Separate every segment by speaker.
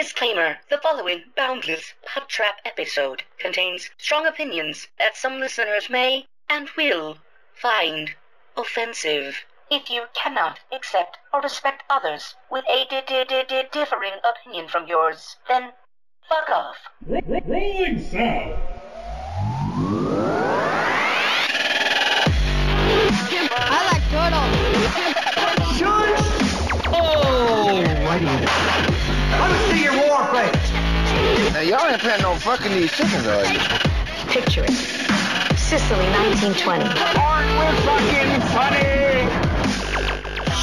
Speaker 1: Disclaimer The following Boundless Pop Trap episode contains strong opinions that some listeners may and will find offensive. If you cannot accept or respect others with a di- di- di- di- differing opinion from yours, then fuck off.
Speaker 2: Ro- ro- rolling south.
Speaker 3: I like turtles.
Speaker 4: Now y'all ain't planning on fucking these chickens, are you?
Speaker 5: Picture it. Sicily, 1920.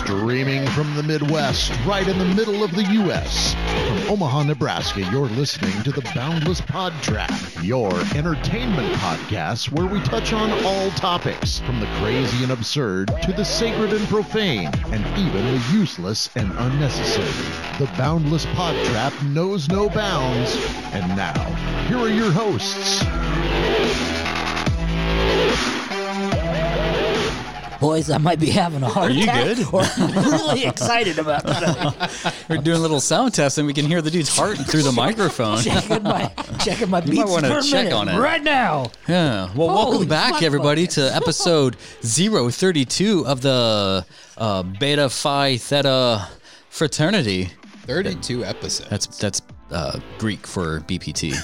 Speaker 6: Streaming from the Midwest, right in the middle of the U.S. From Omaha, Nebraska, you're listening to the Boundless Pod Trap, your entertainment podcast where we touch on all topics, from the crazy and absurd to the sacred and profane, and even the useless and unnecessary. The Boundless Pod Trap knows no bounds. And now, here are your hosts.
Speaker 7: Boys, I might be having a heart
Speaker 8: Are you
Speaker 7: attack.
Speaker 8: good?
Speaker 7: Or I'm really excited about this.
Speaker 8: We're doing a little sound test, and we can hear the dude's heart through the microphone.
Speaker 7: checking my checking my beats
Speaker 8: might wanna
Speaker 7: per
Speaker 8: check
Speaker 7: minute
Speaker 8: on it.
Speaker 7: right now.
Speaker 8: Yeah. Well,
Speaker 7: Holy
Speaker 8: welcome
Speaker 7: fuck,
Speaker 8: back, everybody,
Speaker 7: Marcus.
Speaker 8: to episode 032 of the uh, Beta Phi Theta fraternity.
Speaker 9: 32 episodes.
Speaker 8: That's that's uh, Greek for BPT,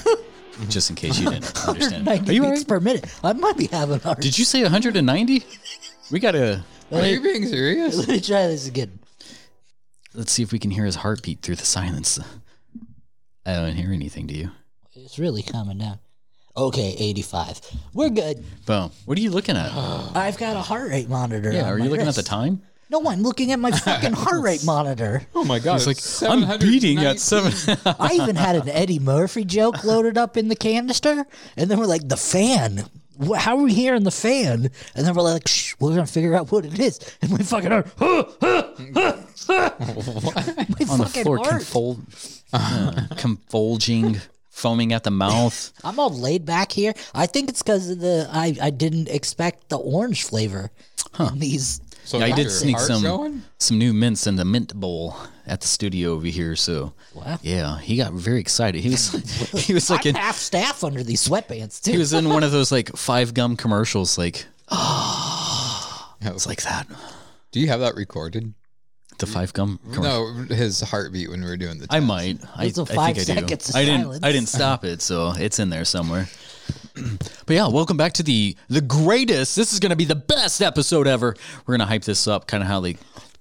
Speaker 8: just in case you didn't understand.
Speaker 7: 190
Speaker 8: Are you all
Speaker 7: beats
Speaker 8: right?
Speaker 7: per minute. I might be having a heart.
Speaker 8: Did you say 190? We gotta.
Speaker 9: Are you being serious?
Speaker 7: Let me try this again.
Speaker 8: Let's see if we can hear his heartbeat through the silence. I don't hear anything. Do you?
Speaker 7: It's really coming down. Okay, 85. We're good.
Speaker 8: Boom. What are you looking
Speaker 9: Oh,
Speaker 8: at?
Speaker 7: I've got a heart rate monitor.
Speaker 8: Yeah.
Speaker 7: on
Speaker 8: Are you
Speaker 7: my
Speaker 8: looking at
Speaker 7: wrist.
Speaker 8: the time?
Speaker 7: No, I'm looking at my fucking heart rate monitor.
Speaker 9: Oh my god.
Speaker 8: He's like, I'm beating at seven.
Speaker 7: I even had an Eddie Murphy joke loaded up in the canister, and then we're like, the fan. Wh- How are we hearing the fan? And then we're like, Shh, we're gonna figure out what it is. And my fucking heart, huh, huh, huh, huh. my
Speaker 8: on the
Speaker 7: fucking
Speaker 8: floor,
Speaker 7: heart.
Speaker 8: confol- uh, convulging, foaming at the mouth.
Speaker 7: I'm all laid back here. I think it's because of the I, I didn't expect the orange flavor. in These
Speaker 9: So
Speaker 8: yeah, I
Speaker 9: is
Speaker 8: did
Speaker 9: your
Speaker 8: sneak
Speaker 9: heart
Speaker 8: some
Speaker 9: going?
Speaker 8: some new mints in the mint bowl at the studio over here. So
Speaker 7: Wow.
Speaker 8: yeah, he got very excited. He was he was like
Speaker 7: I'm
Speaker 8: in,
Speaker 7: half staff under these sweatpants too.
Speaker 8: he was in one of those like five gum commercials. Like
Speaker 9: Yeah,
Speaker 8: it's like that.
Speaker 9: do you have that recorded?
Speaker 8: The five gum. Commercial.
Speaker 9: No, his heartbeat when we were doing the.
Speaker 8: I might. I,
Speaker 7: Those are
Speaker 8: I
Speaker 7: five
Speaker 8: think I do.
Speaker 7: seconds of
Speaker 8: I didn't.
Speaker 7: silence.
Speaker 8: I didn't stop it, so it's in there somewhere. but yeah, welcome back to the the greatest. This is going to be the best episode ever. We're going to hype this up, kind of how they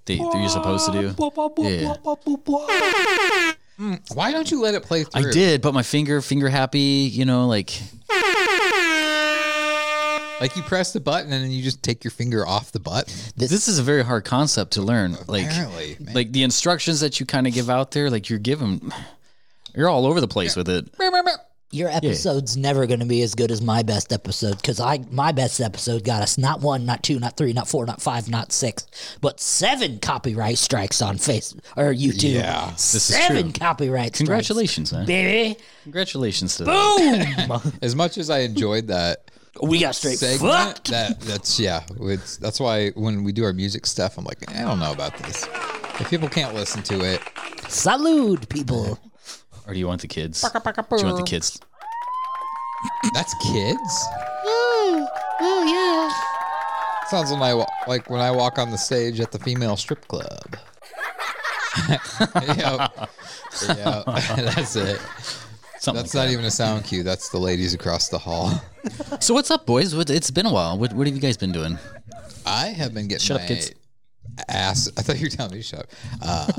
Speaker 8: they they're supposed to do. Yeah.
Speaker 9: Why don't you let it play
Speaker 8: I
Speaker 9: through?
Speaker 8: did, but my finger finger happy. You know, like
Speaker 9: Like you press the button and then you just take your finger off the button.
Speaker 8: this is a very hard concept to learn. Like
Speaker 9: Apparently, man.
Speaker 8: like the instructions that you kind of give out there, like you're giving. You're all over the place with it.
Speaker 7: Your episode's never going to be as good as my best episode because I my best episode got us not one, not two, not three, not four, not five, not six, but seven copyright strikes on face or YouTube.
Speaker 9: Yeah,
Speaker 8: is
Speaker 7: seven
Speaker 8: true.
Speaker 7: copyright. strikes.
Speaker 8: Congratulations, man!
Speaker 7: baby!
Speaker 8: Congratulations to that.
Speaker 7: Boom!
Speaker 9: As much as I enjoyed that
Speaker 7: we got straight
Speaker 9: segment,
Speaker 7: fucked.
Speaker 9: that that's yeah. Oh, It's, that's why when we do our music stuff, I'm like, I don't know about this. If people can't listen to it,
Speaker 7: Salute, people.
Speaker 8: Or do you want the kids? Do you want the kids?
Speaker 9: that's kids. Sounds when I wa- like when I walk on the stage at the female strip club. yep. Yep. That's it.
Speaker 8: Something like
Speaker 9: That's not even a sound cue. That's the ladies across the hall.
Speaker 8: that. So what's up, boys? What, it's been a while. What, what have you guys been doing?
Speaker 9: I have been getting
Speaker 8: Shut up,
Speaker 9: my
Speaker 8: kids.
Speaker 9: ass. I thought you were telling me to shut up.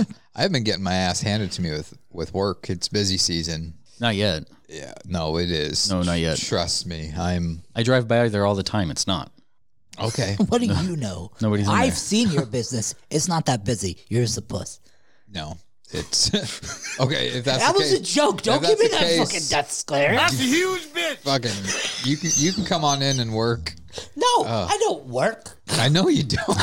Speaker 9: Uh, I've been getting my ass handed to me with with work. It's busy season.
Speaker 8: Not yet.
Speaker 9: Yeah. No, it is.
Speaker 8: No, not yet.
Speaker 9: Trust me. I'm
Speaker 8: I drive by there all the time. It's not.
Speaker 9: okay.
Speaker 7: What do you know?
Speaker 8: Nobody's in
Speaker 7: I've
Speaker 8: there.
Speaker 7: seen your business. It's not that busy. You're just a puss.
Speaker 9: No, it's okay. If that's
Speaker 7: that
Speaker 9: the
Speaker 7: was
Speaker 9: case-
Speaker 7: a joke. Don't
Speaker 9: if
Speaker 7: give me
Speaker 9: that's
Speaker 7: that
Speaker 9: the case,
Speaker 7: fucking death glare.
Speaker 9: Fucking, you can you can come on in and work.
Speaker 7: No, I don't work.
Speaker 9: I know you don't.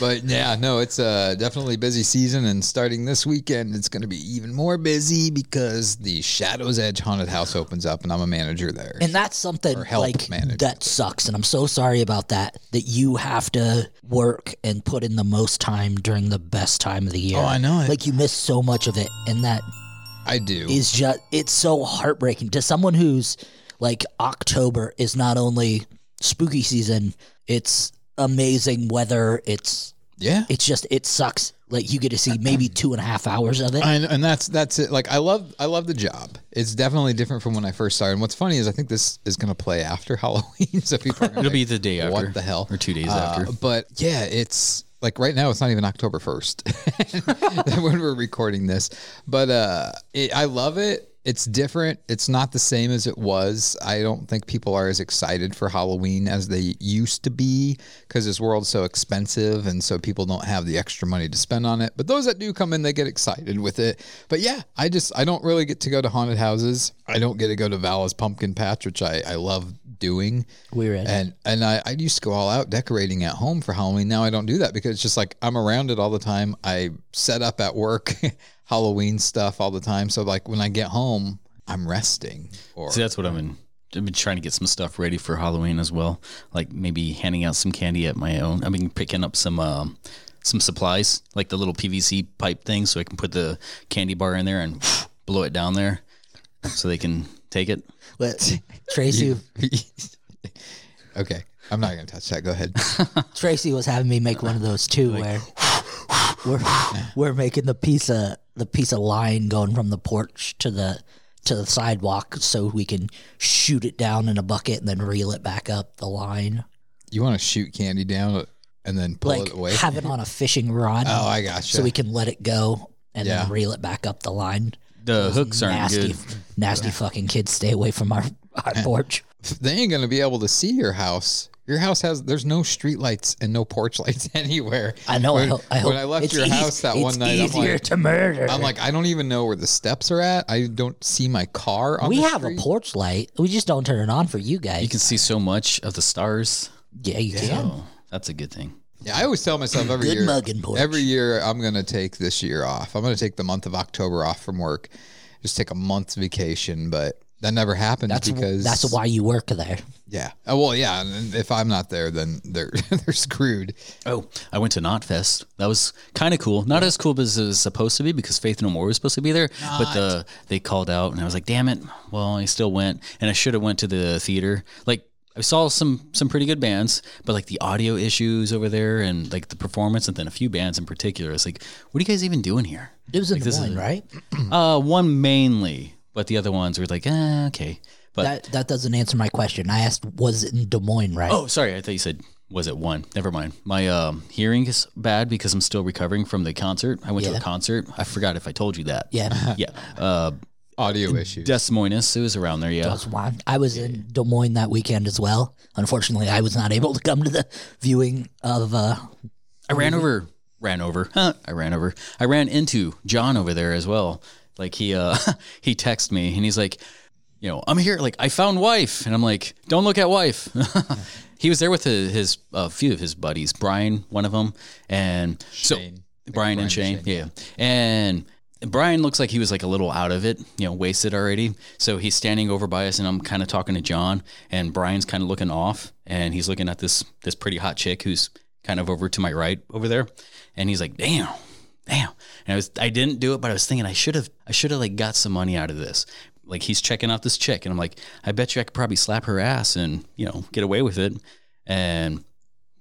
Speaker 9: But yeah, no, it's uh, definitely busy season, and starting this weekend, it's going to be even more busy because the Shadows Edge Haunted House opens up, and I'm a manager there.
Speaker 7: And that's something
Speaker 9: Or help
Speaker 7: like
Speaker 9: manage
Speaker 7: that sucks. And I'm so sorry about that. That you have to work and put in the most time during the best time of the year.
Speaker 9: Oh, I know it.
Speaker 7: Like you miss so much of it, and that
Speaker 9: I do.
Speaker 7: is just it's so heartbreaking to someone who's like October is not only spooky season, it's amazing weather. It's
Speaker 9: yeah,
Speaker 7: it's just it sucks. Like you get to see maybe two and a half hours of it.
Speaker 9: and, and that's that's it. Like I love I love the job. It's definitely different from when I first started. And what's funny is I think this is going to play after Halloween, so people are gonna
Speaker 8: It'll
Speaker 9: like,
Speaker 8: be the day after.
Speaker 9: What the hell?
Speaker 8: Or two days
Speaker 9: Uh,
Speaker 8: after.
Speaker 9: But yeah, it's like right now it's not even October first when we're recording this. But uh, it, I love it. It's different. It's not the same as it was. I don't think people are as excited for Halloween as they used to be because this world's so expensive, and so people don't have the extra money to spend on it. But those that do come in, they get excited with it. But yeah, I just I don't really get to go to haunted houses. I don't get to go to Vala's Pumpkin Patch, which I I love doing.
Speaker 7: We're in.
Speaker 9: And and I, I used to go all out decorating at home for Halloween. Now I don't do that because it's just like I'm around it all the time. I set up at work Halloween stuff all the time. So like when I get home, I'm resting. Or
Speaker 8: See, that's what I'm in. I've been trying to get some stuff ready for Halloween as well. Like maybe handing out some candy at my own. I've been picking up some um, some supplies, like the little PVC pipe thing, so I can put the candy bar in there and blow it down there, so they can take it.
Speaker 7: But Tracy
Speaker 9: okay. I'm not gonna touch that. Go ahead.
Speaker 7: Tracy was having me make one of those too, where we're we're making the piece of the piece of line going from the porch to the to the sidewalk, so we can shoot it down in a bucket and then reel it back up the line,
Speaker 9: You want to shoot candy down and then pull
Speaker 7: like
Speaker 9: it away?
Speaker 7: have it on a fishing rod,
Speaker 9: oh, I gotcha.
Speaker 7: so we can let it go and then
Speaker 9: Yeah.
Speaker 7: reel it back up the line.
Speaker 8: The hooks aren't
Speaker 7: nasty,
Speaker 8: good.
Speaker 7: nasty fucking kids, stay away from our our porch.
Speaker 9: they ain't gonna be able to see your house. Your house has there's no street lights and no porch lights anywhere.
Speaker 7: I know. I
Speaker 9: When-
Speaker 7: hope. I hope
Speaker 9: when I left
Speaker 7: it's
Speaker 9: your
Speaker 7: eas-
Speaker 9: house that
Speaker 7: it's
Speaker 9: one night, I'm
Speaker 7: easier
Speaker 9: like,
Speaker 7: to murder.
Speaker 9: I'm like, I don't even know where the steps are at. I don't see my car on
Speaker 7: we
Speaker 9: the
Speaker 7: have a
Speaker 9: street.
Speaker 7: porch light. We just don't turn it on for you guys.
Speaker 8: You can see so much of the stars.
Speaker 7: yeah, you can.
Speaker 8: Oh, that's a good thing.
Speaker 9: Yeah, I always tell myself every
Speaker 7: Good
Speaker 9: year.
Speaker 7: mugging porch.
Speaker 9: Every year I'm gonna take this year off. I'm gonna take the month of October off from work. Just take a month's vacation, but that never happens
Speaker 7: That's
Speaker 9: because
Speaker 7: that's why you work there.
Speaker 9: Yeah. Oh, well, yeah. And if I'm not there, then they're they're screwed.
Speaker 8: Oh, I went to Knotfest. That was kind of cool. Not as cool as it was supposed to be because Faith No More was supposed to be there, but the they called out, and I was like, "Damn it!" Well, I still went, and I should have went to the theater. Like I saw some some pretty good bands, but like the audio issues over there, and like the performance, and then a few bands in particular. It's like, what are you guys even doing here?
Speaker 7: It was in the
Speaker 8: this is
Speaker 7: one,
Speaker 8: a-
Speaker 7: right?
Speaker 8: Uh, one mainly, but the other ones were like, ah, okay. But
Speaker 7: That that doesn't answer my question. I asked, was it in Des Moines, right?
Speaker 8: Oh, sorry. I thought you said was it one? Never mind. My um, hearing is bad because I'm still recovering from the concert. I went to
Speaker 7: Yeah.
Speaker 8: a concert. I forgot if I told you that.
Speaker 7: yeah,
Speaker 8: Yeah. Uh,
Speaker 9: Audio issues.
Speaker 8: Des Moines. It was around there.
Speaker 7: Des
Speaker 8: Yeah.
Speaker 7: Moines. I was in Des Moines that weekend as well. Unfortunately, I was not able to come to the viewing of. uh
Speaker 8: I ran over. Ran over. Huh, I ran over. I ran into John over there as well. Like he uh he texted me and he's like, you know, I'm here. Like I found wife, and I'm like, don't look at wife. he was there with his, his a few of his buddies, Brian, one of them, and so
Speaker 9: Shane.
Speaker 8: Brian, and Shane, yeah. And Brian looks like he was like a little out of it, you know, wasted already. So he's standing over by us, and I'm kind of talking to John, and Brian's kind of looking off, and he's looking at this this pretty hot chick who's kind of over to my right over there, and he's like, "Damn, damn." And I was I didn't do it, but I was thinking I should have I should have like got some money out of this. Like he's checking out this chick, and I'm like, I bet you I could probably slap her ass and you know get away with it. And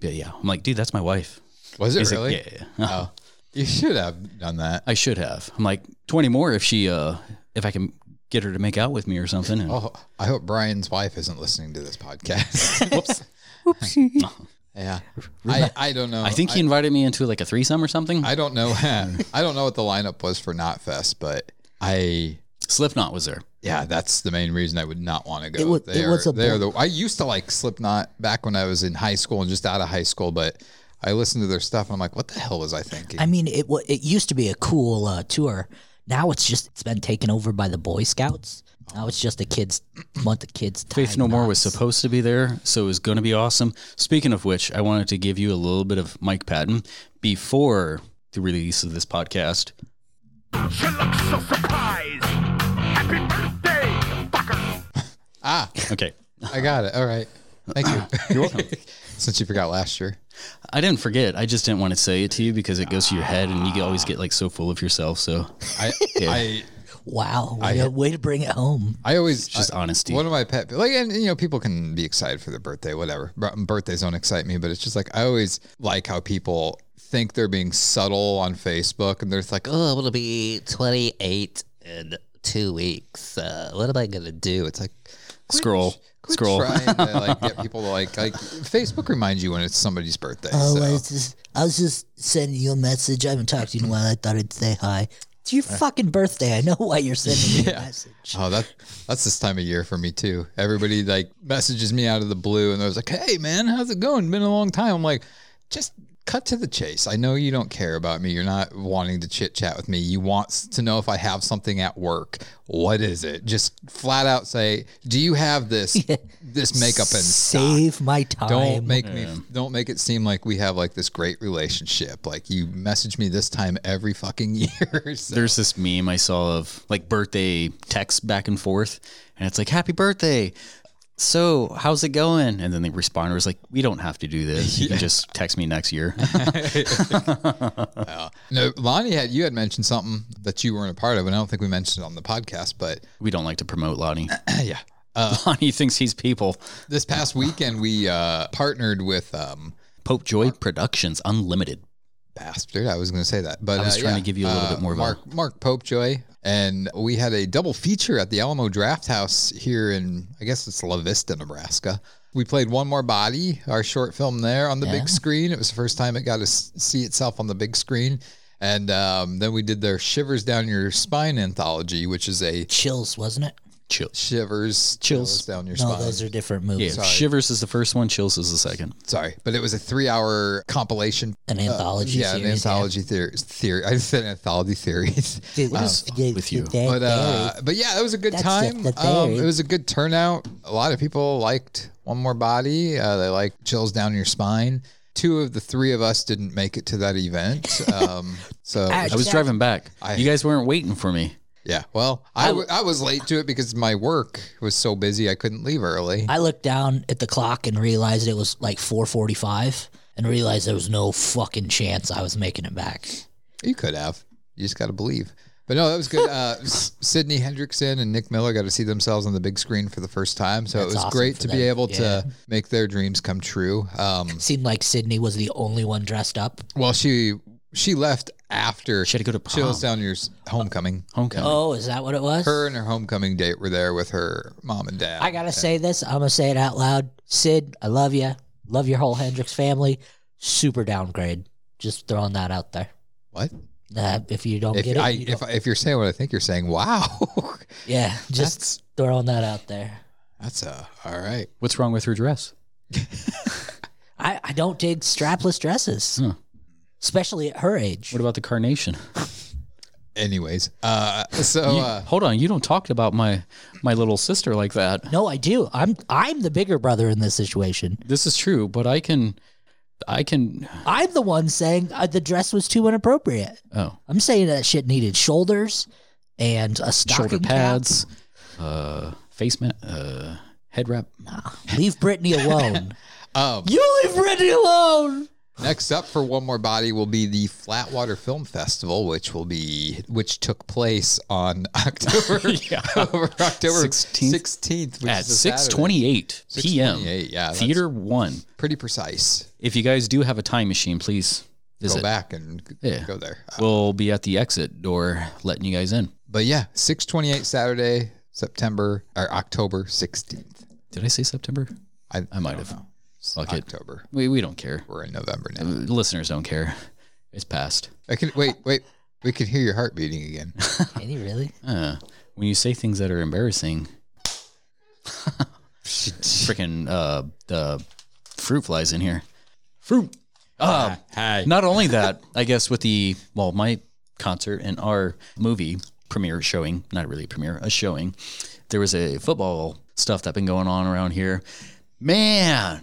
Speaker 8: yeah, yeah, I'm like, dude, that's my wife.
Speaker 9: Was it
Speaker 8: He's
Speaker 9: really?
Speaker 8: like, yeah, yeah.
Speaker 9: Oh, you should have done that.
Speaker 8: I should have. I'm like twenty more if she uh if I can get her to make out with me or something. And
Speaker 9: Oh, I hope Brian's wife isn't listening to this podcast. Whoops. Yeah. I, I don't know.
Speaker 8: I think he invited me into like a threesome or something.
Speaker 9: I don't know. I don't know what the lineup was for Knotfest, but I
Speaker 8: Slipknot was there.
Speaker 9: yeah, that's the main reason I would not want to go.
Speaker 7: It was-
Speaker 9: they
Speaker 7: it
Speaker 9: are,
Speaker 7: was a
Speaker 9: they are
Speaker 7: bu-
Speaker 9: the, I used to like Slipknot back when I was in high school and just out of high school, but I listened to their stuff and I'm like, what the hell was I thinking?
Speaker 7: I mean, it wa- it used to be a cool uh, tour. Now it's just it's been taken over by the Boy Scouts. Now it's just a kids month of kids.
Speaker 8: Faith
Speaker 7: Tied
Speaker 8: No More was
Speaker 7: Knots.
Speaker 8: supposed to be there, so it was going to be awesome. Speaking of which, I wanted to give you a little bit of Mike Patton before the release of this podcast.
Speaker 10: She looks so surprised. Happy birthday, fucker.
Speaker 9: Ah,
Speaker 8: Okay.
Speaker 9: I got it. All right. Thank you. You're welcome. Since you forgot last year.
Speaker 8: I didn't forget. I just didn't want to say it to you because it goes to your head and you always get like so full of yourself. So
Speaker 9: I I
Speaker 7: Wow, way, to- way to bring it home.
Speaker 9: I always
Speaker 8: just
Speaker 9: I-
Speaker 8: honesty.
Speaker 9: One of my pet like, and you know, people can be excited for their birthday, whatever. Bir- Birthdays don't excite me, but it's just like I always like how people think they're being subtle on Facebook, and they're just like, "Oh, it'll be 28 in two weeks. Uh, what am I gonna do?" It's like quit-
Speaker 8: Scroll.
Speaker 9: quit
Speaker 8: Scroll.
Speaker 9: Trying to like get people to like like Facebook reminds you when it's somebody's birthday.
Speaker 7: Oh,
Speaker 9: so.
Speaker 7: I was just I was just sending you a message. I haven't talked to you in a while. I thought I'd say hi. It's your
Speaker 9: Uh,
Speaker 7: fucking birthday. I know why you're sending me a message.
Speaker 9: Oh, that that's this time of year for me too. Everybody like messages me out of the blue and they're like, "Hey man, how's it going? Been a long time." I'm like, "Just cut to the chase. I know you don't care about me. You're not wanting to chit-chat with me. You want s- to know if I have something at work. What is it? Just flat out say, "Do you have this this makeup and
Speaker 7: Save my time.
Speaker 9: don't make me don't make it seem like we have like this great relationship. Like you message me this time every fucking year. So-
Speaker 8: There's this meme I saw of like birthday texts back and forth, and it's like "Happy birthday." So how's it going? And then the responder was like, "We don't have to do this. You can just text me next year."
Speaker 9: No, Lonnie had you had mentioned something that you weren't a part of, and I don't think we mentioned it on the podcast. But
Speaker 8: we don't like to promote Lonnie.
Speaker 9: yeah, Uh,
Speaker 8: Lonnie thinks he's people.
Speaker 9: this past weekend we uh, partnered with um,
Speaker 8: Pope Joy Productions Unlimited.
Speaker 9: bastard. I was going to say that, but
Speaker 8: I was
Speaker 9: uh,
Speaker 8: trying to
Speaker 9: yeah,
Speaker 8: give you a little
Speaker 9: uh,
Speaker 8: bit more of a-
Speaker 9: Mark Mark Popejoy, and we had a double feature at the Alamo Draft House here in I guess it's La Vista, Nebraska. We played One More Body, our short film there on the big screen. It was the first time it got to s- see itself on the big screen. And um, then we did their Shivers Down Your Spine anthology, which is a
Speaker 7: Chills, wasn't it?
Speaker 8: Chill.
Speaker 9: shivers
Speaker 8: Chills.
Speaker 9: down your
Speaker 7: No,
Speaker 9: spine.
Speaker 7: those are different
Speaker 8: Yeah,
Speaker 7: movies.
Speaker 8: Shivers is the first one. Chills is the second.
Speaker 9: Sorry, but it was a three-hour compilation.
Speaker 7: An anthology.
Speaker 9: yeah,
Speaker 7: series,
Speaker 9: an anthology theory. theory. I just said anthology theories.
Speaker 7: Dude,
Speaker 9: Um,
Speaker 7: is yeah,
Speaker 8: with
Speaker 7: dude,
Speaker 8: you?
Speaker 7: that-
Speaker 9: but uh,
Speaker 7: that-
Speaker 9: but yeah, it was a good
Speaker 7: That's the-
Speaker 9: time.
Speaker 7: the
Speaker 9: um,
Speaker 7: theory.
Speaker 9: it was a good turnout. A lot of people liked One More Body. Uh, they liked Chills Down Your Spine. Two of the three of us didn't make it to that event. Um, so
Speaker 7: I-
Speaker 8: I was driving back.
Speaker 9: I-
Speaker 8: you guys weren't waiting for me.
Speaker 9: yeah, well, I, w- I was late to it because my work was so busy I couldn't leave early.
Speaker 7: I looked down at the clock and realized it was like 4:45, and realized there was no fucking chance I was making it back.
Speaker 9: You could have. You just got to believe. But no, that was good. Uh, S- Sydney Hendrickson and Nick Miller got to see themselves on the big screen for the first time, so
Speaker 7: That's
Speaker 9: it was
Speaker 7: awesome
Speaker 9: great
Speaker 7: for
Speaker 9: to be
Speaker 7: them.
Speaker 9: able
Speaker 7: Yeah.
Speaker 9: to make their dreams come true. Um,
Speaker 7: Seemed like Sydney was the only one dressed up.
Speaker 9: well, she she left after
Speaker 8: She had to go to
Speaker 9: Chills
Speaker 8: prom.
Speaker 9: Down Your S- Homecoming.
Speaker 8: Homecoming.
Speaker 7: Oh, is that what it was?
Speaker 9: Her and her homecoming date were there with her mom and dad.
Speaker 7: I gotta say this. I'm gonna say it out loud. Sid, I love you. Love your whole Hendrix family. Super downgrade. Just throwing that out there.
Speaker 9: what
Speaker 7: Uh, if you don't
Speaker 9: if
Speaker 7: get it,
Speaker 9: I
Speaker 7: you
Speaker 9: if
Speaker 7: don't-
Speaker 9: I, if you're saying what I think you're saying? Wow,
Speaker 7: yeah, just
Speaker 9: that's
Speaker 7: throwing that out there.
Speaker 9: that's uh, all right.
Speaker 8: What's wrong with her dress?
Speaker 7: I, I don't dig strapless dresses,
Speaker 8: Huh.
Speaker 7: especially at her age.
Speaker 8: What about the carnation?
Speaker 9: Anyways, uh, so
Speaker 8: You-
Speaker 9: uh,
Speaker 8: hold on, you don't talk about my my little sister like that.
Speaker 7: No, I do. I'm I'm the bigger brother in this situation.
Speaker 8: This is true, but I can, I can.
Speaker 7: I'm the one saying uh, the dress was too inappropriate.
Speaker 8: Oh,
Speaker 7: I'm saying that shit needed shoulders and a stocking
Speaker 8: shoulder
Speaker 7: cap.
Speaker 8: pads, uh, face mat, uh, head wrap.
Speaker 7: Leave Brittany alone.
Speaker 9: um,
Speaker 7: you leave Brittany alone.
Speaker 9: Next up for One More Body will be the Flatwater Film Festival, which will be which took place on October
Speaker 8: Yeah.
Speaker 9: over October
Speaker 8: 16th.
Speaker 9: sixteenth
Speaker 8: At six twenty eight p.m.
Speaker 9: 6:28, yeah, that's-
Speaker 8: theater one.
Speaker 9: Pretty precise.
Speaker 8: If you guys do have a time machine, please
Speaker 9: go
Speaker 8: visit.
Speaker 9: back and g-
Speaker 8: Yeah.
Speaker 9: go there. Uh,
Speaker 8: We'll be at the exit door letting you guys in.
Speaker 9: but yeah, six twenty eight Saturday, September or October sixteenth.
Speaker 8: Did I say September?
Speaker 9: I,
Speaker 8: I might
Speaker 9: don't
Speaker 8: have.
Speaker 9: know. It's
Speaker 8: Fuck it.
Speaker 9: October.
Speaker 8: We we don't care.
Speaker 9: We're in November
Speaker 8: The
Speaker 9: now.
Speaker 8: listeners don't care. It's past.
Speaker 9: I can wait, wait. We can hear your heart beating again.
Speaker 7: Can you really?
Speaker 8: Uh, when you say things that are embarrassing, freaking uh, the fruit flies in here. Fruit. Uh, Not only that, I guess with the well, my concert and our movie, premiere showing, not really a premiere, a showing. There was a football stuff that been going on around here. Man,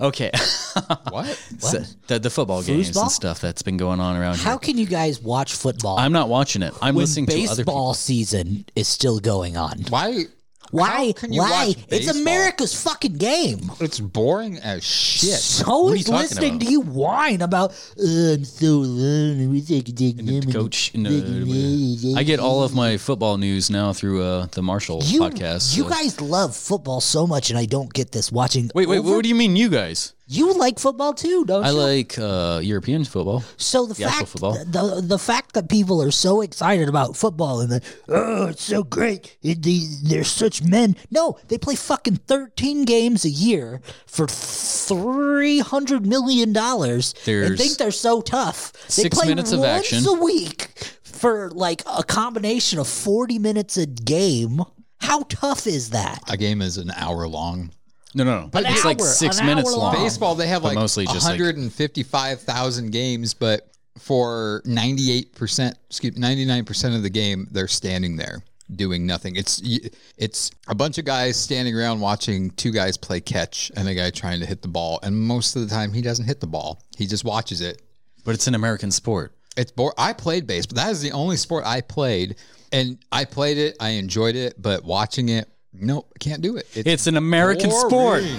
Speaker 8: okay,
Speaker 9: What?
Speaker 8: So, the the football games
Speaker 7: Foosball?
Speaker 8: and stuff that's been going on around
Speaker 7: How
Speaker 8: here.
Speaker 7: can you guys watch football
Speaker 8: I'm not watching it. I'm
Speaker 7: when
Speaker 8: listening to other people.
Speaker 7: baseball season is still going on?
Speaker 9: Why?
Speaker 7: Why?
Speaker 9: How can you
Speaker 7: Why?
Speaker 9: watch
Speaker 7: It's
Speaker 9: baseball?
Speaker 7: America's fucking game.
Speaker 9: It's boring as shit.
Speaker 7: So
Speaker 8: What are you
Speaker 7: is
Speaker 8: talking
Speaker 7: listening
Speaker 8: about?
Speaker 7: to you whine about. "Oh, I'm so lonely. We take a dig
Speaker 8: And the coach. and, uh, I get all of my football news now through uh, the Marshall
Speaker 7: eh? you,
Speaker 8: podcast.
Speaker 7: You
Speaker 8: so-
Speaker 7: guys love football so much, and I don't get this. Watching
Speaker 8: Wait, wait.
Speaker 7: over-
Speaker 8: What do you mean, you guys?
Speaker 7: you like football too, don't
Speaker 8: I
Speaker 7: you?
Speaker 8: like uh, European football.
Speaker 7: So the
Speaker 8: The actual
Speaker 7: fact
Speaker 8: football.
Speaker 7: the the fact that people are so excited about football and that oh it's so great it, they, they're such men no they play fucking thirteen games a year for three hundred million dollars and
Speaker 8: There's
Speaker 7: think they're so tough they
Speaker 8: six
Speaker 7: play
Speaker 8: minutes of
Speaker 7: once
Speaker 8: action.
Speaker 7: a week for like a combination of forty minutes a game how tough is that
Speaker 9: A game is an hour long.
Speaker 8: No, no, no. it's like
Speaker 7: hour,
Speaker 8: six
Speaker 7: an
Speaker 8: minutes
Speaker 7: hour
Speaker 8: long.
Speaker 7: long.
Speaker 9: Baseball, they have
Speaker 8: Oh, But
Speaker 9: like
Speaker 8: mostly just, like-
Speaker 9: 155,000 games, but for 98%, excuse 99% of the game, they're standing there doing nothing. It's y- it's a bunch of guys standing around watching two guys play catch and a guy trying to hit the ball, and most of the time he doesn't hit the ball. He just watches it
Speaker 8: But it's an American sport.
Speaker 9: It's bor I played baseball. That is the only sport I played, and I played it. I enjoyed it, but watching it, no, I can't do it.
Speaker 8: It's an American sport.
Speaker 9: boring.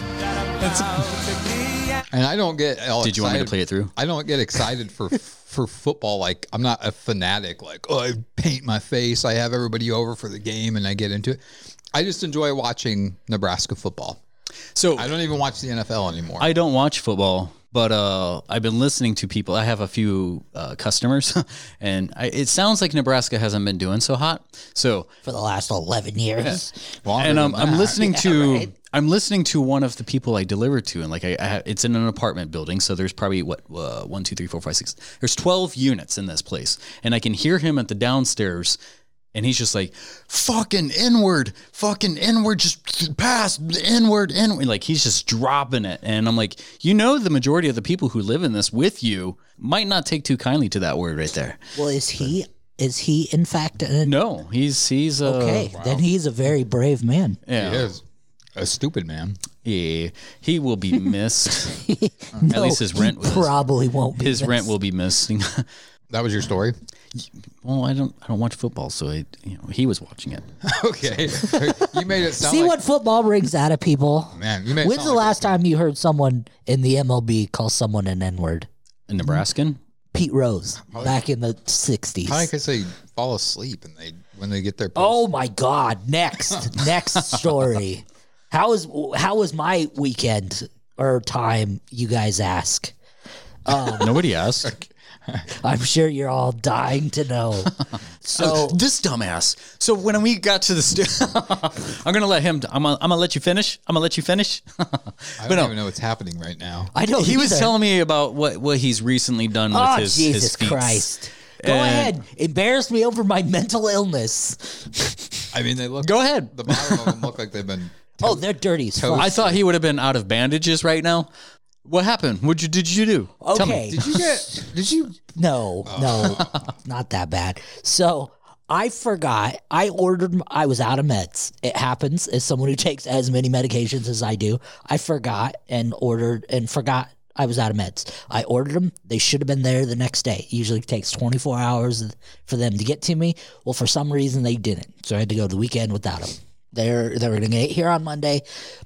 Speaker 9: and I don't get. All
Speaker 8: Did you want me to
Speaker 9: excited-
Speaker 8: play it through?
Speaker 9: I don't get excited for for football. Like I'm not a fanatic. Like oh, I paint my face. I have everybody over for the game, and I get into it. I just enjoy watching Nebraska football.
Speaker 8: So
Speaker 9: I don't even watch the NFL anymore.
Speaker 8: I don't watch football, but uh, I've been listening to people. I have a few uh, customers, and I, it sounds like Nebraska hasn't been doing so hot. So,
Speaker 7: for the last eleven years
Speaker 9: Longer
Speaker 8: and um,
Speaker 9: than
Speaker 8: I'm
Speaker 9: that.
Speaker 8: listening to
Speaker 7: right.
Speaker 8: I'm listening to one of the people I deliver to, and like I, I ha- it's in an apartment building, so there's probably what uh, one, two, three, four, five, six. There's twelve units in this place, and I can hear him at the downstairs. And he's just like, fucking inward, fucking inward, just pass inward, inward. Like he's just dropping it. And I'm like, you know, the majority of the people who live in this with you might not take too kindly to that word right there.
Speaker 7: well is he is he in fact an,
Speaker 8: No, he's, he's, uh,
Speaker 7: okay then he's a very brave man
Speaker 8: Yeah.
Speaker 9: He is a stupid man.
Speaker 8: Yeah, he will be missed.
Speaker 7: No,
Speaker 8: least his rent
Speaker 7: he
Speaker 8: was-
Speaker 7: probably won't be.
Speaker 8: His
Speaker 7: this.
Speaker 8: rent will be missing.
Speaker 9: That was your story.
Speaker 8: well, I don't, I don't watch football, so I, you know, he was watching it.
Speaker 9: Okay, you made it sound
Speaker 7: See
Speaker 9: like
Speaker 7: what football brings out of people.
Speaker 9: Man, you made it
Speaker 7: When's
Speaker 9: sound
Speaker 7: the
Speaker 9: like a-
Speaker 7: last time you heard someone in the MLB call someone an N word?
Speaker 8: A Nebraskan.
Speaker 7: Pete Rose back in the sixties.
Speaker 9: Probably because they fall asleep and they when they get their
Speaker 7: Oh my God! Next, next story. How was how was my weekend or time? You guys ask.
Speaker 8: Nobody asked.
Speaker 7: I'm sure you're all dying to know. So
Speaker 8: This dumbass. So when we got to the, st- I'm gonna let him. I'm gonna, I'm gonna let you finish. I'm gonna let you finish.
Speaker 9: I
Speaker 8: but
Speaker 9: don't
Speaker 8: no.
Speaker 9: even know what's happening right now.
Speaker 7: I know
Speaker 8: he was
Speaker 7: either.
Speaker 8: telling me about what what he's recently done with
Speaker 7: Oh
Speaker 8: his
Speaker 7: Jesus
Speaker 8: his feats.
Speaker 7: Christ! Go
Speaker 8: And-
Speaker 7: ahead, embarrass me over my mental illness.
Speaker 9: I mean, they look.
Speaker 8: Go ahead.
Speaker 9: The bottom of them look like they've been.
Speaker 7: Oh, they're dirty as fuck.
Speaker 8: I thought he would have been out of bandages right now. What happened? What you did you do? Tell me.
Speaker 7: Okay.
Speaker 9: Did you get? Did you?
Speaker 7: No, no, not that bad. So I forgot. I ordered. I was out of meds. It happens as someone who takes as many medications as I do. I forgot and ordered and forgot. I was out of meds. I ordered them. They should have been there the next day. It usually takes 24 hours for them to get to me. Well, for some reason they didn't. So I had to go the weekend without them. They're they're going to get here on Monday,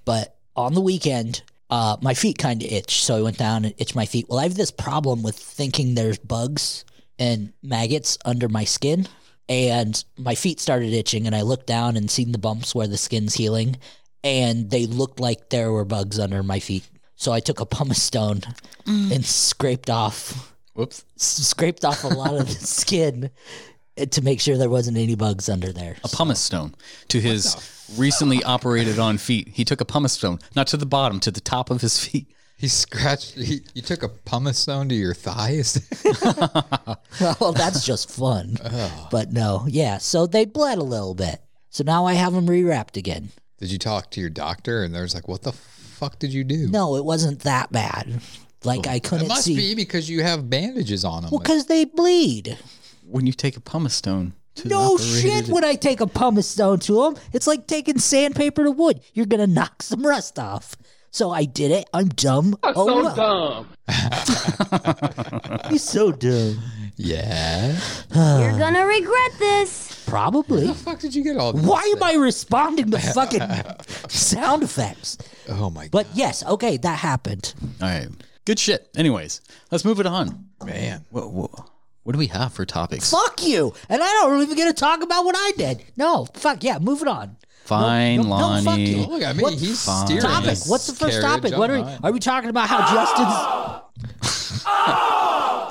Speaker 7: but on the weekend, uh, my feet kind of itch, so I went down and itched my feet. Well, I have this problem with thinking there's bugs and maggots under my skin, and my feet started itching, and I looked down and seen the bumps where the skin's healing, and they looked like there were bugs under my feet. So I took a pumice stone and scraped off
Speaker 8: Whoops.
Speaker 7: s- scraped off a lot of the skin eh, to make sure there wasn't any bugs under there.
Speaker 8: a pumice stone to his recently operated on feet. He took a pumice stone, not to the bottom, to the top of his feet.
Speaker 9: He scratched. He, you took a pumice stone to your thighs.
Speaker 7: well, that's just fun. But no, yeah. So they bled a little bit. So now I have them rewrapped again.
Speaker 9: did you talk to your doctor? And there's like, what the fuck did you do?
Speaker 7: No, it wasn't that bad. Like I
Speaker 9: Oh, It
Speaker 7: couldn't
Speaker 9: must
Speaker 7: see.
Speaker 9: be because you have bandages on them.
Speaker 7: Well, because they bleed.
Speaker 8: When you take a pumice stone, to
Speaker 7: No
Speaker 8: operate
Speaker 7: shit.
Speaker 8: it.
Speaker 7: When I take a pumice stone to them, it's like taking sandpaper to wood. You're gonna knock some rust off. So I did it. I'm dumb. I'm oh, so dumb. He's so dumb.
Speaker 9: Yeah. Um,
Speaker 3: You're gonna regret this.
Speaker 7: Probably.
Speaker 9: The fuck did you get all this?
Speaker 7: Why am I responding to fucking sound effects?
Speaker 9: Oh my
Speaker 7: But yes, okay, that happened.
Speaker 8: All right. Good shit. Anyways, let's move it on.
Speaker 9: man.
Speaker 8: What, what, what do we have for topics?
Speaker 7: Fuck you. And I don't even get to talk about what I did. No, fuck yeah, moving on.
Speaker 8: Fine,
Speaker 7: no, no, fuck
Speaker 8: Lonnie.
Speaker 7: you.
Speaker 9: Look at me.
Speaker 7: What
Speaker 9: He's
Speaker 8: fine.
Speaker 9: steering.
Speaker 7: Topic.
Speaker 9: this
Speaker 7: What's the first
Speaker 9: carriage.
Speaker 7: topic? What
Speaker 9: I'm
Speaker 7: are we,
Speaker 9: not-
Speaker 7: are we talking about? How Justin's.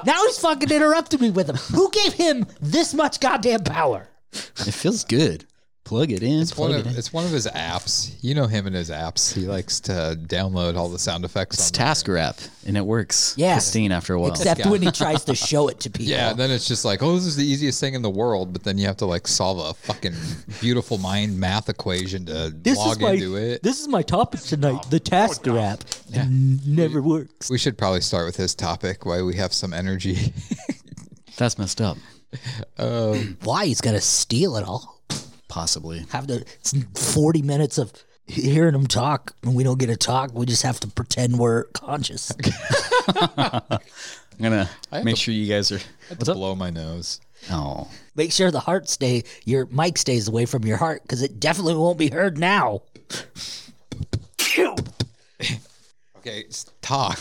Speaker 7: now he's fucking interrupted me with him. Who gave him this much goddamn power?
Speaker 8: It feels good. Plug it in.
Speaker 9: It's one,
Speaker 8: plug it
Speaker 9: of,
Speaker 8: in.
Speaker 9: it's one of his apps. You know him and his apps. He likes to download all the sound effects.
Speaker 8: It's
Speaker 9: on there.
Speaker 8: Tasker app, and it works.
Speaker 7: Yeah.
Speaker 8: Pristine after a while.
Speaker 7: Except when he tries to show it to people.
Speaker 9: Yeah, then it's just like, oh, this is the easiest thing in the world, but then you have to like solve a fucking beautiful mind math equation to
Speaker 7: This
Speaker 9: log
Speaker 7: is my
Speaker 9: into it.
Speaker 7: this is my topic tonight. The Tasker app N- never works.
Speaker 9: we should probably start with his topic. Why we have some energy.
Speaker 8: That's messed up.
Speaker 7: Why he's gonna steal it all?
Speaker 8: Possibly.
Speaker 7: Have to it's forty minutes of hearing him talk, and we don't get to talk. We just have to pretend we're conscious.
Speaker 8: I'm gonna
Speaker 9: have
Speaker 8: make
Speaker 9: to-
Speaker 8: sure you guys are. What's up?
Speaker 9: Blow my nose.
Speaker 8: Oh,
Speaker 7: Make sure the heart stay your mic stays away from your heart because it definitely won't be heard now.
Speaker 9: Okay, s- talk.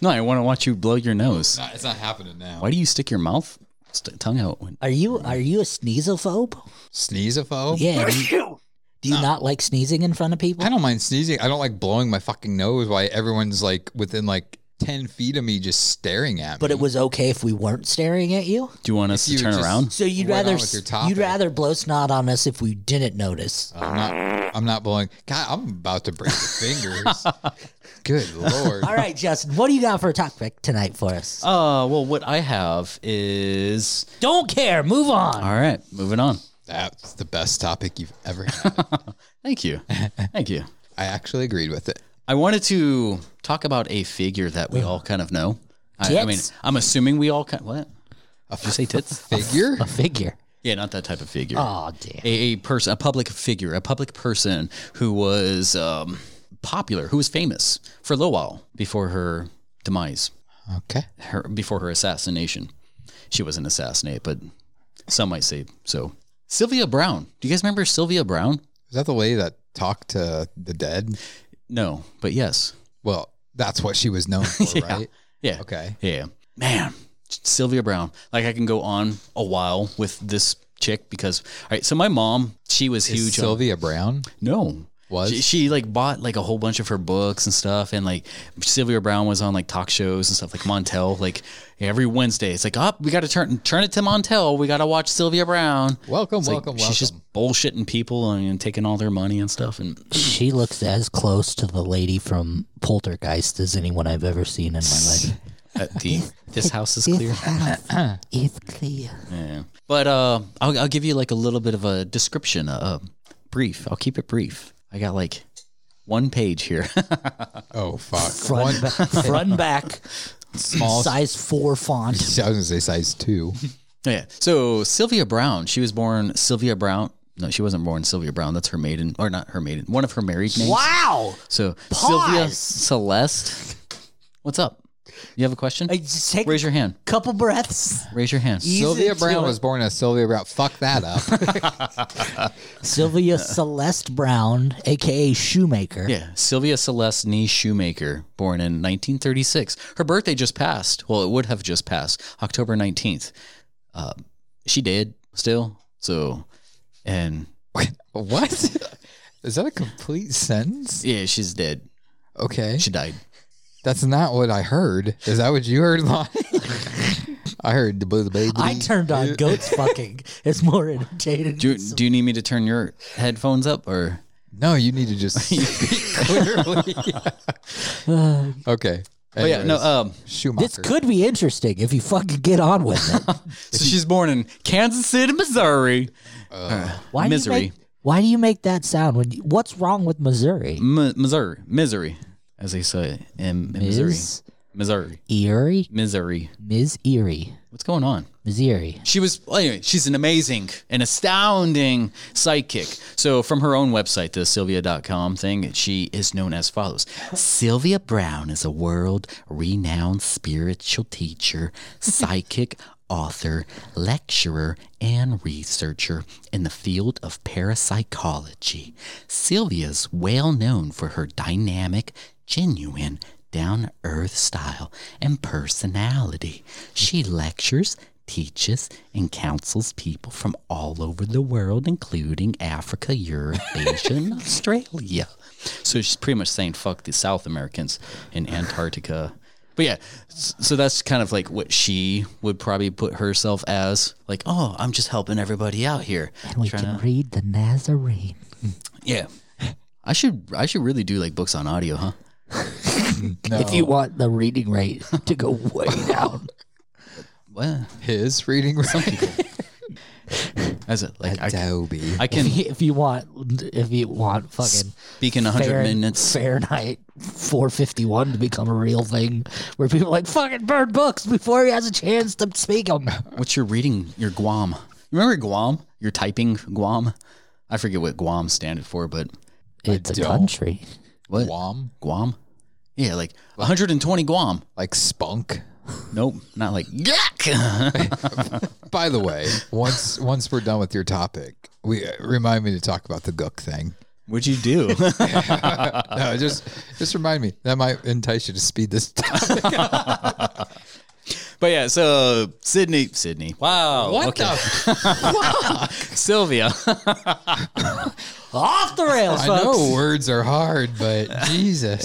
Speaker 8: no! I want to watch you blow your nose.
Speaker 9: Nah, it's not happening now.
Speaker 8: Why do you stick your mouth, st- tongue out? When,
Speaker 7: Are you are you a sneezophobe?
Speaker 9: Sneezophobe?
Speaker 7: Yeah. Do you, do you not like sneezing in front of people?
Speaker 9: I don't mind sneezing. I don't like blowing my fucking nose. Why everyone's like within like ten feet of me, just staring at me.
Speaker 7: But it was okay if we weren't staring at you.
Speaker 8: do you want us
Speaker 9: you
Speaker 8: to turn
Speaker 9: just-
Speaker 8: around?
Speaker 7: So you'd
Speaker 9: Went
Speaker 7: rather
Speaker 9: on with your
Speaker 7: s-
Speaker 9: topic.
Speaker 7: you'd rather blow snot on us if we didn't notice.
Speaker 9: I'm not. I'm not blowing. God, I'm about to break the fingers. Good lord.
Speaker 7: All right, Justin, what do you got for a topic tonight for us?
Speaker 8: Uh, well, what I have is
Speaker 7: don't care. Move on.
Speaker 8: all right. Moving on.
Speaker 9: That's the best topic you've ever had.
Speaker 8: Thank you. Thank you.
Speaker 9: I actually agreed with it.
Speaker 8: I wanted to talk about a figure that we all kind of know. I, I mean,
Speaker 7: Tits?
Speaker 8: I'm assuming we all kind. What? Did you say tits?
Speaker 9: Figure?
Speaker 7: A figure.
Speaker 8: yeah, not that type of figure.
Speaker 7: Oh damn.
Speaker 8: a, a person, a public figure, a public person who was um, popular, who was famous for a little while before her demise,
Speaker 9: Okay.
Speaker 8: her before her assassination. She wasn't assassinated, but some might say so. Sylvia Brown. Do you guys remember Sylvia Brown?
Speaker 9: Is that the lady that talked to the dead?
Speaker 8: No, but yes.
Speaker 9: Well, that's what she was known for, right?
Speaker 8: Yeah.
Speaker 9: Okay.
Speaker 8: Yeah. Man, Sylvia Brown. Like I can go on a while with this chick because all right, so my mom, she was
Speaker 9: Is
Speaker 8: huge uh, on
Speaker 9: Sylvia Brown.
Speaker 8: No.
Speaker 9: Was?
Speaker 8: she, she like bought like a whole bunch of her books and stuff and like Sylvia Brown was on like talk shows and stuff like Montel like every Wednesday it's like up we got to turn turn it to Montel we got to watch Sylvia Brown
Speaker 9: Welcome,
Speaker 8: It's like,
Speaker 9: welcome, welcome.
Speaker 8: she's just bullshitting people and, taking all their money and stuff and
Speaker 7: She looks as close to the lady from Poltergeist as anyone I've ever seen in my life. uh,
Speaker 8: uh, the, this house is clear
Speaker 7: It's clear.
Speaker 8: Yeah. But uh, I'll, I'll give you like a little bit of a description, a, a brief. I'll keep it brief. I got like one page here.
Speaker 9: Oh fuck.
Speaker 7: Front, ba- front and back,
Speaker 9: small. Size.
Speaker 7: size four font.
Speaker 9: I was gonna say size two.
Speaker 8: yeah. So Sylvia Brown, she was born Sylvia Brown. No, she wasn't born Sylvia Brown. That's her maiden, or not her maiden, one of her married names.
Speaker 7: Wow.
Speaker 8: So Sylvia
Speaker 7: Pause.
Speaker 8: Celeste. What's up? You have a question?
Speaker 7: I just take
Speaker 8: Raise
Speaker 7: a
Speaker 8: your hand.
Speaker 7: couple breaths.
Speaker 8: Raise your hand.
Speaker 7: Easy
Speaker 9: Sylvia
Speaker 7: to
Speaker 9: Brown
Speaker 7: it.
Speaker 9: was born as Sylvia Brown. Fuck that up.
Speaker 7: Sylvia Celeste Brown, aka Shoemaker.
Speaker 8: Yeah, Sylvia Celeste Nee Shoemaker, born in 1936. Her birthday just passed. Well, it would have just passed, October 19th. Uh, she did still. So, and
Speaker 9: what? Is that a complete sentence?
Speaker 8: yeah, she's dead.
Speaker 9: Okay.
Speaker 8: She died.
Speaker 9: That's not what I heard. Is that what you heard, Lonnie? I heard the blue baby.
Speaker 7: I turned on goats fucking. It's more entertaining.
Speaker 8: Do you, do you need me to turn your headphones up or?
Speaker 9: No, you need to just speak clearly. okay.
Speaker 8: Oh yeah, no.
Speaker 9: Anyways,
Speaker 8: Um,
Speaker 7: Uh.
Speaker 9: Schumacher.
Speaker 7: This could be interesting if you fucking get on with it.
Speaker 8: so she's born in Kansas City, Missouri.
Speaker 7: Why
Speaker 8: Misery.
Speaker 7: Do you make, why do you make that sound? When you, what's wrong with Missouri?
Speaker 8: M- Missouri, misery, as they say in, in Missouri,
Speaker 7: Ms.
Speaker 8: Missouri,
Speaker 7: Erie,
Speaker 8: Missouri.
Speaker 7: Ms. Erie.
Speaker 8: What's going on?
Speaker 7: Missouri.
Speaker 8: She was well, anyway. She's an amazing, an astounding sidekick. So from her own website, the Sylvia.com thing, she is known as follows: Sylvia Brown is a world-renowned spiritual teacher, psychic. Author, lecturer, and researcher in the field of parapsychology. Sylvia's well known for her dynamic, genuine, down to earth style and personality. She lectures, teaches, and counsels people from all over the world, including Africa, Europe, Asia, and Australia. So she's pretty much saying, fuck the South Americans in Antarctica. But yeah, s- so that's kind of like what she would probably put herself as like, oh, I'm just helping everybody out here.
Speaker 7: And we
Speaker 8: Trying
Speaker 7: can
Speaker 8: to-
Speaker 7: read the Nazarene.
Speaker 8: yeah. I should I should really do like books on audio, huh?
Speaker 7: If you want the reading rate to go way down.
Speaker 8: Well,
Speaker 9: His reading room.
Speaker 8: as it like I, c-
Speaker 9: Adobe.
Speaker 8: I can
Speaker 7: if you want, if you want fucking
Speaker 8: speak in 100
Speaker 7: Fahren-
Speaker 8: minutes.
Speaker 7: Fahrenheit 451 to become a real thing, where people are like fucking burn books before he has a chance to speak them.
Speaker 8: What's your reading? Your Guam. Remember Guam? Your typing Guam. I forget what Guam standard for, but
Speaker 7: It's a
Speaker 9: don't.
Speaker 7: country.
Speaker 8: what
Speaker 9: Guam.
Speaker 8: Guam? Yeah, like 120 Guam.
Speaker 9: Like spunk.
Speaker 8: Nope, not like yuck.
Speaker 9: By the way, once once we're done with your topic, we uh, remind me to talk about the gook thing.
Speaker 8: What'd you do?
Speaker 9: No, just just remind me. That might entice you to speed this down.
Speaker 8: but yeah, so Sydney, Sydney. Wow.
Speaker 9: What
Speaker 8: okay.
Speaker 9: the
Speaker 8: Sylvia.
Speaker 7: Off the rails,
Speaker 9: I
Speaker 7: folks.
Speaker 9: know words are hard, but Jesus.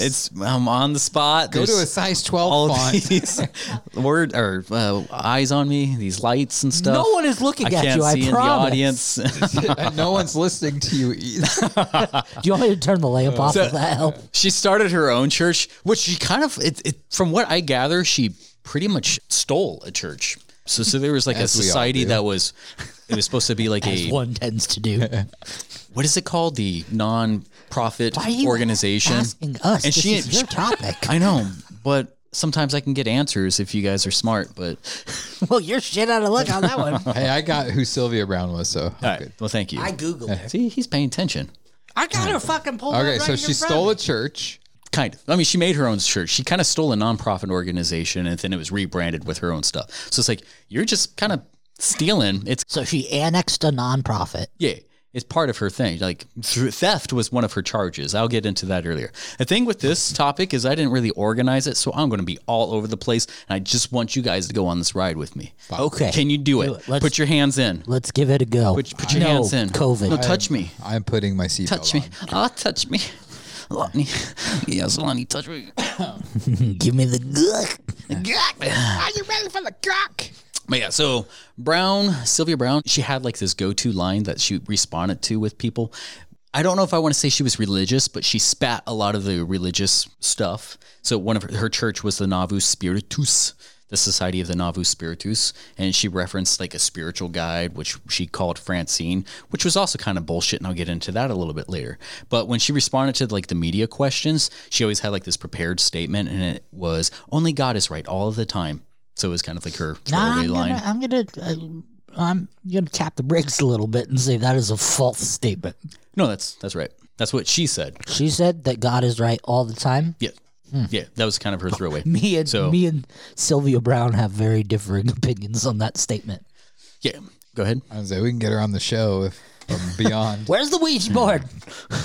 Speaker 8: It's I'm on the spot.
Speaker 9: go to a
Speaker 8: There's
Speaker 9: size
Speaker 8: all
Speaker 9: twelve font.
Speaker 8: these word or uh, eyes on me, these lights and stuff.
Speaker 7: No one is looking
Speaker 8: I
Speaker 7: at
Speaker 8: can't
Speaker 7: you.
Speaker 8: see
Speaker 7: I
Speaker 8: in the
Speaker 7: promise.
Speaker 8: audience.
Speaker 9: and no one's listening to you either.
Speaker 7: Do you want me to turn the lamp off?
Speaker 8: So-
Speaker 7: Will that help?
Speaker 8: she started her own church, which she kind of, it, it, from what I gather, she pretty much stole a church. So, so there was like a
Speaker 9: As we all
Speaker 8: society
Speaker 9: do.
Speaker 8: that was, it was supposed to be like
Speaker 7: As
Speaker 8: a,
Speaker 7: one tends to do.
Speaker 8: what is it called? The non-profit
Speaker 7: Why are you
Speaker 8: organization.
Speaker 7: asking us?
Speaker 8: And
Speaker 7: This
Speaker 8: she-
Speaker 7: is your topic.
Speaker 8: I know, but sometimes I can get answers if you guys are smart, but
Speaker 7: well, you're shit out of luck on that one.
Speaker 9: Hey, I got who Sylvia Brown was, so
Speaker 8: all right. Well, thank you.
Speaker 7: I googled it.
Speaker 8: See, he's paying attention.
Speaker 7: I got her fucking pulled.
Speaker 9: Okay,
Speaker 7: up
Speaker 9: so
Speaker 7: right
Speaker 9: she
Speaker 7: in front
Speaker 9: stole a
Speaker 7: of
Speaker 9: church.
Speaker 8: Kind of. I mean, she made her own church. She kind of stole a nonprofit organization and then it was rebranded with her own stuff. So it's like, you're just kind of stealing. It's
Speaker 7: me. So she annexed a nonprofit.
Speaker 8: Yeah, it's part of her thing. Like th- theft was one of her charges. I'll get into that earlier. The thing with this topic is I didn't really organize it, so I'm going to be all over the place, and I just want you guys to go on this ride with me.
Speaker 7: Okay.
Speaker 8: Can you do it?
Speaker 7: Do it. Let's-
Speaker 8: Put your hands in.
Speaker 7: Let's give it a go.
Speaker 8: Put, put your
Speaker 7: no,
Speaker 8: hands in.
Speaker 7: COVID.
Speaker 8: No, touch me.
Speaker 9: I'm putting my seatbelt
Speaker 8: Touch me.
Speaker 9: on.
Speaker 8: Ah, touch me. Lonnie. Yes, Lonnie, touch me.
Speaker 7: Give me the good.
Speaker 9: Are you ready for the cock?
Speaker 8: But yeah, so Brown, Sylvia Brown, she had like this go to line that she responded to with people. I don't know if I want to say she was religious, but she spat a lot of the religious stuff. So one of her, her church was the Nauvoo Spiritus, the Society of the Nauvoo Spiritus, and she referenced like a spiritual guide, which she called Francine, which was also kind of bullshit, and I'll get into that a little bit later. But when she responded to like the media questions, she always had like this prepared statement, and it was only God is right all of the time. So it was kind of like her throwaway
Speaker 7: I'm
Speaker 8: line.
Speaker 7: gonna, I'm gonna, uh, I'm gonna tap the brakes a little bit and say that is a false statement.
Speaker 8: No, that's that's right. That's what she said.
Speaker 7: She said that God is right all the time.
Speaker 8: Yeah,
Speaker 9: Hmm.
Speaker 8: yeah, that was kind of her throwaway.
Speaker 7: Me and
Speaker 8: So-
Speaker 7: me and Sylvia Brown have very differing opinions on that statement.
Speaker 8: Yeah, go ahead.
Speaker 9: I was like, we can get her on the show if from beyond.
Speaker 7: Where's the
Speaker 8: Hmm.
Speaker 7: Ouija board?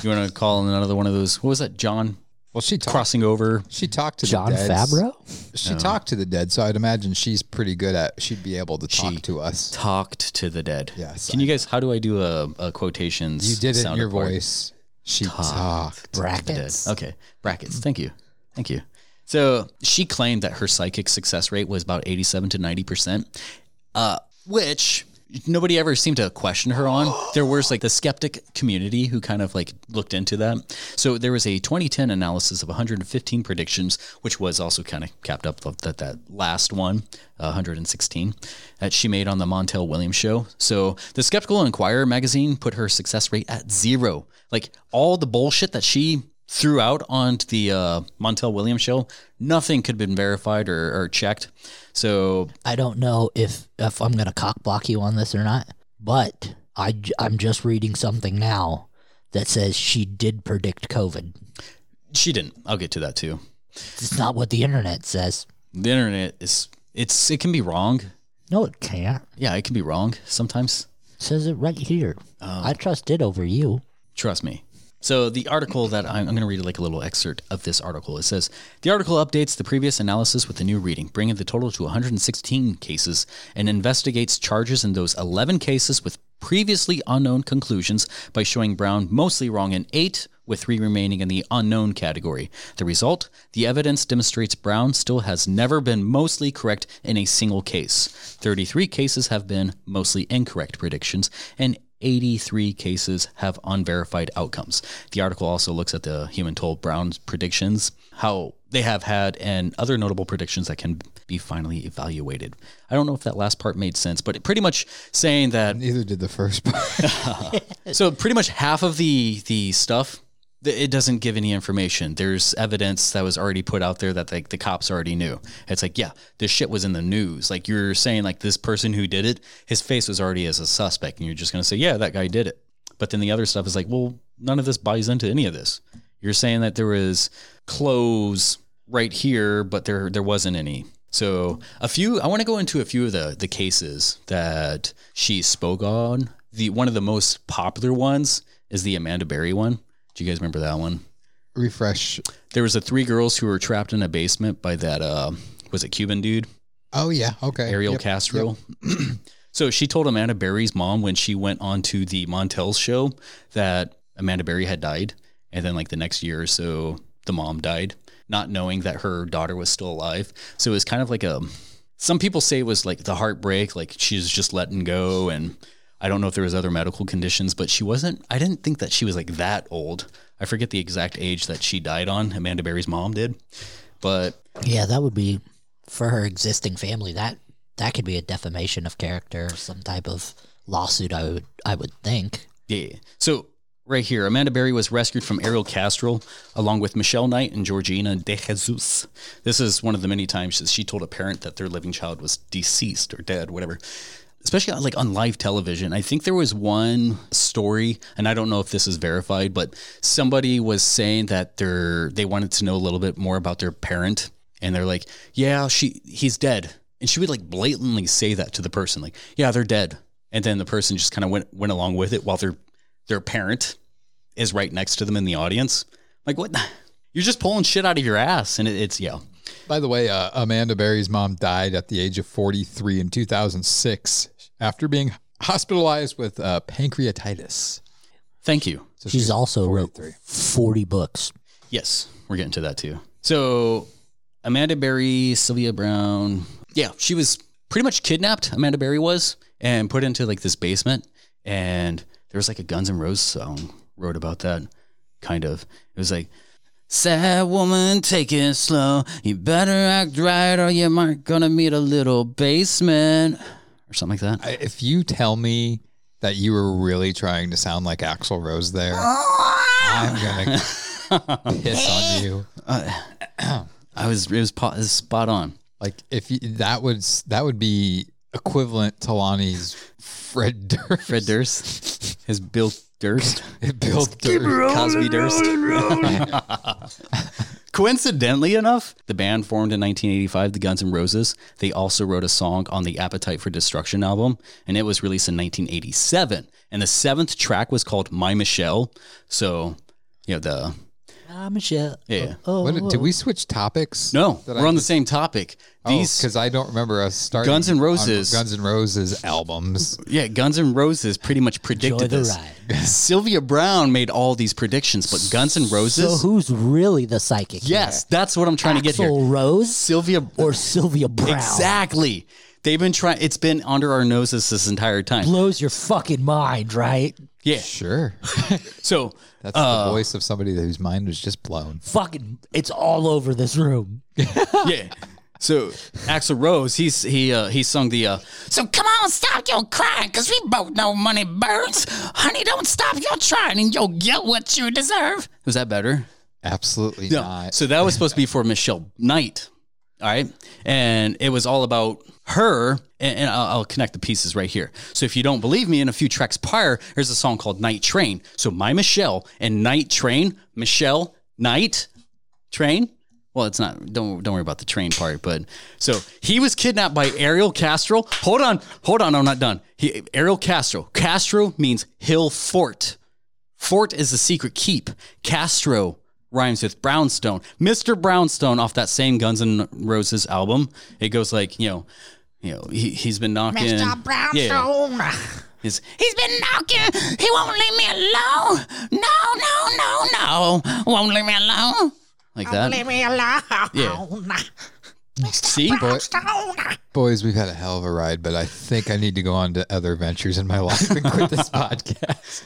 Speaker 8: You want to call in another one of those? What was that, John?
Speaker 9: well, she talked.
Speaker 8: Crossing over.
Speaker 9: she talked to
Speaker 7: John
Speaker 9: the dead.
Speaker 7: Fabro?
Speaker 9: She talked to the dead, so I'd imagine she's pretty good at. She'd be able to talk
Speaker 8: She-
Speaker 9: to us.
Speaker 8: Talked to the dead.
Speaker 9: Yes,
Speaker 8: Can you guys? How do I do a, a quotations?
Speaker 9: You did it in
Speaker 8: sound
Speaker 9: your
Speaker 8: apart?
Speaker 9: voice. She talked.
Speaker 8: the dead.
Speaker 7: Brackets.
Speaker 8: Okay, brackets. Thank you. Thank you. So she claimed that her psychic success rate was about 87 to 90%, uh, which nobody ever seemed to question her on. There was like the skeptic community who kind of like looked into that. So there was a 2010 analysis of 115 predictions, which was also kind of capped up that, that last one, uh, 116, that she made on the Montel Williams show. So the Skeptical Inquirer magazine put her success rate at zero. Like all the bullshit that she threw out on the uh, Montel Williams show, nothing could have been verified or, or checked. So
Speaker 7: I don't know if if I'm gonna cock block you on this or not, but I j- I'm just reading something now that says she did predict COVID.
Speaker 8: she didn't. I'll get to that too.
Speaker 7: It's not what the internet says.
Speaker 8: The internet is it's it can be wrong.
Speaker 7: No, it can't.
Speaker 8: Yeah, it can be wrong sometimes.
Speaker 7: It says it right here. I trust it over you.
Speaker 8: Trust me. So the article that I'm, I'm going to read like a little excerpt of this article. It says the article updates the previous analysis with a new reading, bringing the total to 116 cases, and investigates charges in those 11 cases with previously unknown conclusions by showing Brown mostly wrong in eight, with three remaining in the unknown category. The result: the evidence demonstrates Brown still has never been mostly correct in a single case. 33 cases have been mostly incorrect predictions, and 83 cases have unverified outcomes. The article also looks at the human toll Brown's predictions, how they have had, and other notable predictions that can be finally evaluated. I don't know if that last part made sense, but it pretty much saying that
Speaker 9: Neither did the first part.
Speaker 8: so pretty much half of the the stuff th- it doesn't give any information. There's evidence that was already put out there that like the cops already knew. It's like, yeah, this shit was in the news. Like you're saying, like this person who did it, his face was already as a suspect, and you're just gonna say, yeah, that guy did it. But then the other stuff is like, well, none of this buys into any of this. You're saying that there was clothes right here, but there there wasn't any. So a few, I want to go into a few of the the cases that she spoke on. The one of the most popular ones is the Amanda Berry one. Do you guys remember that one?
Speaker 9: Refresh.
Speaker 8: There was the three girls who were trapped in a basement by that uh, was it Cuban dude?
Speaker 9: Oh yeah. Okay.
Speaker 8: Ariel
Speaker 9: Yep,
Speaker 8: Castro. so she told Amanda Berry's mom when she went on to the Montel's show that Amanda Berry had died. And then, like, the next year or so, the mom died, not knowing that her daughter was still alive. So it was kind of like a, some people say it was like the heartbreak, like she's just letting go. And I don't know if there was other medical conditions, but she wasn't, I didn't think that she was like that old. I forget the exact age that she died on, Amanda Berry's mom did. But
Speaker 7: Yeah, that would be for her existing family. That that could be a defamation of character, or some type of lawsuit. I would I would think.
Speaker 8: Yeah. So right here, Amanda Berry was rescued from Ariel Castrol along with Michelle Knight and Georgina De Jesus. This is one of the many times that she told a parent that their living child was deceased or dead, whatever. Especially on, like on live television, I think there was one story, and I don't know if this is verified, but somebody was saying that their they wanted to know a little bit more about their parent, and they're like, "Yeah, she he's dead," and she would like blatantly say that to the person, like, "Yeah, they're dead," and then the person just kind of went went along with it while their their parent is right next to them in the audience. Like what? the- You're just pulling shit out of your ass, and it, it's yeah.
Speaker 9: By the way, uh, Amanda Berry's mom died at the age of 43 in 2006 after being hospitalized with uh, pancreatitis.
Speaker 8: Thank you.
Speaker 9: So
Speaker 7: She's also wrote forty books.
Speaker 8: Yes, we're getting to that too. So Amanda Berry, Sylvia Brown, yeah, she was pretty much kidnapped. Amanda Berry was and put into like this basement, and there was like a Guns N' Roses song wrote about that. Kind of, it was like. Sad woman, take it slow. You better act right, or you might gonna meet a little basement, or something like that.
Speaker 9: I- If you tell me that you were really trying to sound like Axl Rose there, I'm going to piss on you.
Speaker 8: I was it was, po- it was spot on.
Speaker 9: Like if you, that would s- that would be equivalent to Lonnie's Fred Durst.
Speaker 8: Fred Durst, his Bill Durst,
Speaker 9: Bill Durst.
Speaker 8: Cosby Durst. Coincidentally enough, the band formed in 1985, the Guns N' Roses. They also wrote a song on the Appetite for Destruction album, and it was released in 1987. And the seventh track was called "My Michelle." So, you know the
Speaker 7: Ah, Michelle.
Speaker 8: Yeah.
Speaker 7: Oh,
Speaker 9: What, did we switch topics?
Speaker 8: no,
Speaker 9: Did
Speaker 8: we're
Speaker 9: I Oh,
Speaker 8: on the same topic. These
Speaker 9: because I don't remember us starting
Speaker 8: Guns N'
Speaker 9: on
Speaker 8: Roses.
Speaker 9: Guns N' Roses albums.
Speaker 8: Yeah, Guns N' Roses pretty much predicted
Speaker 7: the
Speaker 8: this. Sylvia Brown made all these predictions, but Guns N'
Speaker 7: So
Speaker 8: Roses.
Speaker 7: who's really the psychic?
Speaker 8: yes, that's what I'm trying to get
Speaker 7: Axl
Speaker 8: here.
Speaker 7: Rose
Speaker 8: Sylvia
Speaker 7: or Sylvia Brown?
Speaker 8: exactly. They've been trying. It's been under our noses this entire time.
Speaker 7: Blows your fucking mind, right?
Speaker 8: Yeah.
Speaker 9: Sure.
Speaker 8: So
Speaker 9: That's
Speaker 8: Uh,
Speaker 9: the voice of somebody whose mind was just blown.
Speaker 7: Fucking, it's all over this room.
Speaker 8: yeah. So Axel Rose, he's he uh, he sung the uh, so come on stop your crying cause we both know money burns honey don't stop your trying and you'll get what you deserve was that better
Speaker 9: Absolutely
Speaker 8: No.
Speaker 9: not.
Speaker 8: So that was supposed to be for Michelle Knight. All right. And it was all about her. And, and I'll, I'll connect the pieces right here. So if you don't believe me, in a few tracks prior, there's a song called Night Train. So My Michelle and Night Train, Michelle Night Train. Well, it's not. Don't don't worry about the train part. But so he was kidnapped by Ariel Castro. Hold on, hold on. I'm not done. He, Ariel Castro. Castro means hill fort. Fort is the secret keep. Castro rhymes with brownstone. Mr. Brownstone off that same Guns N' Roses album. It goes like, you know, you know, he he's been knocking. Mr. Brownstone. He's, he's been knocking. He won't leave me alone. No, no, no, no. Won't leave me alone. Like that. Leave me alone. Yeah. See?
Speaker 9: Boys, we've had a hell of a ride, but I think I need to go on to other ventures in my life and quit this podcast.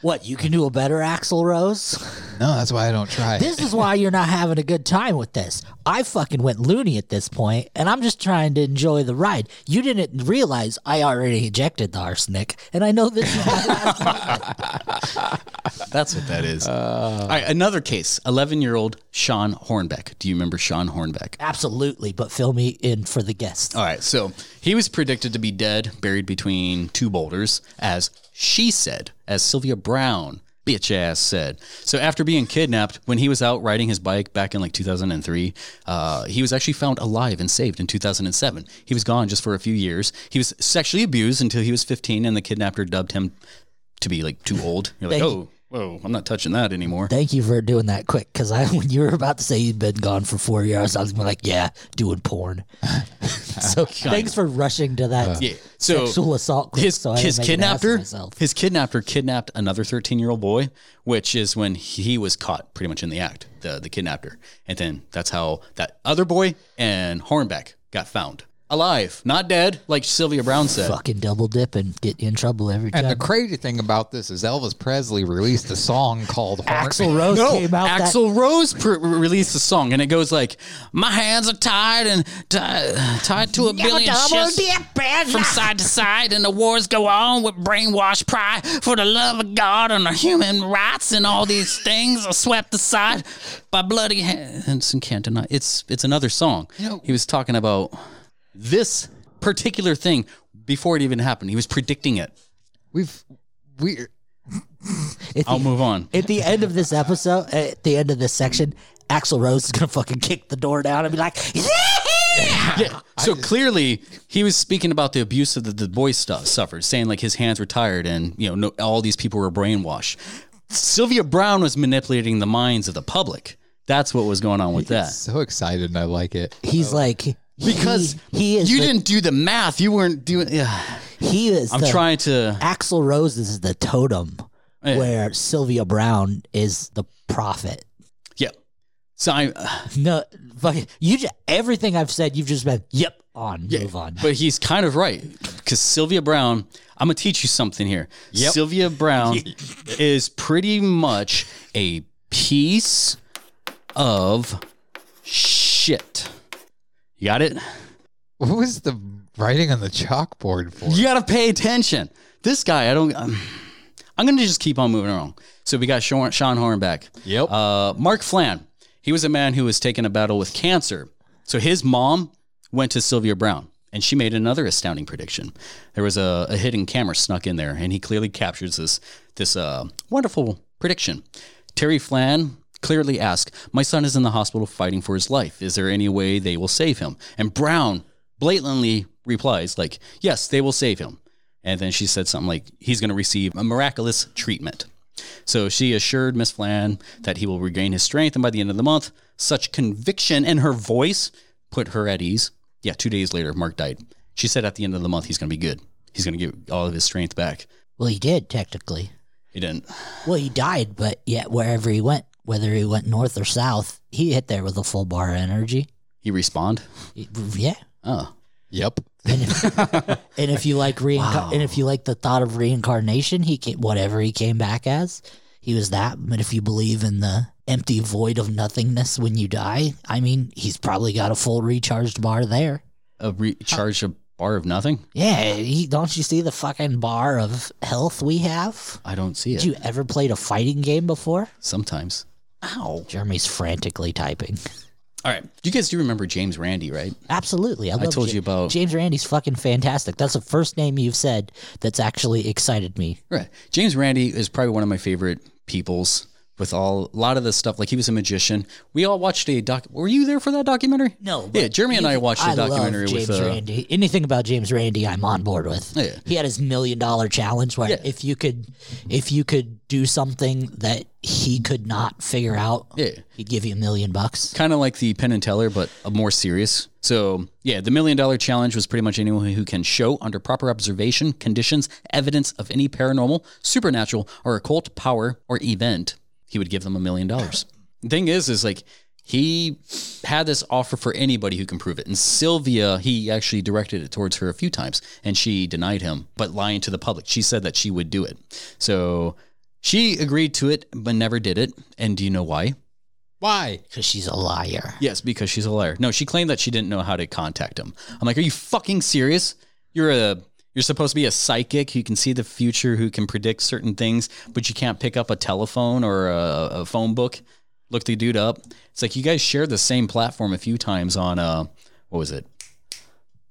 Speaker 7: What, you can do a better Axl Rose?
Speaker 9: No, that's why I don't try.
Speaker 7: This is why you're not having a good time with this. I fucking went loony at this point, and I'm just trying to enjoy the ride. You didn't realize I already ejected the arsenic, and I know this is my last
Speaker 8: That's what that is. All right, another case. 11 year old Sean Hornbeck. Do you remember Sean Hornbeck?
Speaker 7: Absolutely, but fill me in for the guests.
Speaker 8: All right, so he was predicted to be dead, buried between two boulders, as she said, as Sylvia Brown, bitch ass said. So after being kidnapped, when he was out riding his bike back in like 2003, uh, he was actually found alive and saved in 2007. He was gone just for a few years. He was sexually abused until he was 15, and the kidnapper dubbed him to be like too old. You're like,
Speaker 7: They-
Speaker 8: oh, whoa, I'm not touching that anymore.
Speaker 7: Thank you for doing that quick, because I, when you were about to say you'd been gone for four years, I was like, yeah, doing porn. so thanks for rushing to that
Speaker 8: Yeah. So
Speaker 7: sexual assault. Quick,
Speaker 8: Uh. his,
Speaker 7: so I didn't
Speaker 8: his
Speaker 7: make an ass of
Speaker 8: kidnapper
Speaker 7: myself.
Speaker 8: his kidnapper kidnapped another 13 year old boy which is when he was caught pretty much in the act the the kidnapper and then that's how that other boy and hornback got found alive not dead like sylvia brown said
Speaker 7: fucking double dip and get you in trouble every
Speaker 9: and the
Speaker 7: time.
Speaker 9: crazy thing about this is Elvis Presley released a song called Horn-
Speaker 7: Axl Rose came out that-
Speaker 8: Axl Rose pr- released a song and it goes like, "My hands are tied and ti- tied to a billion shifts from side to side, and the wars go on with brainwashed pride for the love of God and the human rights, and all these things are swept aside by bloody hands and can't deny." It's it's another song. he was talking about this particular thing before it even happened. He was predicting it.
Speaker 9: We've we
Speaker 7: At
Speaker 8: I'll
Speaker 7: the-
Speaker 8: move on.
Speaker 7: At the end of this episode, at the end of this section, Axl Rose is gonna fucking kick the door down and be like, "Yeah!"
Speaker 8: Yeah. So clearly, he was speaking about the abuse that the, the boy stuff suffered, saying like his hands were tired and you know no, all these people were brainwashed. Sylvia Brown was manipulating the minds of the public. That's what was going on with that.
Speaker 9: so excited and I like it.
Speaker 7: He's like, he-
Speaker 8: Oh. Because
Speaker 7: he, is,
Speaker 8: you
Speaker 7: the-
Speaker 8: didn't do the math. You weren't doing. Yeah.
Speaker 7: he is.
Speaker 8: I'm
Speaker 7: the-
Speaker 8: trying to.
Speaker 7: Axl Rose is the totem,
Speaker 8: Yeah.
Speaker 7: where Sylvia Brown is the prophet.
Speaker 8: Yeah. So I. uh,
Speaker 7: No, fucking, you. Just, everything I've said, you've just been, yep, on, move on.
Speaker 8: But he's kind of right because Sylvia Brown. I'm gonna teach you something here. Sylvia Brown is pretty much a piece of shit. You got it.
Speaker 9: What was the writing on the chalkboard for?
Speaker 8: You gotta pay attention. This guy, I don't. um, I'm, I'm gonna just keep on moving along. So we got Sean, Sean Hornback.
Speaker 9: Yep.
Speaker 8: Uh, Mark Flan. He was a man who was taking a battle with cancer. So his mom went to Sylvia Brown, and she made another astounding prediction. There was a, a hidden camera snuck in there, and he clearly captures this this uh, wonderful prediction. Terry Flan clearly asked, "My son is in the hospital fighting for his life. Is there any way they will save him?" And Brown blatantly replies, "Like yes, they will save him." And then she said something like, "He's going to receive a miraculous treatment." So she assured Miss Flan that he will regain his strength, and by the end of the month, such conviction in her voice put her at ease. Yeah, two days later, Mark died. She said at the end of the month, he's going to be good. He's going to get all of his strength back.
Speaker 7: Well, he did technically.
Speaker 8: He didn't.
Speaker 7: Well, he died, but yet wherever he went, whether he went north or south, he hit there with a full bar of energy.
Speaker 8: He respond.
Speaker 7: Yeah.
Speaker 8: Oh,
Speaker 9: Yep.
Speaker 7: And if you like reincar- and if you like the thought of reincarnation, he came, whatever he came back as, he was that. But if you believe in the empty void of nothingness when you die, I mean, he's probably got a full recharged bar there.
Speaker 8: a recharge a bar of nothing.
Speaker 7: Yeah, he, don't you see the fucking bar of health we have?
Speaker 8: I don't see
Speaker 7: Did
Speaker 8: it.
Speaker 7: you ever played a fighting game before?
Speaker 8: Sometimes Ow.
Speaker 7: Jeremy's frantically typing.
Speaker 8: All right. You guys do remember James Randy, right?
Speaker 7: Absolutely. I, love
Speaker 8: told
Speaker 7: Ja-
Speaker 8: you about-
Speaker 7: James Randy's fucking fantastic. That's the first name you've said that's actually excited me.
Speaker 8: Right. James Randy is probably one of my favorite peoples with all a lot of this stuff. Like he was a magician. We all watched a doc. Were you there for that documentary?
Speaker 7: No,
Speaker 8: Yeah,
Speaker 7: but
Speaker 8: Jeremy and I watched a
Speaker 7: I
Speaker 8: documentary
Speaker 7: love James
Speaker 8: with. Uh,
Speaker 7: Randy. Anything about James Randy, I'm on board with.
Speaker 8: Yeah.
Speaker 7: He had his million dollar challenge where
Speaker 8: Yeah.
Speaker 7: if you could, if you could do something that he could not figure out,
Speaker 8: Yeah.
Speaker 7: he'd give you a million bucks.
Speaker 8: Kind of like the Penn and Teller, but a more serious. So, yeah, the million dollar challenge was pretty much anyone who can show, under proper observation, conditions, evidence of any paranormal, supernatural, or occult power or event, he would give them a million dollars. The thing is, is like he had this offer for anybody who can prove it. And Sylvia, he actually directed it towards her a few times and she denied him, but lying to the public. She said that she would do it. So she agreed to it, but never did it. And do you know why?
Speaker 9: Why?
Speaker 7: Because she's a liar.
Speaker 8: Yes, because she's a liar. No, she claimed that she didn't know how to contact him. I'm like, are you fucking serious? You're a you're supposed to be a psychic who can see the future, who can predict certain things, but you can't pick up a telephone or a, a phone book. Look the dude up. It's like you guys shared the same platform a few times on uh what was it?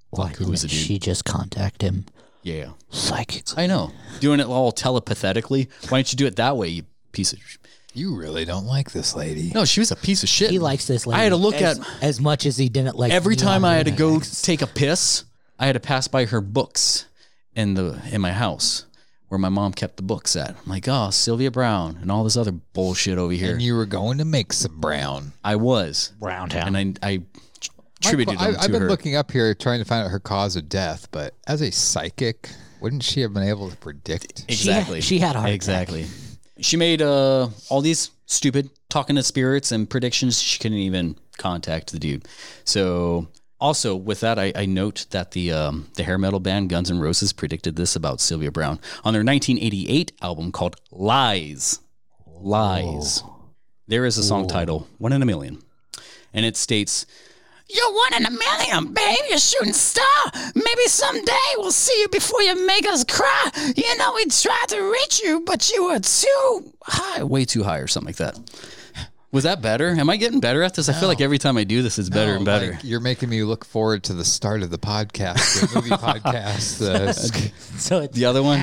Speaker 7: Why
Speaker 8: who was
Speaker 7: didn't
Speaker 8: the dude?
Speaker 7: she just contact him
Speaker 8: Yeah.
Speaker 7: psychically?
Speaker 8: I know. Doing it all telepathetically. Why don't you do it that way, you piece of sh-
Speaker 9: You really don't like this lady.
Speaker 8: No, she was a piece of shit.
Speaker 7: He likes this. Lady
Speaker 8: I had to look
Speaker 7: as,
Speaker 8: at
Speaker 7: as much as he didn't like
Speaker 8: every
Speaker 7: me
Speaker 8: time
Speaker 7: on
Speaker 8: I had to
Speaker 7: the
Speaker 8: go
Speaker 7: next.
Speaker 8: take a piss, I had to pass by her books in the in my house where my mom kept the books at. I'm like, oh, Sylvia Brown and all this other bullshit over here.
Speaker 9: And you were going to make some brown.
Speaker 8: I was,
Speaker 7: round
Speaker 8: and
Speaker 7: town.
Speaker 8: I I attributed
Speaker 9: I,
Speaker 8: them
Speaker 9: I've
Speaker 8: to
Speaker 9: been
Speaker 8: her.
Speaker 9: looking up here trying to find out her cause of death, but as a psychic, wouldn't she have been able to predict?
Speaker 8: exactly.
Speaker 7: she had a heart attack.
Speaker 8: exactly. She made uh, all these stupid talking to spirits and predictions. She couldn't even contact the dude. So also with that, I, I note that the um, the hair metal band Guns N' Roses predicted this about Sylvia Brown on their 1988 album called Lies. Lies. There is a song title One in a Million, and it states. You're one in a million, babe. You're a shooting star. Maybe someday we'll see you before you make us cry. You know, we tried to reach you, but you were too high, way too high, or something like that. Was that better? Am I getting better at this? I feel like every time I do this, it's better and
Speaker 9: No,
Speaker 8: better.
Speaker 9: like, you're making me look forward to the start of the podcast, the movie podcast. The,
Speaker 7: So it's
Speaker 8: the other one?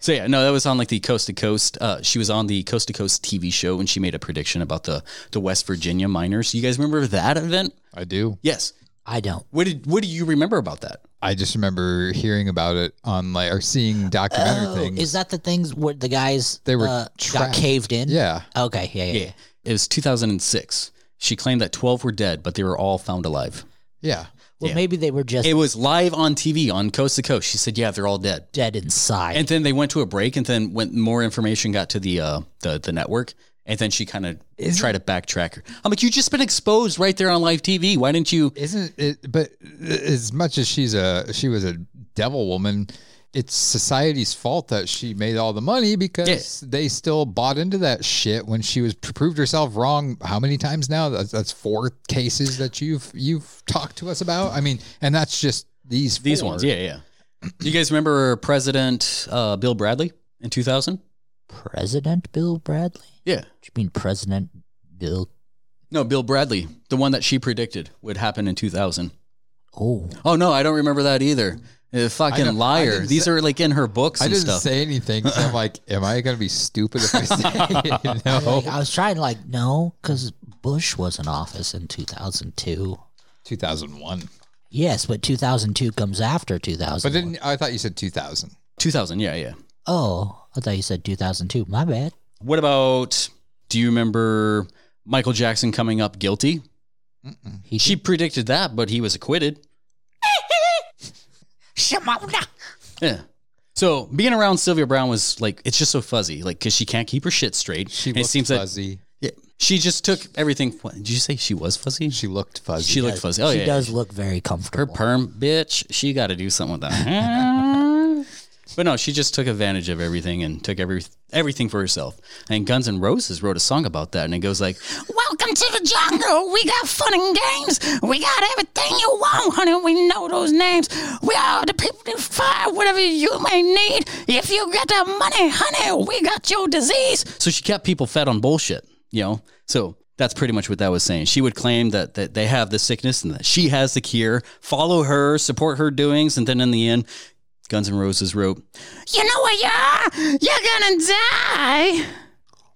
Speaker 8: so, yeah, no, that was on like the Coast to Coast. Uh, she was on the Coast to Coast TV show and she made a prediction about the, the West Virginia miners. You guys remember that event?
Speaker 9: I do.
Speaker 8: Yes.
Speaker 7: I don't.
Speaker 8: What did What do you remember about that?
Speaker 9: I just remember hearing about it on like or seeing documentary
Speaker 7: Oh,
Speaker 9: things.
Speaker 7: is that the things where the guys
Speaker 9: They were
Speaker 7: uh, got
Speaker 9: trapped.
Speaker 7: caved in?
Speaker 9: yeah.
Speaker 7: Okay. Yeah. Yeah.
Speaker 8: Yeah. It was 2006. She claimed that 12 were dead, but they were all found alive.
Speaker 9: Yeah.
Speaker 7: Well,
Speaker 8: Yeah.
Speaker 7: maybe they were just
Speaker 8: It was live on TV on Coast to Coast. She said, "Yeah, they're all dead."
Speaker 7: dead inside.
Speaker 8: And then they went to a break, and then when more information got to the uh, the the network, and then she kind of tried to backtrack her. I'm like, "You just been exposed right there on live TV. Why didn't you?"
Speaker 9: Isn't it? But as much as she's a she was a devil woman, it's society's fault that she made all the money because
Speaker 8: Yeah.
Speaker 9: they still bought into that shit when she was proved herself wrong. How many times now? That's, that's four cases that you've you've talked to us about. I mean, and that's just these
Speaker 8: These
Speaker 9: four.
Speaker 8: ones, yeah, yeah. you guys remember President uh, Bill Bradley in 2000?
Speaker 7: President Bill Bradley?
Speaker 8: Yeah.
Speaker 7: Do you mean President Bill?
Speaker 8: No, Bill Bradley, the one that she predicted would happen in 2000.
Speaker 7: Oh,
Speaker 8: Oh no, I don't remember that either. Uh, fucking
Speaker 9: don't- I
Speaker 8: liar.
Speaker 9: didn't
Speaker 8: These
Speaker 9: say-
Speaker 8: are like in her books
Speaker 9: I
Speaker 8: and
Speaker 9: didn't
Speaker 8: stuff.
Speaker 9: say anything. So I'm like, am I gonna be stupid if I say it?
Speaker 7: like,
Speaker 9: no?
Speaker 7: I was trying to like no, because Bush was in office in 2002.
Speaker 9: 2001.
Speaker 7: Yes, but 2002 comes after 2000.
Speaker 9: But didn't I thought you said 2000?
Speaker 8: 2000, yeah, yeah.
Speaker 7: oh, I thought you said 2002. My bad.
Speaker 8: What about do you remember Michael Jackson coming up guilty?
Speaker 7: He
Speaker 8: She predicted that, but he was acquitted. Yeah. So being around Sylvia Brown was like it's just so fuzzy, like because she can't keep her shit straight.
Speaker 9: She
Speaker 8: And
Speaker 9: looked
Speaker 8: it seems
Speaker 9: fuzzy.
Speaker 8: that yeah, she just took everything. What, did you say she was fuzzy? She,
Speaker 9: she looked fuzzy.
Speaker 8: looked fuzzy. Oh
Speaker 7: she
Speaker 8: yeah,
Speaker 7: does look very comfortable.
Speaker 8: her perm, bitch. She got to do something with that. But no, she just took advantage of everything and took every everything for herself. And Guns N' Roses wrote a song about that, and it goes like, "Welcome to the jungle. We got fun and games. We got everything you want, honey. We know those names. We are the people to find whatever you may need. If you got the money, honey, we got your disease." So she kept people fed on bullshit, you know. So. That's pretty much what that was saying. She would claim that, that they have the sickness and that she has the cure. Follow her, support her doings, and then in the end, Guns N' Roses wrote, You know what you are? You're gonna die. Or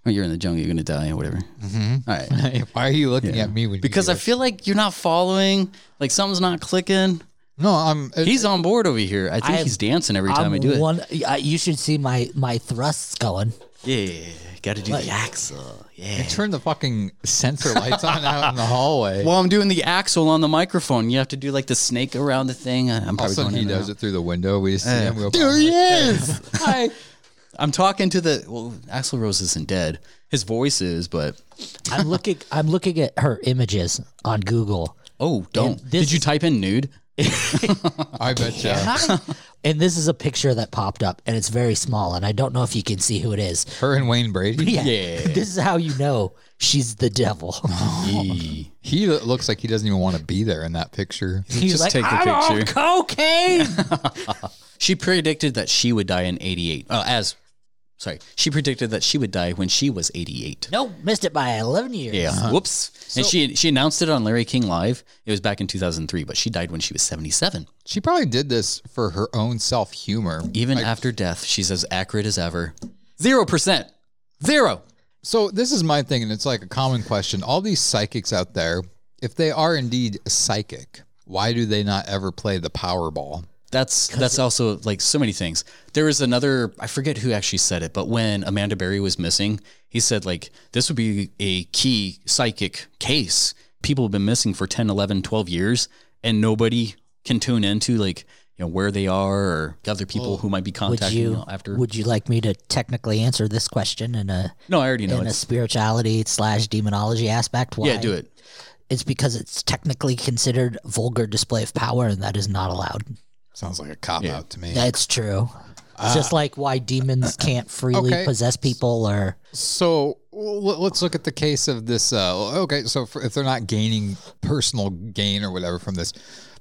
Speaker 8: Oh, you're in the jungle, you're gonna die, or whatever.
Speaker 9: Mm-hmm.
Speaker 8: All right.
Speaker 9: Why are you looking at me when you
Speaker 8: Because
Speaker 9: do
Speaker 8: I
Speaker 9: this?
Speaker 8: feel like you're not following, like something's not clicking.
Speaker 9: no, I'm uh,
Speaker 8: He's on board over here. I think
Speaker 7: I-
Speaker 8: he's dancing every time
Speaker 7: I'm
Speaker 8: i do it.
Speaker 7: one, I, you should see my my thrusts going.
Speaker 8: yeah, gotta do the axle. Yeah.
Speaker 9: turn the fucking sensor lights on out in the hallway.
Speaker 8: While I'm doing the axle on the microphone, you have to do like the snake around the thing. I'm probably
Speaker 9: also,
Speaker 8: going
Speaker 9: he
Speaker 8: in and
Speaker 9: does
Speaker 8: out.
Speaker 9: it through the window. We just see him. Go
Speaker 8: There he is.
Speaker 9: Hi.
Speaker 8: I'm talking to the well, Axl Rose isn't dead. His voice is, but
Speaker 7: I'm looking I'm looking at her images on Google.
Speaker 8: oh, don't.
Speaker 7: this
Speaker 8: Did you
Speaker 7: is-
Speaker 8: type in nude?
Speaker 9: I bet you.
Speaker 7: and this is a picture that popped up and it's very small and I don't know if you can see who it is.
Speaker 9: Her and Wayne Brady.
Speaker 7: Yeah.
Speaker 8: Yeah.
Speaker 7: This is how you know she's the devil.
Speaker 8: He
Speaker 9: He lo- looks like he doesn't even want to be there in that picture.
Speaker 7: He's
Speaker 8: Just
Speaker 7: like,
Speaker 8: take the
Speaker 7: I'm on
Speaker 8: picture."
Speaker 7: cocaine.
Speaker 8: She predicted that she would die in 88. Uh, as, sorry, she predicted that she would die when she was 88.
Speaker 7: nope, missed it by 11 years.
Speaker 8: Yeah. Whoops. and she she announced it on Larry King Live. It was back in 2003, but she died when she was 77.
Speaker 9: She probably did this for her own self humor.
Speaker 8: Even after death, she's as accurate as ever. Zero percent. Zero.
Speaker 9: So this is my thing, and it's like a common question. All these psychics out there, if they are indeed psychic, why do they not ever play the Powerball?
Speaker 8: That's that's also like so many things. There was another I forget who actually said it, but when Amanda Berry was missing, he said like this would be a key psychic case. People have been missing for 10, 11, 12 years and nobody can tune into like you know where they are or other people who might be
Speaker 7: Would
Speaker 8: contacting
Speaker 7: you
Speaker 8: them after.
Speaker 7: would you like me to technically answer this question in a
Speaker 8: no, I already know
Speaker 7: in a
Speaker 8: it's
Speaker 7: spirituality slash demonology aspect? Why?
Speaker 8: Yeah, do it.
Speaker 7: It's because it's technically considered vulgar display of power, and that is not allowed.
Speaker 9: Sounds like a cop out to me.
Speaker 7: That's true. It's just like why demons can't freely
Speaker 9: Ah. okay.
Speaker 7: possess people, or
Speaker 9: So l- let's look at the case of this. Uh, okay, so for, if they're not gaining personal gain or whatever from this,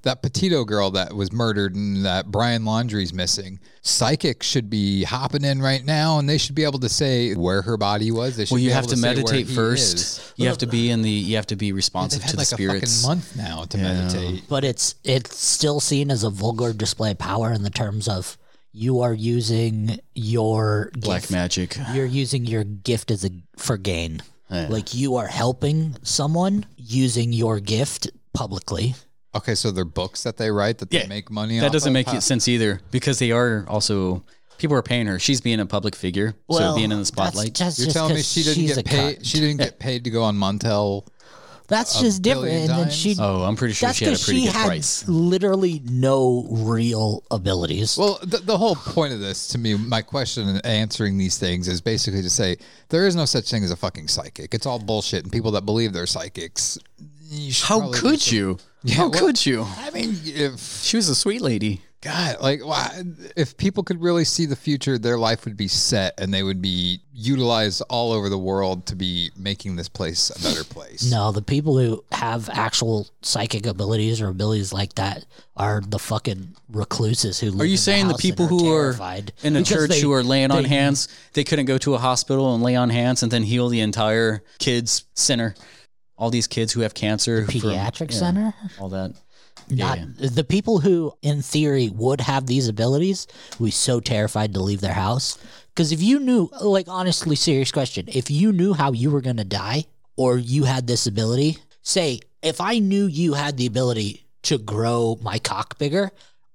Speaker 9: that Petito girl that was murdered and that Brian Laundrie's missing, psychic should be hopping in right now, and they should be able to say where her body was. They should
Speaker 8: Well, you
Speaker 9: be
Speaker 8: have
Speaker 9: able
Speaker 8: to,
Speaker 9: say where
Speaker 8: meditate
Speaker 9: he
Speaker 8: first.
Speaker 9: is.
Speaker 8: You have to be in the you have to be
Speaker 9: They've
Speaker 8: responsive
Speaker 9: had
Speaker 8: to the
Speaker 9: like
Speaker 8: spirits.
Speaker 9: a fucking month now to meditate.
Speaker 7: but it's it's still seen as a vulgar display of power in the terms of you are using your
Speaker 8: Black
Speaker 7: gift.
Speaker 8: magic.
Speaker 7: You're using your gift as a for gain. Like you are helping someone using your gift publicly.
Speaker 9: Okay, so they're books that they write that
Speaker 8: Yeah,
Speaker 9: they make money.
Speaker 8: That
Speaker 9: off
Speaker 8: doesn't
Speaker 9: of?
Speaker 8: make sense either because they are also people are paying her. She's being a public figure, so being in the
Speaker 7: that's
Speaker 8: spotlight.
Speaker 7: just-
Speaker 9: You're
Speaker 7: just
Speaker 9: telling me
Speaker 7: 'cause
Speaker 9: she didn't
Speaker 7: she's
Speaker 9: get
Speaker 7: a
Speaker 9: paid.
Speaker 7: cunt.
Speaker 9: She didn't get paid to go on Montel.
Speaker 7: that's just different.
Speaker 9: billion
Speaker 7: And then
Speaker 9: times?
Speaker 7: she.
Speaker 8: oh, I'm pretty sure
Speaker 7: that's
Speaker 8: she had a
Speaker 7: because
Speaker 8: pretty
Speaker 7: she
Speaker 8: good
Speaker 7: had
Speaker 8: price.
Speaker 7: literally no real abilities.
Speaker 9: Well, the, the whole point of this, to me, my question in answering these things is basically to say there is no such thing as a fucking psychic. It's all bullshit, and people that believe they're psychics. you should
Speaker 8: How
Speaker 9: probably
Speaker 8: could
Speaker 9: just-
Speaker 8: you? How
Speaker 9: well-
Speaker 8: could you?
Speaker 9: I mean, if
Speaker 8: She was a sweet lady.
Speaker 9: God, like, why, if people could really see the future, their life would be set, and they would be utilized all over the world to be making this place a better place.
Speaker 7: no, the people who have actual psychic abilities or abilities like that are the fucking recluses who. Live
Speaker 8: Are
Speaker 7: in
Speaker 8: you saying the,
Speaker 7: house and
Speaker 8: people who are
Speaker 7: terrified
Speaker 8: in the
Speaker 7: because
Speaker 8: church
Speaker 7: they-
Speaker 8: who are laying on
Speaker 7: they-
Speaker 8: hands, they couldn't go to a hospital and lay on hands and then heal the entire kids center? All these kids who have cancer, from-
Speaker 7: pediatric
Speaker 8: yeah,
Speaker 7: center?
Speaker 8: all that.
Speaker 7: Not, The people who, in theory, would have these abilities would be so terrified to leave their house. Because if you knew, like, honestly, serious question, if you knew how you were going to die or you had this ability, say, if I knew you had the ability to grow my cock bigger,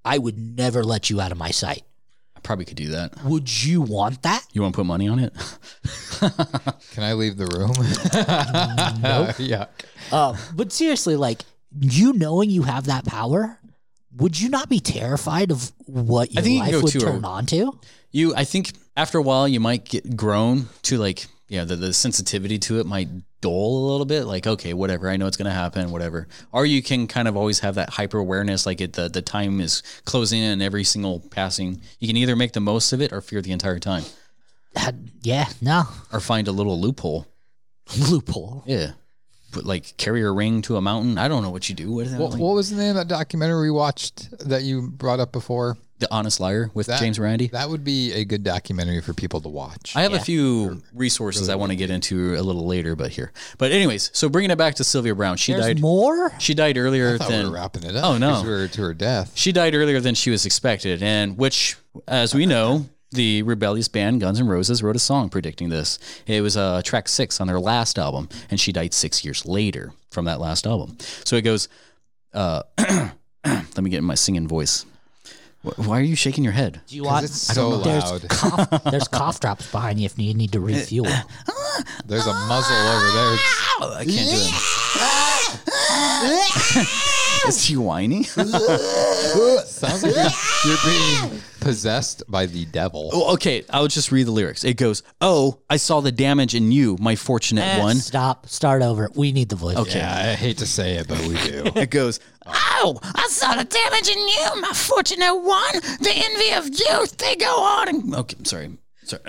Speaker 7: I would never let you out of my sight.
Speaker 8: I probably could do that.
Speaker 7: Would you want that?
Speaker 8: You want to put money on it?
Speaker 9: Can I leave the room? yeah.
Speaker 7: Um, but seriously, like, you knowing you have that power, would you not be terrified of what your
Speaker 8: think you can
Speaker 7: life
Speaker 8: go
Speaker 7: would
Speaker 8: too
Speaker 7: turn
Speaker 8: early.
Speaker 7: on to?
Speaker 8: you i think after a while you might get grown to like yeah the, the sensitivity to it might dull a little bit. Like, okay, whatever. I know it's going to happen, whatever. Or you can kind of always have that hyper awareness. Like, it, the, the time is closing in every single passing. You can either make the most of it or fear the entire time
Speaker 7: Uh, yeah, no.
Speaker 8: or find a little loophole.
Speaker 7: Loophole.
Speaker 8: Yeah. But like carry a ring to a mountain. I don't know what you do. What,
Speaker 9: What,
Speaker 8: what,
Speaker 9: what was the name of that documentary we watched that you brought up before?
Speaker 8: The Honest Liar with
Speaker 9: That-
Speaker 8: James Randi.
Speaker 9: That would be a good documentary for people to watch.
Speaker 8: I have a few resources I want to get into a little later, but here. But anyways, so bringing it back to Sylvia Brown, she
Speaker 7: There's
Speaker 8: died.
Speaker 7: more?
Speaker 8: She died earlier
Speaker 9: I thought
Speaker 8: than
Speaker 9: we were wrapping it up.
Speaker 8: Oh, no.
Speaker 9: because we were to her death.
Speaker 8: she died earlier than she was expected, and which, as we know, the rebellious band Guns N' Roses wrote a song predicting this. It was uh, track six on their last album, and she died six years later from that last album. So it goes. Uh, let me get in my singing voice. Wh- Why are you shaking your head?
Speaker 7: Do you
Speaker 9: 'Cause
Speaker 7: want?
Speaker 9: it's so loud.
Speaker 7: There's cough, there's cough drops behind you if you need to refuel.
Speaker 9: There's a muzzle over there.
Speaker 8: Oh, I can't do it. Is she whining?
Speaker 9: Sounds like you're, you're being possessed by the devil.
Speaker 8: Oh, okay, I'll just read the lyrics. It goes, "Oh, I saw the damage in you, my fortunate
Speaker 7: uh,
Speaker 8: one."
Speaker 7: Stop. Start over. We need the voice.
Speaker 8: Okay.
Speaker 9: Yeah, I hate to say it, but we do.
Speaker 8: It goes,
Speaker 11: Oh, I saw the damage in you, my fortunate one. The envy of youth, they go on and
Speaker 8: "Okay, sorry, sorry."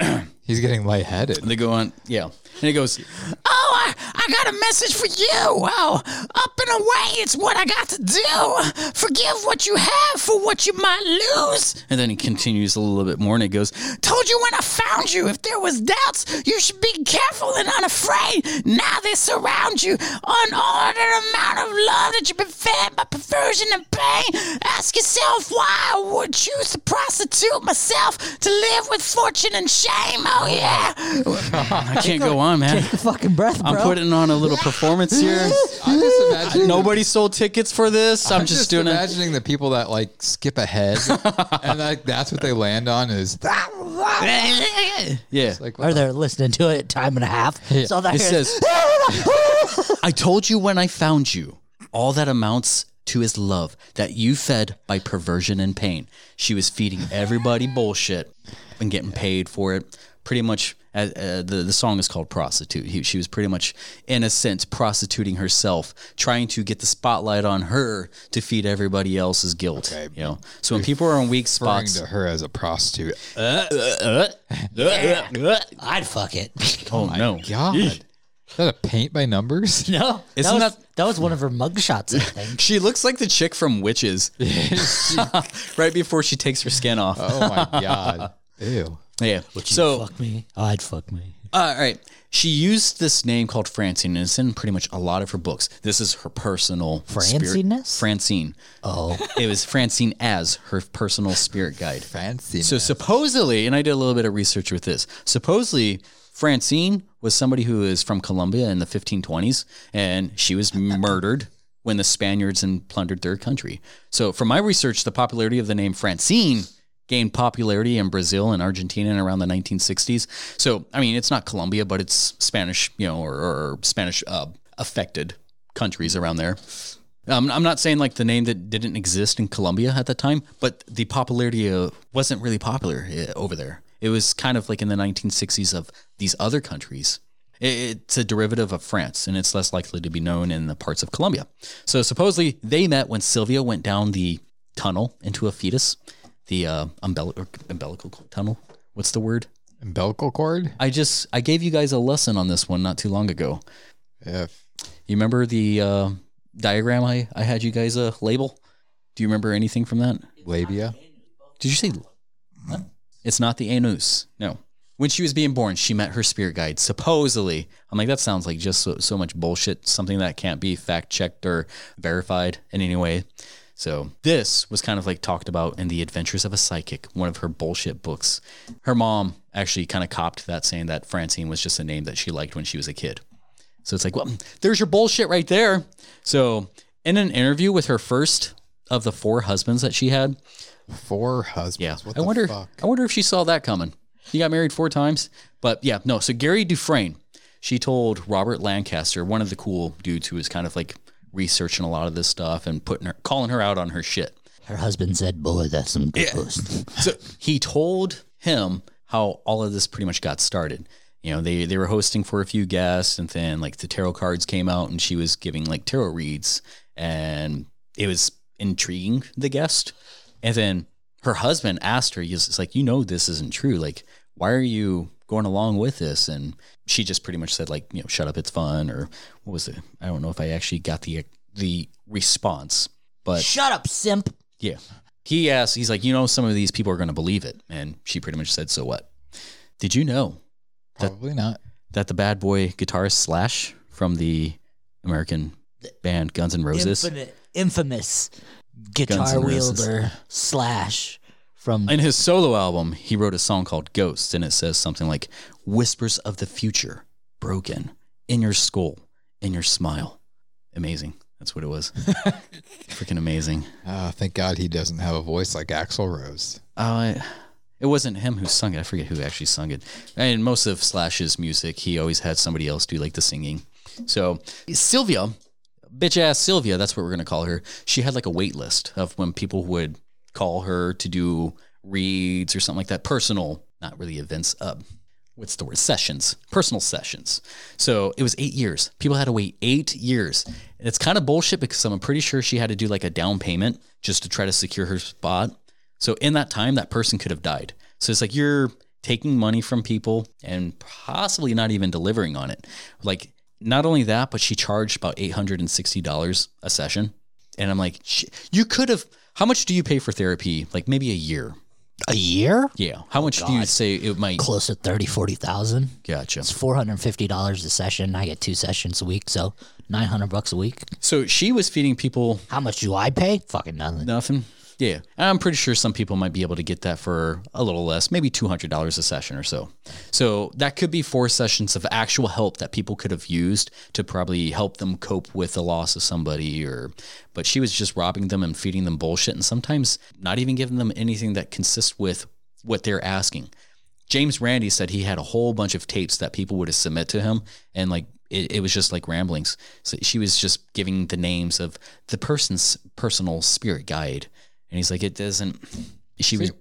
Speaker 9: He's getting lightheaded.
Speaker 8: they go on, yeah, and it goes,
Speaker 11: Oh, I, I got a message for you. Oh, up and away, it's what I got to do. Forgive what you have for what you might lose.
Speaker 8: and then he continues a little bit more, and it goes,
Speaker 11: Told you when I found you, if there was doubts, you should be careful and unafraid. Now they surround you, unordered amount of love that you've been fed by perversion and pain. Ask yourself why I would choose to prostitute myself to live with fortune and shame. Oh yeah.
Speaker 8: "I can't go on, man.
Speaker 7: Take the fucking breath, bro.
Speaker 8: I'm putting on a little performance here.
Speaker 9: I'm just imagining.
Speaker 8: Nobody sold tickets for this. I'm, just, doing it."
Speaker 9: imagining the people that like skip ahead, and like that's what they land on is
Speaker 8: Yeah.
Speaker 9: like what
Speaker 7: Or they're listening to it time and a half. So that
Speaker 8: It says, I told you when I found you, all that amounts to is love that you fed by perversion and pain. She was feeding everybody bullshit and getting paid for it. Pretty much, uh, uh, the, the song is called Prostitute. He, she was pretty much, in a sense, prostituting herself, trying to get the spotlight on her to feed everybody else's guilt. You know? So when people are on weak
Speaker 9: referring
Speaker 8: spots.
Speaker 9: to her as a prostitute.
Speaker 7: I'd fuck it.
Speaker 8: oh, no.
Speaker 9: God, is that a paint by numbers?
Speaker 7: no.
Speaker 8: Isn't
Speaker 7: that was,
Speaker 8: that-
Speaker 7: that was one of her mugshots, I think.
Speaker 8: She looks like the chick from Witches. right before she takes her skin off.
Speaker 9: Oh my god, ew.
Speaker 8: yeah. So, uh,
Speaker 7: fuck me. I'd fuck me.
Speaker 8: all right. She used this name called Francine, and it's in pretty much a lot of her books. This is her personal spirit-
Speaker 7: Francineness?
Speaker 8: Francine.
Speaker 7: Oh.
Speaker 8: It was Francine as her personal spirit guide.
Speaker 9: Fancy.
Speaker 8: So supposedly, and I did a little bit of research with this. Supposedly, Francine was somebody who is from Colombia in the 1520s, and she was murdered when the Spaniards and plundered their country. So, from my research, the popularity of the name Francine gained popularity in Brazil and Argentina in around the 1960s. So, I mean, it's not Colombia, but it's Spanish, you know, or, or Spanish uh, affected countries around there. Um, I'm not saying like the name that didn't exist in Colombia at the time, but the popularity uh, wasn't really popular uh, over there. It was kind of like in the 1960s of these other countries. I- It's a derivative of France, and it's less likely to be known in the parts of Colombia. So supposedly they met when Sylvia went down the tunnel into a fetus, the uh, umbel- or umbilical tunnel. What's the word?
Speaker 9: umbilical cord.
Speaker 8: I just I gave you guys a lesson on this one not too long ago.
Speaker 9: If
Speaker 8: You remember the uh, diagram I, I had you guys uh, label? Do you remember anything from that?
Speaker 9: labia.
Speaker 8: Did you say? what? It's not the anus. No. When she was being born, she met her spirit guide, supposedly. I'm like, that sounds like just so, so much bullshit, something that can't be fact checked or verified in any way. So, this was kind of like talked about in The Adventures of a Psychic, one of her bullshit books. Her mom actually kind of copped that, saying that Francine was just a name that she liked when she was a kid. So it's like, well, there's your bullshit right there. So in an interview with her first of the four husbands that she had,
Speaker 9: Four husbands.
Speaker 8: yeah,
Speaker 9: What
Speaker 8: I
Speaker 9: the
Speaker 8: wonder,
Speaker 9: fuck?
Speaker 8: I wonder if she saw that coming. He got married four times, but yeah, no. So Gary Dufresne, she told Robert Lancaster, one of the cool dudes who was kind of like researching a lot of this stuff and putting her, calling her out on her shit.
Speaker 7: Her husband said, boy, that's some good puss."
Speaker 8: So he told him how all of this pretty much got started. you know, they, they were hosting for a few guests and then like the tarot cards came out and she was giving like tarot reads and it was intriguing the guest. And then her husband asked her, he's it's like, you know, this isn't true. Like, why are you going along with this? And she just pretty much said like, you know, shut up, it's fun. Or what was it? I don't know if I actually got the, the response, but
Speaker 7: Shut up, simp.
Speaker 8: yeah. He asked, he's like, you know, some of these people are going to believe it. And she pretty much said, so what? Did you know
Speaker 9: Probably not.
Speaker 8: that the bad boy guitarist Slash from the American band Guns N' Roses?
Speaker 7: Infinite, infamous
Speaker 8: Guns
Speaker 7: guitar
Speaker 8: N' Roses.
Speaker 7: wielder slash from
Speaker 8: In his solo album, he wrote a song called Ghosts, and it says something like Whispers of the Future, broken in your skull, in your smile. Amazing. That's what it was. Freaking amazing.
Speaker 9: Ah, thank God he doesn't have a voice like Axl Rose.
Speaker 8: Uh, it wasn't him who sung it. I forget who actually sung it. And most of Slash's music, he always had somebody else do like the singing. So Sylvia, bitch ass Sylvia, that's what we're gonna call her. She had like a wait list of when people would call her to do reads or something like that. Personal, not really events. Uh, what's the word? Sessions, personal sessions. So it was eight years. People had to wait eight years. And it's kind of bullshit because I'm pretty sure she had to do like a down payment just to try to secure her spot. So in that time, that person could have died. So it's like you're taking money from people and possibly not even delivering on it. Like not only that, but she charged about eight hundred and sixty dollars a session, and I'm like, "Sh- you could have. How much do you pay for therapy? Like maybe a year.
Speaker 7: a year?
Speaker 8: Yeah. How much do you say it might?
Speaker 7: Close to 30, 40,000.
Speaker 8: Gotcha.
Speaker 7: It's $450 a session. I get two sessions a week, so 900 bucks a week.
Speaker 8: So she was feeding people
Speaker 7: How much do I pay? Fucking nothing.
Speaker 8: nothing. Yeah, And I'm pretty sure some people might be able to get that for a little less, maybe two hundred dollars a session or so. So that could be four sessions of actual help that people could have used to probably help them cope with the loss of somebody. Or, but she was just robbing them and feeding them bullshit, and sometimes not even giving them anything that consists with what they're asking. James Randy said he had a whole bunch of tapes that people would submit to him, and like it, it was just like ramblings. So she was just giving the names of the person's personal spirit guide, and he's like, it doesn't. She was,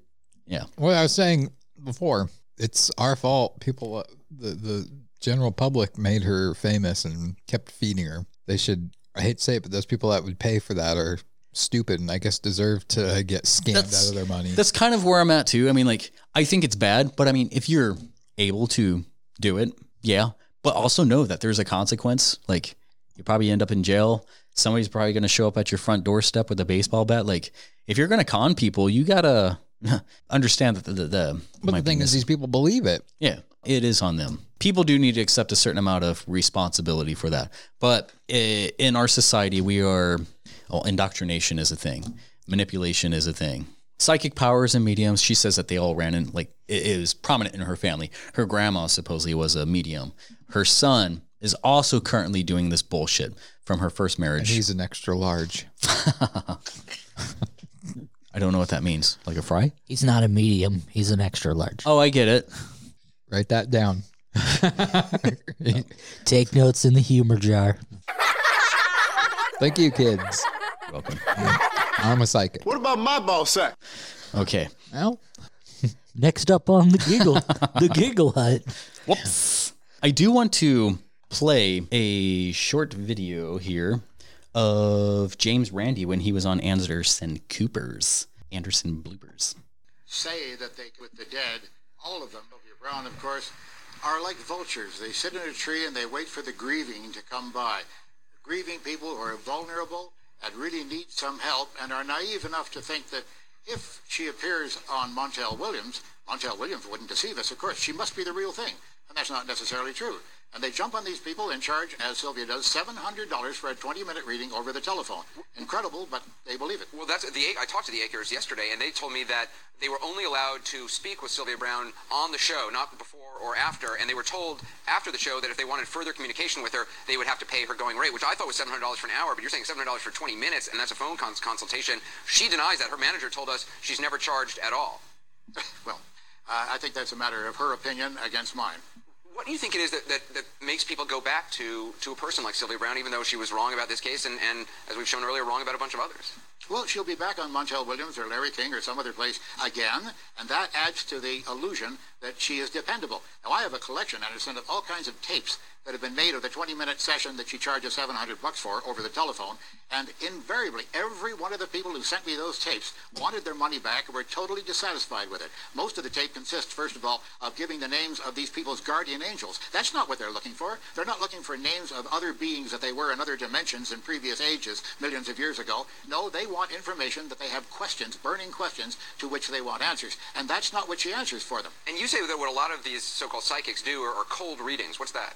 Speaker 8: yeah,
Speaker 9: What I was saying before, it's our fault. People, uh, the the general public made her famous and kept feeding her. They should. I hate to say it, but those people that would pay for that are stupid and I guess deserve to get scammed
Speaker 8: That's-
Speaker 9: out of their money.
Speaker 8: that's kind of where I'm at too. I mean, like I think it's bad, but I mean, if you're able to do it, yeah, but also know that there's a consequence. Like you probably end up in jail. Somebody's probably going to show up at your front doorstep with a baseball bat. Like if you're going to con people, you gotta understand that the the, the
Speaker 9: But the thing is, these people believe it.
Speaker 8: Yeah, it is on them. People do need to accept a certain amount of responsibility for that. But i- in our society, we are well, indoctrination is a thing, manipulation is a thing. Psychic powers and mediums, she says that they all ran in, like, it, it was prominent in her family. Her grandma supposedly was a medium. Her son is also currently doing this bullshit from her first
Speaker 9: And
Speaker 8: marriage.
Speaker 9: he's an extra large.
Speaker 8: I don't know what that means. Like a fry?
Speaker 7: He's not a medium, he's an extra large.
Speaker 8: Oh, I get it.
Speaker 9: Write that down.
Speaker 7: Take notes in the humor jar.
Speaker 9: Thank you, kids.
Speaker 8: Welcome.
Speaker 9: I'm a psychic.
Speaker 4: What about my ball sack?
Speaker 8: Okay.
Speaker 9: Well,
Speaker 7: Next up on the giggle, the giggle hut.
Speaker 8: Whoops. I do want to play a short video here of James Randy when he was on Anderson Cooper's Anderson Bloopers.
Speaker 12: say that they, with the dead, all of them, Sylvia Brown, of course, are like vultures. They sit in a tree and they wait for the grieving to come by. grieving people who are vulnerable and really need some help and are naive enough to think that if she appears on Montel Williams, Montel Williams wouldn't deceive us, of course. She must be the real thing. And that's not necessarily true. And they jump on these people and charge, as Sylvia does, $700 for a 20-minute reading over the telephone. Incredible, but they believe it.
Speaker 13: Well, that's the. I talked to the Akers yesterday, and they told me that they were only allowed to speak with Sylvia Brown on the show, not before or after. And they were told after the show that if they wanted further communication with her, they would have to pay her going rate, which I thought was seven hundred dollars for an hour. But you're saying seven hundred dollars for twenty minutes, and that's a phone cons- consultation. She denies that. Her manager told us she's never charged at all.
Speaker 12: Well, uh, I think that's a matter of her opinion against mine.
Speaker 13: What do you think it is that, that, that makes people go back to, to a person like Sylvia Brown, even though she was wrong about this case, and, and as we've shown earlier, wrong about a bunch of others?
Speaker 12: Well, she'll be back on Montel Williams or Larry King or some other place again, and that adds to the illusion that she is dependable. Now, I have a collection, Anderson, of all kinds of tapes that have been made of the 20-minute session that she charges 700 bucks for over the telephone, and invariably, every one of the people who sent me those tapes wanted their money back and were totally dissatisfied with it. Most of the tape consists, first of all, of giving the names of these people's guardian angels. That's not what they're looking for. They're not looking for names of other beings that they were in other dimensions in previous ages, millions of years ago. No, they want information that they have questions, burning questions, to which they want answers. And that's not what she answers for them.
Speaker 13: And you say that what a lot of these so-called psychics do are, are cold readings. What's that?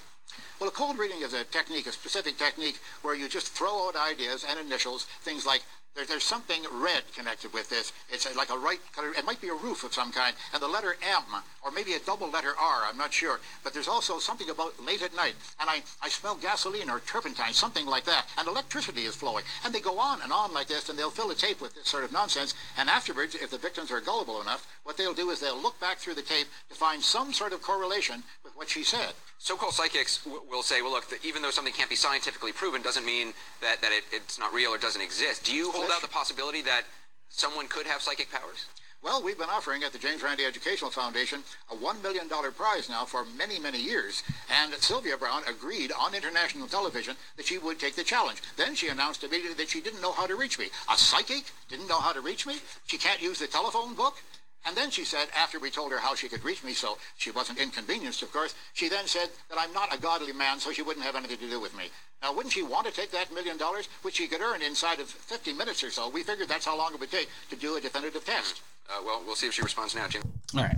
Speaker 12: Well, a cold reading is a technique, a specific technique, where you just throw out ideas and initials, things like there, there's something red connected with this. It's like a right color. It might be a roof of some kind, and the letter M, or maybe a double letter R. I'm not sure. But there's also something about late at night, and I, I smell gasoline or turpentine, something like that, and electricity is flowing. And they go on and on like this, and they'll fill a tape with this sort of nonsense. And afterwards, if the victims are gullible enough, what they'll do is they'll look back through the tape to find some sort of correlation with what she said.
Speaker 13: So-called psychics w- will say, well, look, that even though something can't be scientifically proven, doesn't mean that, that it, it's not real or doesn't exist. Do you hold out the possibility that someone could have psychic powers?
Speaker 12: Well, we've been offering at the James Randi Educational Foundation a $1 million prize now for many, many years. And Sylvia Brown agreed on international television that she would take the challenge. Then she announced immediately that she didn't know how to reach me. A psychic didn't know how to reach me? She can't use the telephone book? And then she said, after we told her how she could reach me, so she wasn't inconvenienced, of course, she then said that I'm not a godly man, so she wouldn't have anything to do with me. Now, wouldn't she want to take that million dollars, which she could earn inside of 50 minutes or so? We figured that's how long it would take to do a definitive test.
Speaker 13: Uh, well, we'll see if she responds now, Jim.
Speaker 8: All right.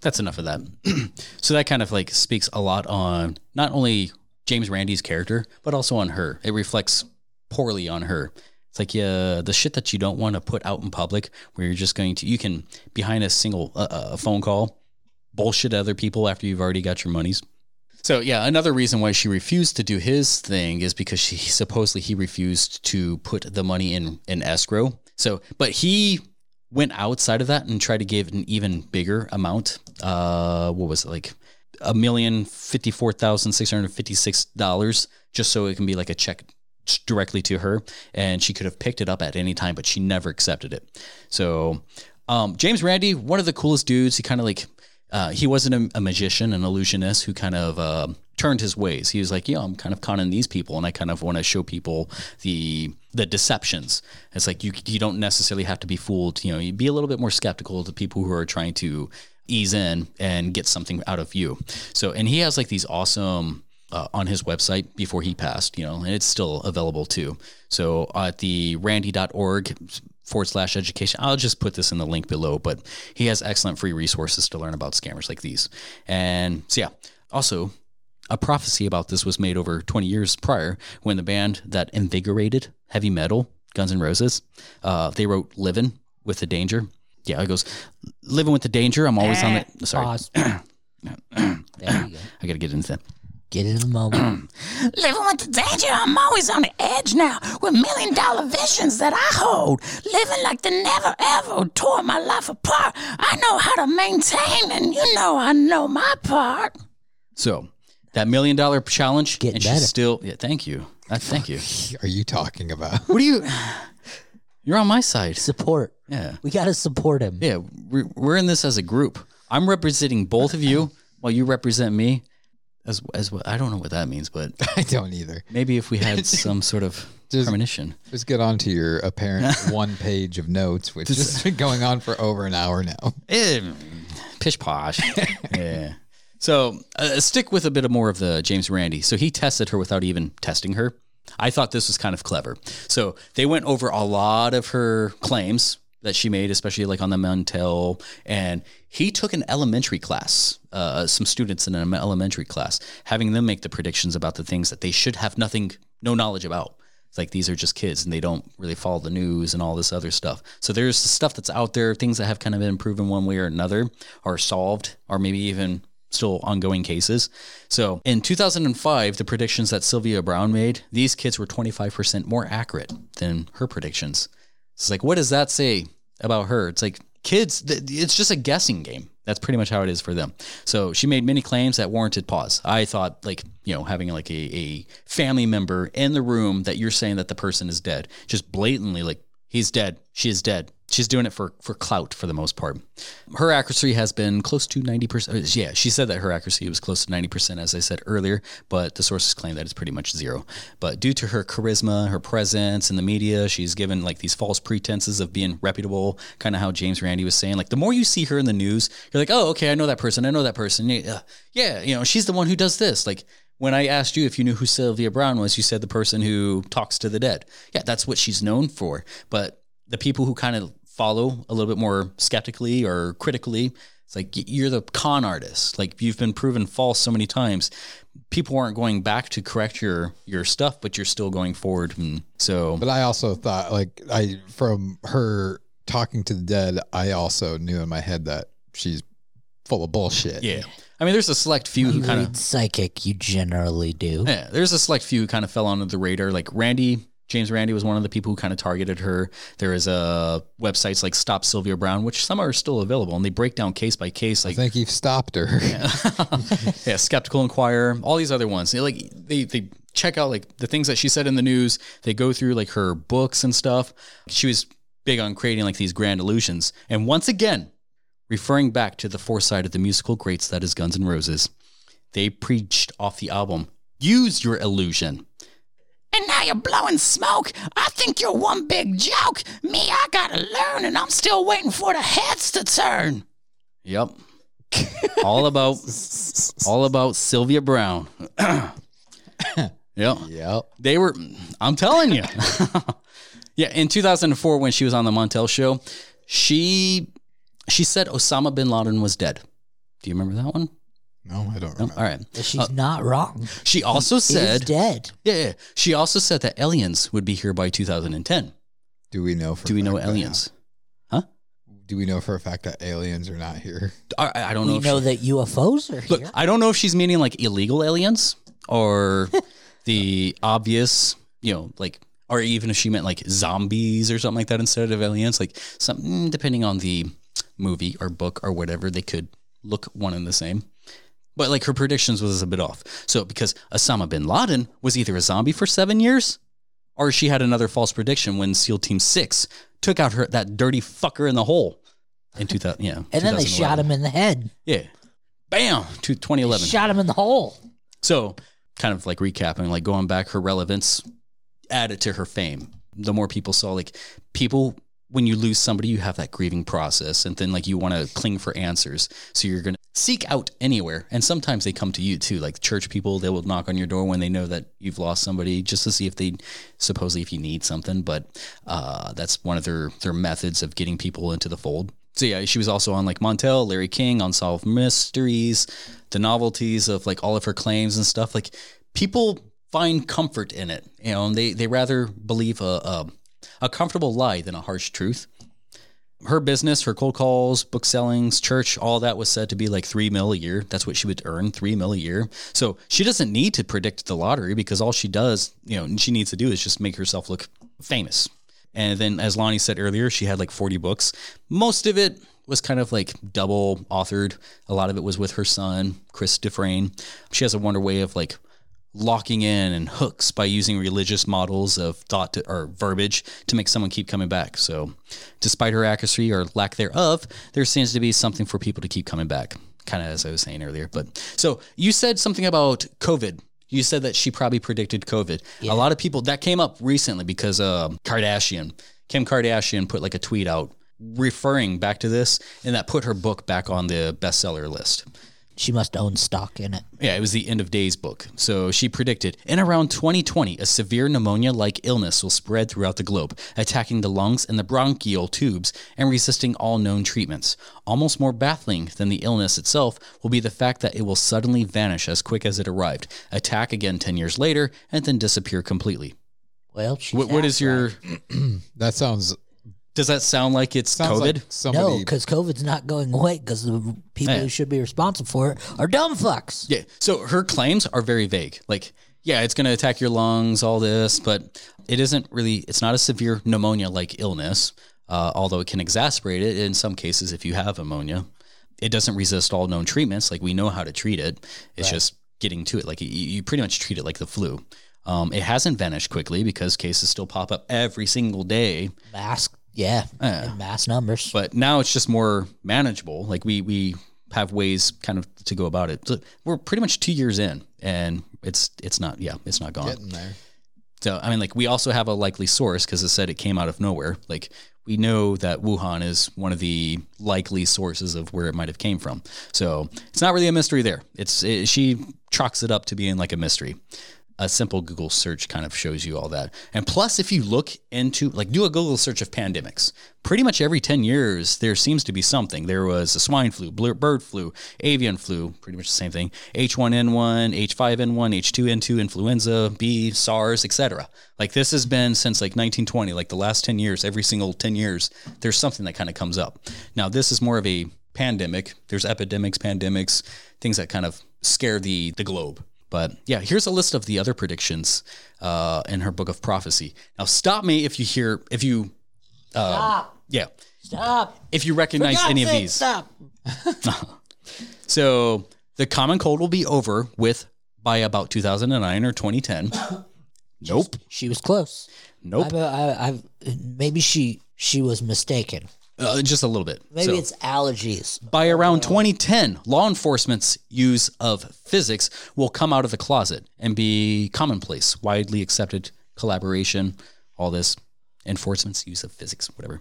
Speaker 8: That's enough of that. so that kind of like speaks a lot on not only James Randy's character, but also on her. It reflects poorly on her. It's like yeah, the shit that you don't want to put out in public, where you're just going to you can behind a single uh, a phone call, bullshit other people after you've already got your monies. So yeah, another reason why she refused to do his thing is because she supposedly he refused to put the money in in escrow. So, but he went outside of that and tried to give an even bigger amount. Uh, what was it like? A million fifty four thousand six hundred fifty six dollars, just so it can be like a check directly to her and she could have picked it up at any time but she never accepted it so um, james randy one of the coolest dudes he kind of like uh, he wasn't a, a, magician an illusionist who kind of uh, turned his ways he was like yeah i'm kind of conning these people and i kind of want to show people the the deceptions it's like you you don't necessarily have to be fooled you know you be a little bit more skeptical to people who are trying to ease in and get something out of you so and he has like these awesome uh, on his website before he passed, you know, and it's still available too. So at the randy.org forward slash education, I'll just put this in the link below, but he has excellent free resources to learn about scammers like these. And so, yeah, also a prophecy about this was made over 20 years prior when the band that invigorated heavy metal, Guns N' Roses, uh, they wrote Livin' with the Danger. Yeah, it goes, Living with the Danger. I'm always on the. Sorry. I got to get into that.
Speaker 7: Get in the moment.
Speaker 11: Living with the danger, I'm always on the edge now with million dollar visions that I hold. Living like the never ever tore my life apart. I know how to maintain, and you know I know my part.
Speaker 8: So, that million dollar challenge, Getting and she's better. still. Yeah, thank you. I thank you.
Speaker 9: Are you talking about?
Speaker 8: What do you? You're on my side.
Speaker 7: Support.
Speaker 8: Yeah,
Speaker 7: we got to support him.
Speaker 8: Yeah, we're, we're in this as a group. I'm representing both of you while you represent me as as what I don't know what that means, but
Speaker 9: I don't either.
Speaker 8: Maybe if we had some sort of just, premonition.
Speaker 9: Just get on to your apparent one page of notes, which has been going on for over an hour now.
Speaker 8: It, Eh, pish posh. yeah. So uh, stick with a bit of more of the James Randy. So he tested her without even testing her. I thought this was kind of clever. So they went over a lot of her claims that she made, especially like on the Montel. And he took an elementary class, uh, some students in an elementary class, having them make the predictions about the things that they should have nothing, no knowledge about. It's like these are just kids and they don't really follow the news and all this other stuff. So there's stuff that's out there, things that have kind of been proven one way or another, are solved, or maybe even still ongoing cases. So in 2005, the predictions that Sylvia Brown made, these kids were 25% more accurate than her predictions. It's like, what does that say about her? It's like kids, th- it's just a guessing game. That's pretty much how it is for them. So she made many claims that warranted pause. I thought, like, you know, having like a, a family member in the room that you're saying that the person is dead, just blatantly, like, He's dead. She is dead. She's doing it for, for clout for the most part. Her accuracy has been close to 90%. Yeah, she said that her accuracy was close to 90%, as I said earlier, but the sources claim that it's pretty much zero. But due to her charisma, her presence in the media, she's given like these false pretenses of being reputable, kind of how James Randi was saying. Like, the more you see her in the news, you're like, oh, okay, I know that person. I know that person. Yeah, yeah you know, she's the one who does this. Like, when I asked you if you knew who Sylvia Brown was, you said the person who talks to the dead. Yeah, that's what she's known for. But the people who kind of follow a little bit more skeptically or critically, it's like you're the con artist. Like you've been proven false so many times. People aren't going back to correct your your stuff, but you're still going forward. And so,
Speaker 9: But I also thought, like, I from her talking to the dead, I also knew in my head that she's full of bullshit.
Speaker 8: yeah. I mean, there's a select few who
Speaker 7: You
Speaker 8: kind
Speaker 7: read
Speaker 8: of
Speaker 7: psychic. You generally do.
Speaker 8: Yeah, there's a select few who kind of fell under the radar. Like Randy, James Randy was one of the people who kind of targeted her. There is uh, websites like Stop Sylvia Brown, which some are still available, and they break down case by case. Like,
Speaker 9: I think you've stopped her.
Speaker 8: yeah, Skeptical Inquirer, all these other ones. They, like they they check out like the things that she said in the news. They go through like her books and stuff. She was big on creating like these grand illusions. And once again, referring back to the foresight of the musical greats that is Guns N' Roses, they preached off the album, "Use your illusion."
Speaker 11: And now you're blowing smoke. I think you're one big joke. Me, I gotta learn, and I'm still waiting for the heads to turn.
Speaker 8: Yep. all about all about Sylvia Brown. yep.
Speaker 9: Yep.
Speaker 8: They were I'm telling you. yeah, in 2004 when she was on the Montel show, she she said Osama bin Laden was dead. Do you remember that one?
Speaker 9: No, I don't
Speaker 8: remember. All right.
Speaker 7: She's
Speaker 11: Uh,
Speaker 7: not wrong.
Speaker 8: She also
Speaker 7: He is
Speaker 8: said
Speaker 7: dead.
Speaker 8: Yeah, yeah. She also said that aliens would be here by 2010.
Speaker 9: Do we know? For
Speaker 8: Do we know aliens?
Speaker 9: Do we know for a fact that aliens are not here?
Speaker 8: I, I don't
Speaker 7: we
Speaker 8: know. if
Speaker 7: know
Speaker 8: she-
Speaker 7: that UFOs are
Speaker 8: Look,
Speaker 7: here.
Speaker 8: I don't know if she's meaning like illegal aliens or the obvious, you know, like, or even if she meant like zombies or something like that instead of aliens. Like, something depending on the movie or book or whatever, they could look one and the same. But like her predictions was a bit off. So because Osama bin Laden was either a zombie for seven years, or she had another false prediction when SEAL Team Six took out her that dirty fucker in the hole in two thousand. Yeah,
Speaker 7: And then they
Speaker 8: 2011.
Speaker 7: shot him in the head.
Speaker 8: Yeah. Bam to 2011.
Speaker 7: Shot him in the hole.
Speaker 8: So, kind of like recapping, like going back, her relevance added to her fame. The more people saw, like, people, when you lose somebody, you have that grieving process. And then, like, you want to cling for answers. So, you're going to seek out anywhere. And sometimes they come to you too. Like, church people, they will knock on your door when they know that you've lost somebody just to see if they supposedly if you need something. But uh, that's one of their, their methods of getting people into the fold. So yeah, she was also on like Montel, Larry King, Unsolved Mysteries, the novelties of like all of her claims and stuff. Like people find comfort in it, you know, and they they rather believe a a, a comfortable lie than a harsh truth. Her business, her cold calls, book sellings, church, all that was said to be like three mil a year. That's what she would earn, three mil a year. So she doesn't need to predict the lottery because all she does, you know, she needs to do is just make herself look famous. And then, as Lonnie said earlier, she had like 40 books. Most of it was kind of like double authored. A lot of it was with her son, Chris Dufresne. She has a wonder way of like locking in and hooks by using religious models of thought to, or verbiage to make someone keep coming back. So, despite her accuracy or lack thereof, there seems to be something for people to keep coming back, kind of as I was saying earlier. But so you said something about COVID. You said that she probably predicted COVID. A lot of people that came up recently because um Kardashian, Kim Kardashian put like a tweet out referring back to this and that put her book back on the bestseller list.
Speaker 7: She must own stock in it.
Speaker 8: Yeah, it was the end of days book. So she predicted in around 2020, a severe pneumonia like illness will spread throughout the globe, attacking the lungs and the bronchial tubes and resisting all known treatments. Almost more baffling than the illness itself will be the fact that it will suddenly vanish as quick as it arrived, attack again 10 years later, and then disappear completely.
Speaker 7: Well, she
Speaker 8: What, what is your.
Speaker 9: that sounds.
Speaker 8: Does that sound like it's
Speaker 9: Sounds
Speaker 8: COVID?
Speaker 9: like
Speaker 7: no, because COVID's not going away because the people
Speaker 8: Yeah.
Speaker 7: who should be responsible for it are dumb fucks.
Speaker 8: Yeah. So her claims are very vague. Like, yeah, it's going to attack your lungs, all this, but it isn't really, it's not a severe pneumonia like illness, uh, although it can exacerbate it in some cases if you have pneumonia. It doesn't resist all known treatments. Like, we know how to treat it. It's just getting to it. Like, you, you pretty much treat it like the flu. Um, it hasn't vanished quickly because cases still pop up every single day.
Speaker 7: Mass, yeah, in mass numbers.
Speaker 8: But now it's just more manageable. Like we we have ways kind of to go about it. So we're pretty much two years in, and it's it's not yeah it's not gone.
Speaker 9: Getting there.
Speaker 8: So I mean, like we also have a likely source because it said it came out of nowhere. Like we know that Wuhan is one of the likely sources of where it might have came from. So it's not really a mystery there. It's it, she chalks it up to being like a mystery. A simple Google search kind of shows you all that. And plus, if you look into like do a Google search of pandemics, pretty much every ten years there seems to be something. There was a swine flu, bl- bird flu, avian flu, pretty much the same thing. H1N1, H5N1, H2N2, influenza B, SARS, etc. Like this has been since like 1920. Like the last ten years, every single ten years, there's something that kind of comes up. Now this is more of a pandemic. There's epidemics, pandemics, things that kind of scare the the globe. But yeah, here's a list of the other predictions uh, in her book of prophecy. Now, stop me if you hear if you uh,
Speaker 7: Stop.
Speaker 8: yeah
Speaker 7: Stop.
Speaker 8: if you recognize
Speaker 7: For God's
Speaker 8: any of
Speaker 7: sake,
Speaker 8: these.
Speaker 7: Stop.
Speaker 8: So the common cold will be over with by about 2009 or 2010. nope.
Speaker 7: She was close.
Speaker 8: Nope.
Speaker 7: I've, uh, I, I've maybe she she was mistaken.
Speaker 8: Uh, just a little bit.
Speaker 7: Maybe
Speaker 8: So-
Speaker 7: it's allergies.
Speaker 8: By around 2010, law enforcement's use of physics will come out of the closet and be commonplace, widely accepted collaboration, all this enforcement's use of physics, whatever.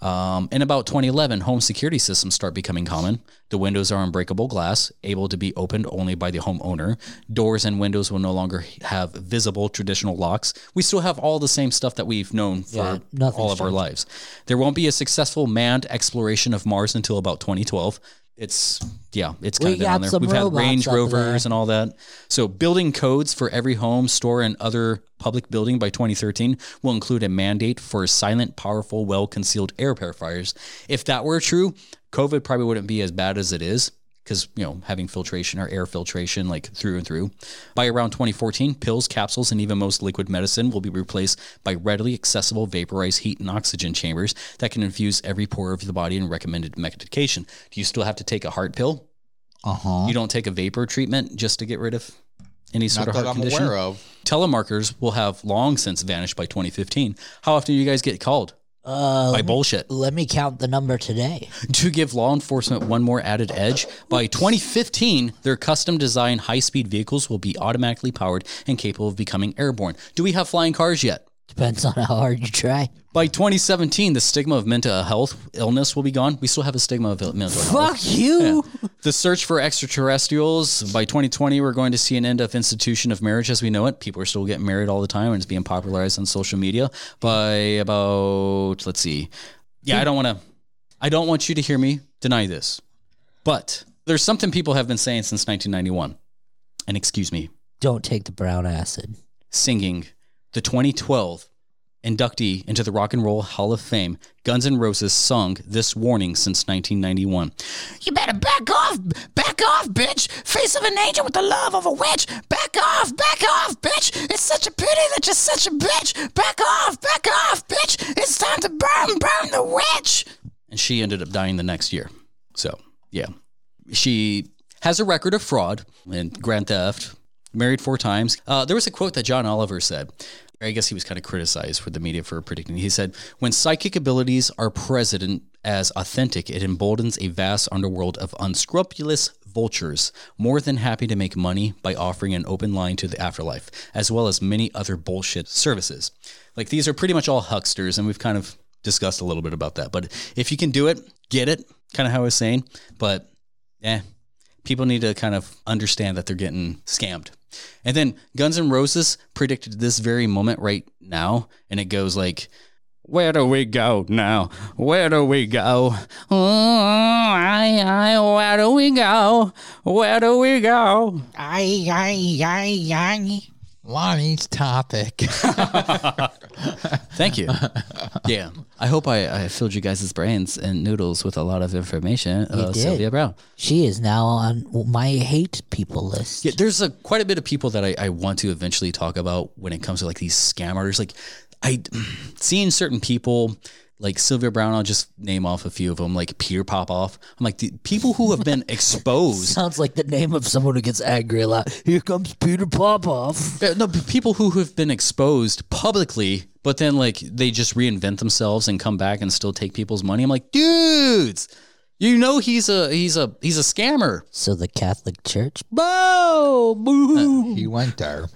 Speaker 8: Um, in about 2011, home security systems start becoming common. The windows are unbreakable glass, able to be opened only by the homeowner. Doors and windows will no longer have visible traditional locks. We still have all the same stuff that we've known for
Speaker 7: Yeah, nothing's
Speaker 8: all of our
Speaker 7: changed.
Speaker 8: lives. There won't be a successful manned exploration of Mars until about 2012. It's yeah, it's
Speaker 7: We
Speaker 8: kind of
Speaker 7: got
Speaker 8: down there.
Speaker 7: some
Speaker 8: We've had
Speaker 7: robots
Speaker 8: Range
Speaker 7: up
Speaker 8: Rovers
Speaker 7: there.
Speaker 8: and all that. So building codes for every home, store, and other public building by 2013 will include a mandate for silent, powerful, well-concealed air purifiers. If that were true, COVID probably wouldn't be as bad as it is because you know having filtration or air filtration like through and through by around 2014 pills capsules and even most liquid medicine will be replaced by readily accessible vaporized heat and oxygen chambers that can infuse every pore of the body in recommended medication do you still have to take a heart pill
Speaker 9: Uh huh.
Speaker 8: you don't take a vapor treatment just to get rid of any sort of
Speaker 9: Not that
Speaker 8: heart
Speaker 9: I'm
Speaker 8: condition
Speaker 9: aware of.
Speaker 8: telemarketers will have long since vanished by 2015 how often do you guys get called
Speaker 7: Uh,
Speaker 8: by bullshit
Speaker 7: let me count the number today.
Speaker 8: to give law enforcement one more added edge, by 2015, their custom designed high speed vehicles will be automatically powered and capable of becoming airborne. Do we have flying cars yet?
Speaker 7: Depends on how hard you try.
Speaker 8: By 2017, the stigma of mental health illness will be gone. We still have a stigma of mental health.
Speaker 7: Fuck you.
Speaker 8: The search for extraterrestrials. By 2020, we're going to see an end of institution of marriage as we know it. People are still getting married all the time, and it's being popularized on social media. By about, let's see, yeah, I don't want to, I don't want you to hear me deny this, but there's something people have been saying since 1991, and excuse me,
Speaker 7: Don't take the brown acid.
Speaker 8: singing the 2012 inductee into the Rock and Roll Hall of Fame, Guns N' Roses sung this warning since 1991.
Speaker 11: You better back off, back off, bitch. Face of an angel with the love of a witch. Back off, back off, bitch. It's such a pity that you're such a bitch. Back off, back off, bitch. It's time to burn, burn the witch.
Speaker 8: and she ended up dying the next year. So, yeah. She has a record of fraud and grand theft, married four times. Uh, there was a quote that John Oliver said. I guess he was kind of criticized with the media for predicting. He said, When psychic abilities are present as authentic, it emboldens a vast underworld of unscrupulous vultures, more than happy to make money by offering an open line to the afterlife, as well as many other bullshit services. Like these are pretty much all hucksters, and we've kind of discussed a little bit about that. But if you can do it, get it, kind of how I was saying. But eh, people need to kind of understand that they're getting scammed. And then Guns N' Roses predicted this very moment right now, and it goes like, where do we go now? Where do we go? Oh, I, I, where do we go? Where do we go?
Speaker 9: Ay, ay, ay, ay. Lonnie's topic.
Speaker 8: Thank you. Yeah. I hope I, I filled you guys' brains and noodles with a lot of information.
Speaker 7: You
Speaker 8: Uh,
Speaker 7: did.
Speaker 8: Sylvia Brown.
Speaker 7: She is now on my hate people list.
Speaker 8: Yeah, there's a quite a bit of people that I, I want to eventually talk about when it comes to like these scam artists. Like I seeing certain people like Sylvia Brown, I'll just name off a few of them, like Peter Popoff. I'm like, the people who have been exposed.
Speaker 7: Sounds like the name of someone who gets angry a lot. Here comes Peter Popoff.
Speaker 8: Yeah, No, but people who have been exposed publicly, but then like they just reinvent themselves and come back and still take people's money. I'm like, dudes, you know he's a he's a he's a scammer.
Speaker 7: So the Catholic Church, bow, boo,
Speaker 9: he went there.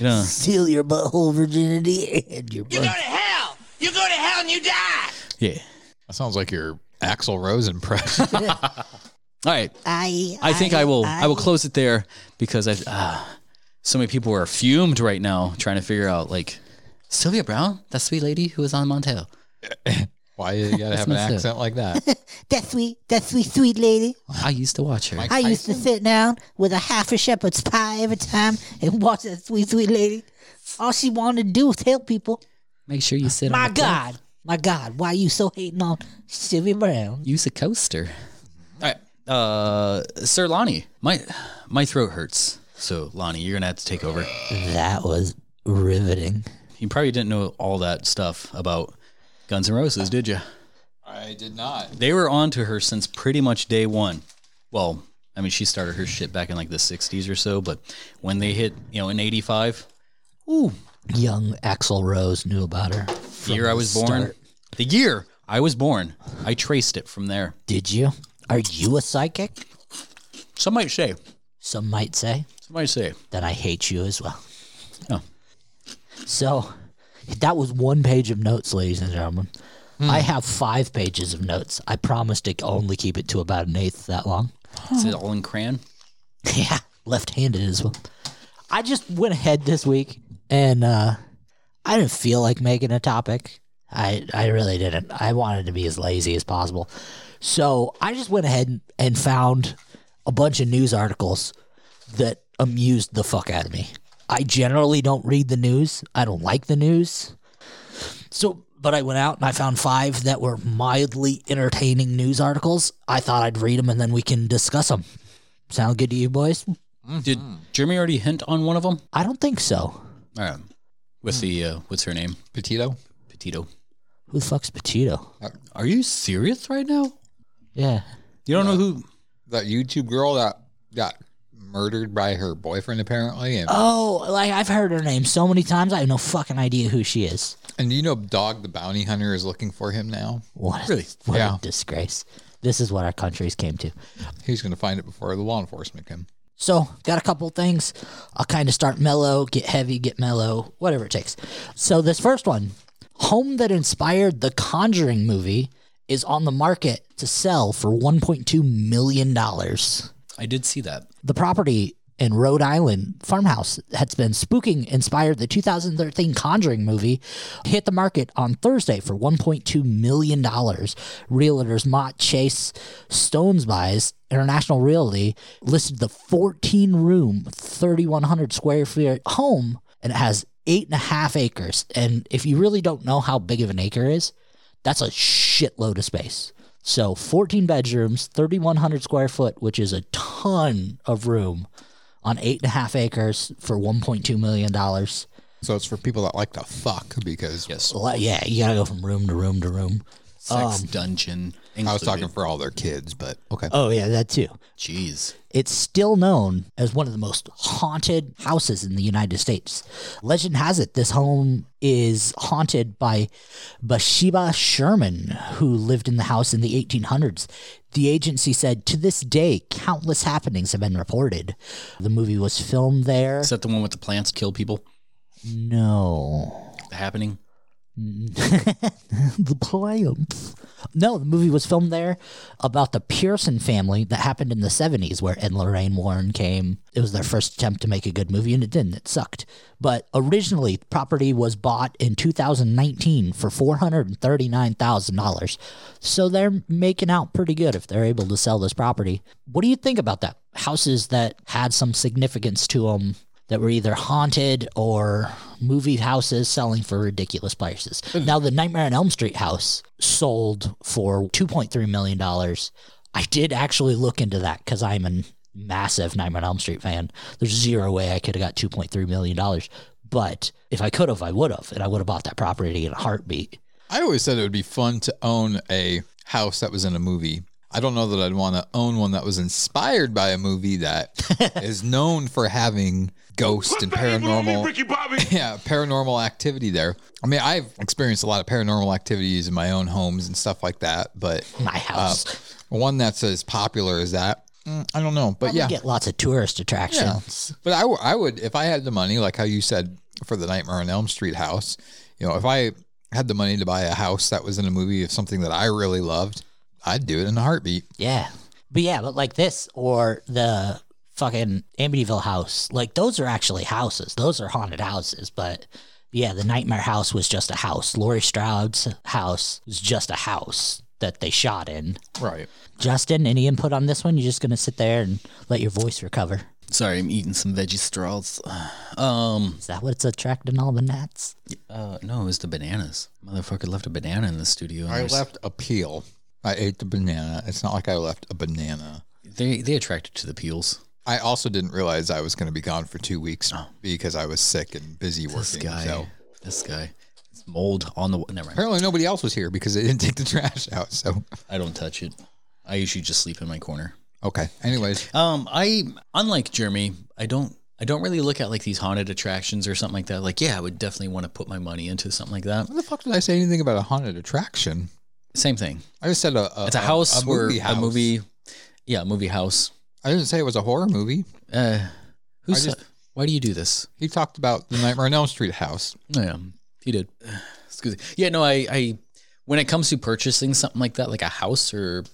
Speaker 8: Yeah.
Speaker 7: steal your butthole virginity and your butt.
Speaker 11: hell! You go to hell and you die!
Speaker 8: Yeah.
Speaker 9: That sounds like your Axel Rose impression.
Speaker 8: All right.
Speaker 11: I,
Speaker 8: I think I will. I, will close it there because I. Uh, so many people are fumed right now trying to figure out like Sylvia Brown, that sweet lady who was on Montel.
Speaker 9: Why you gotta have
Speaker 8: That's
Speaker 9: an
Speaker 8: not
Speaker 9: accent like that?
Speaker 14: That sweet, that sweet, sweet lady.
Speaker 8: I used to watch her.
Speaker 14: I used to sit down with a half a shepherd's pie every time and watch that sweet, sweet lady. All she wanted to do was help people.
Speaker 8: Make sure you sit.
Speaker 14: My God, my God, why you so hating on Sylvia Brown?
Speaker 8: Use a coaster. All right, uh, Sir Lonnie, my my throat hurts. So Lonnie, you're gonna have to take over.
Speaker 7: That was riveting.
Speaker 8: You probably didn't know all that stuff about Guns N' Roses, did you?
Speaker 9: I did not.
Speaker 8: They were on to her since pretty much day one. Well, I mean, she started her shit back in like the '60s or so, but when they hit, you know, in '85, ooh,
Speaker 7: Young Axel Rose knew about her.
Speaker 8: the year I was born,
Speaker 7: start.
Speaker 8: the year I was born, I traced it from there.
Speaker 7: Did you? Are you a psychic?
Speaker 8: Some might say.
Speaker 7: Some might say.
Speaker 8: Some might say.
Speaker 7: Then I hate you as well.
Speaker 8: Oh.
Speaker 7: So that was one page of notes, ladies and gentlemen.
Speaker 8: Hmm.
Speaker 7: I have five pages of notes. I promised to only keep it to about an eighth that long.
Speaker 8: Is it all in crayon?
Speaker 7: Yeah, left-handed as well. I just went ahead this week and uh, I didn't feel like making a topic. I I really didn't. I wanted to be as lazy as possible. So I just went ahead and, and found a bunch of news articles that amused the fuck out of me. I generally don't read the news. I don't like the news. So, but I went out and I found five that were mildly entertaining news articles. I thought I'd read them and then we can discuss them. Sound good to you, boys?
Speaker 8: Did Jeremy already hint on one of them?
Speaker 7: I don't think so.
Speaker 8: All right. With the uh, what's her name?
Speaker 9: Petito.
Speaker 8: Petito.
Speaker 7: Who the fuck's Petito?
Speaker 8: Are you serious right now?
Speaker 7: Yeah.
Speaker 8: You don't know who?
Speaker 9: That YouTube girl that got murdered by her boyfriend apparently, and
Speaker 7: Oh, like I've heard her name so many times. I have no fucking idea who she is.
Speaker 9: and do you know Dog the Bounty Hunter is looking for him now.
Speaker 7: What? A, what
Speaker 9: Yeah.
Speaker 7: a disgrace. This is what our countries came to.
Speaker 9: He's gonna find it before the law enforcement can.
Speaker 7: So, got a couple things. I'll kind of start mellow, get heavy, get mellow, whatever it takes. So, this first one home that inspired the Conjuring movie is on the market to sell for $1.2 million.
Speaker 8: I did see that.
Speaker 7: The property in Rhode Island farmhouse that's been spooking inspired the 2013 Conjuring movie hit the market on Thursday for 1.2 million dollars. Realtors Mott Chase Stones Buys International Realty listed the 14 room 3100 square foot home and it has eight and a half acres. And if you really don't know how big of an acre is, that's a shitload of space. So 14 bedrooms, 3,100 square foot, which is a ton of room on eight and a half acres for $1.2 million. Well,
Speaker 9: So it's for people that like to fuck because
Speaker 8: Yes.
Speaker 7: yeah, you got to go from room to room to room.
Speaker 8: Sex dungeon.
Speaker 9: I was talking for all their kids, but okay.
Speaker 7: Oh, yeah, that too.
Speaker 8: Jeez.
Speaker 7: It's still known as one of the most haunted houses in the United States. Legend has it this home is haunted by Bathsheba Sherman, who lived in the house in the 1800s. The agency said to this day, countless happenings have been reported. The movie was filmed there.
Speaker 8: Is that the one with the plants kill people?
Speaker 7: No.
Speaker 8: The happening?
Speaker 7: the plants. No, the movie was filmed there about the Pearson family that happened in the 70s where Ed and Lorraine Warren came. It was their first attempt to make a good movie and it didn't. It sucked. But originally, the property was bought in 2019 for $439,000. So they're making out pretty good if they're able to sell this property. What do you think about that? Houses that had some significance to them that were either haunted or movie houses selling for ridiculous prices. Now the Nightmare on Elm Street house sold for 2.3 million dollars. I did actually look into that cuz I'm a massive Nightmare on Elm Street fan. There's zero way I could have got 2.3 million dollars, but if I could have I would have and I would have bought that property in a heartbeat.
Speaker 9: I always said it would be fun to own a house that was in a movie. I don't know that I'd want to own one that was inspired by a movie that is known for having ghost and paranormal yeah, paranormal activity there. I mean, I've experienced a lot of paranormal activities in my own homes and stuff like that, but uh,
Speaker 7: my house.
Speaker 9: one that's as popular as that. mm, I don't know, but
Speaker 7: Probably
Speaker 9: yeah.
Speaker 7: get lots of tourist attractions.
Speaker 9: Yeah. But I, w- I would, if I had the money, like how you said for the Nightmare on Elm Street house, you know, if I had the money to buy a house that was in a movie of something that I really loved, I'd do it in a heartbeat.
Speaker 7: Yeah. But yeah, but like this or the fucking Amityville house, like those are actually houses. Those are haunted houses. But yeah, the Nightmare House was just a house. Laurie Stroud's house was just a house that they shot in.
Speaker 9: Right.
Speaker 7: Justin, any input on this one? You're just going to sit there and let your voice recover.
Speaker 8: Sorry, I'm eating some veggie straws. Um,
Speaker 7: Is that what's attracting all the gnats?
Speaker 8: uh, no, it was the bananas. Motherfucker left a banana in the studio. and
Speaker 9: I
Speaker 8: there's-
Speaker 9: left a peel. I ate the banana. It's not like I left a banana.
Speaker 8: They they attracted to the peels.
Speaker 9: I also didn't realize I was going to be gone for two weeks because I was sick and busy working.
Speaker 8: Oh. this guy.
Speaker 9: So
Speaker 8: This guy. It's mold on the. wa- Never mind.
Speaker 9: apparently nobody else was here because they didn't take the trash out. So
Speaker 8: I don't touch it. I usually just sleep in my corner.
Speaker 9: okay. Anyways,
Speaker 8: Um, I unlike Jeremy, I don't I don't really look at like these haunted attractions or something like that. Like, yeah, I would definitely want to put my money into something like that.
Speaker 9: when the fuck did I say anything about a haunted attraction?
Speaker 8: Same thing.
Speaker 9: I just said Uh, a, a
Speaker 8: It's a house where
Speaker 9: movie
Speaker 8: a movie, yeah, a movie house.
Speaker 9: I didn't say it was a horror movie.
Speaker 8: Uh,
Speaker 9: I
Speaker 8: who's
Speaker 9: just-
Speaker 8: why do you do this?
Speaker 9: He talked about the Nightmare on Elm Street house.
Speaker 8: Oh, yeah, he did. Excuse me. Yeah, no, I, I, when it comes to purchasing something like that, like a house or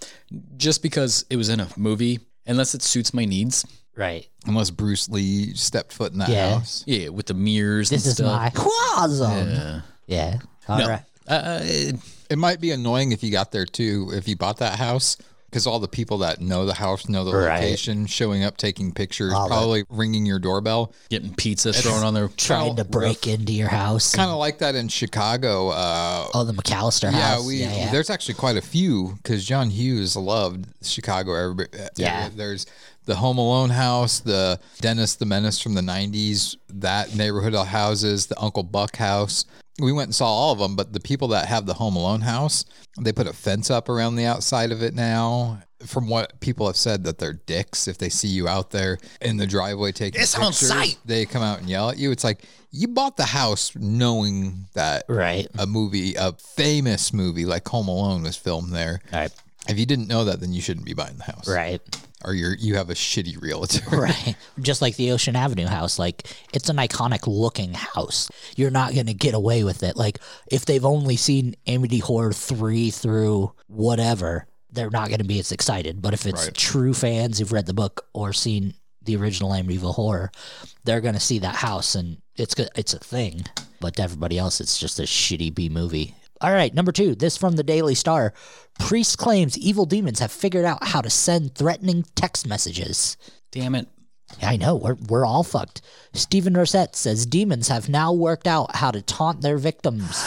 Speaker 8: just because it was in a movie, unless it suits my needs.
Speaker 7: Right.
Speaker 9: Unless Bruce Lee stepped foot in that
Speaker 7: Yeah.
Speaker 9: house.
Speaker 8: Yeah, with the mirrors.
Speaker 7: This
Speaker 8: and
Speaker 7: is
Speaker 8: stuff.
Speaker 7: my closet.
Speaker 8: Yeah.
Speaker 7: Yeah. All right.
Speaker 8: No. Uh, it-
Speaker 9: It might be annoying if you got there too, if you bought that house, because all the people that know the house know the
Speaker 7: Right.
Speaker 9: location, showing up, taking pictures,
Speaker 7: All that.
Speaker 9: probably ringing your doorbell.
Speaker 8: getting pizza thrown on their
Speaker 7: Trying to break into your house.
Speaker 9: Kind of like that in Chicago. Uh,
Speaker 7: Oh, the McAllister
Speaker 9: yeah,
Speaker 7: house.
Speaker 9: we
Speaker 7: yeah, yeah.
Speaker 9: there's actually quite a few because John Hughes loved Chicago. Everybody,
Speaker 7: Yeah.
Speaker 9: there's the Home Alone house, the Dennis the Menace from the '90s, that neighborhood of houses, the Uncle Buck house. We went and saw all of them, but the people that have the Home Alone house, they put a fence up around the outside of it now. From what people have said, that they're dicks if they see you out there in the driveway taking
Speaker 8: It's on
Speaker 9: pictures,
Speaker 8: site.
Speaker 9: They come out and yell at you. It's like you bought the house knowing that
Speaker 7: Right.
Speaker 9: a movie, a famous movie like Home Alone was filmed there.
Speaker 7: Right.
Speaker 9: If you didn't know that, then you shouldn't be buying the house,
Speaker 7: Right.
Speaker 9: Or you you have a shitty realtor,
Speaker 7: Right. Just like the Ocean Avenue house. Like, it's an iconic looking house. You're not going to get away with it. Like, if they've only seen Amity Horror 3 through whatever, they're not going to be as excited. But if it's
Speaker 9: Right.
Speaker 7: true fans who've read the book or seen the original Amityville Horror, they're going to see that house and it's go- it's a thing. But to everybody else, it's just a shitty B movie. All right, number two. This from the Daily Star. Priest claims evil demons have figured out how to send threatening text messages.
Speaker 8: damn it.
Speaker 7: I know, we're, we're all fucked. Stephen Rosette says demons have now worked out how to taunt their victims.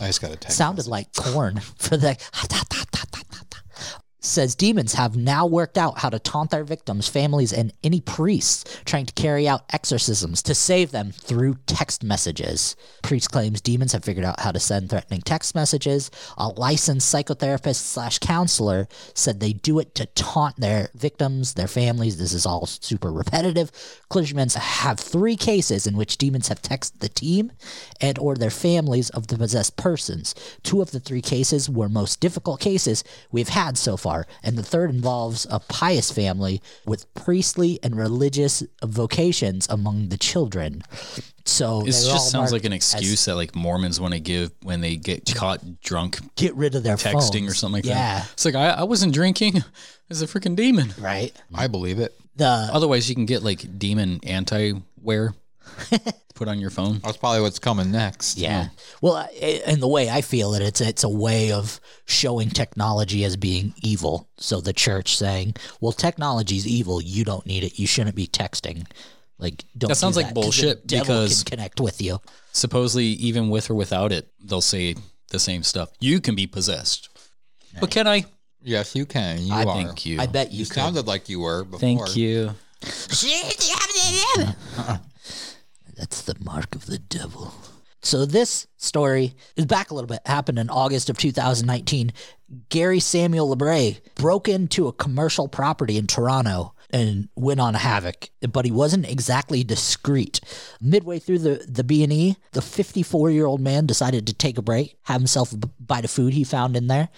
Speaker 9: I just got a text.
Speaker 7: Sounded like corn for the. Says demons have now worked out how to taunt their victims, families, and any priests trying to carry out exorcisms to save them through text messages. Priest claims demons have figured out how to send threatening text messages. A licensed psychotherapist slash counselor said they do it to taunt their victims, their families. This is all super repetitive. Clergymen have three cases in which demons have texted the team and or their families of the possessed persons. Two of the three cases were most difficult cases we've had so far, and the third involves a pious family with priestly and religious vocations among the children. So
Speaker 8: It
Speaker 7: they were all
Speaker 8: just sounds
Speaker 7: marked
Speaker 8: like an
Speaker 7: as
Speaker 8: excuse that like Mormons want to give when they get caught drunk
Speaker 7: Get rid of their
Speaker 8: texting or
Speaker 7: Mm. phones.
Speaker 8: something like
Speaker 7: Yeah,
Speaker 8: that. It's like I, I wasn't drinking. It's a freaking demon.
Speaker 7: right.
Speaker 9: I believe it.
Speaker 7: The
Speaker 8: Otherwise, you can get like demon anti wear put on your phone.
Speaker 9: That's probably what's coming next.
Speaker 7: Yeah. Well, I- in the way I feel it, it's it's a way of showing technology as being evil. So the church saying, "Well, technology's evil. You don't need it. You shouldn't be texting." Like, don't.
Speaker 8: That sounds
Speaker 7: do 'cause
Speaker 8: like
Speaker 7: the
Speaker 8: bullshit
Speaker 7: devil
Speaker 8: because-
Speaker 7: can connect with you.
Speaker 8: Supposedly, even with or without it, they'll say the same stuff. You can be possessed, but can I?
Speaker 9: Yes, you can. You
Speaker 8: I
Speaker 9: are.
Speaker 8: thank you.
Speaker 7: I bet
Speaker 9: You,
Speaker 7: you. could.
Speaker 9: sounded like you were before.
Speaker 8: Thank you.
Speaker 7: That's the mark of the devil. So this story is back a little bit. Happened in August of 2019. Gary Samuel LeBray broke into a commercial property in Toronto and went on havoc, but he wasn't exactly discreet. Midway through the, the B&E, the 54-year-old man decided to take a break, have himself a b- bite of food he found in there,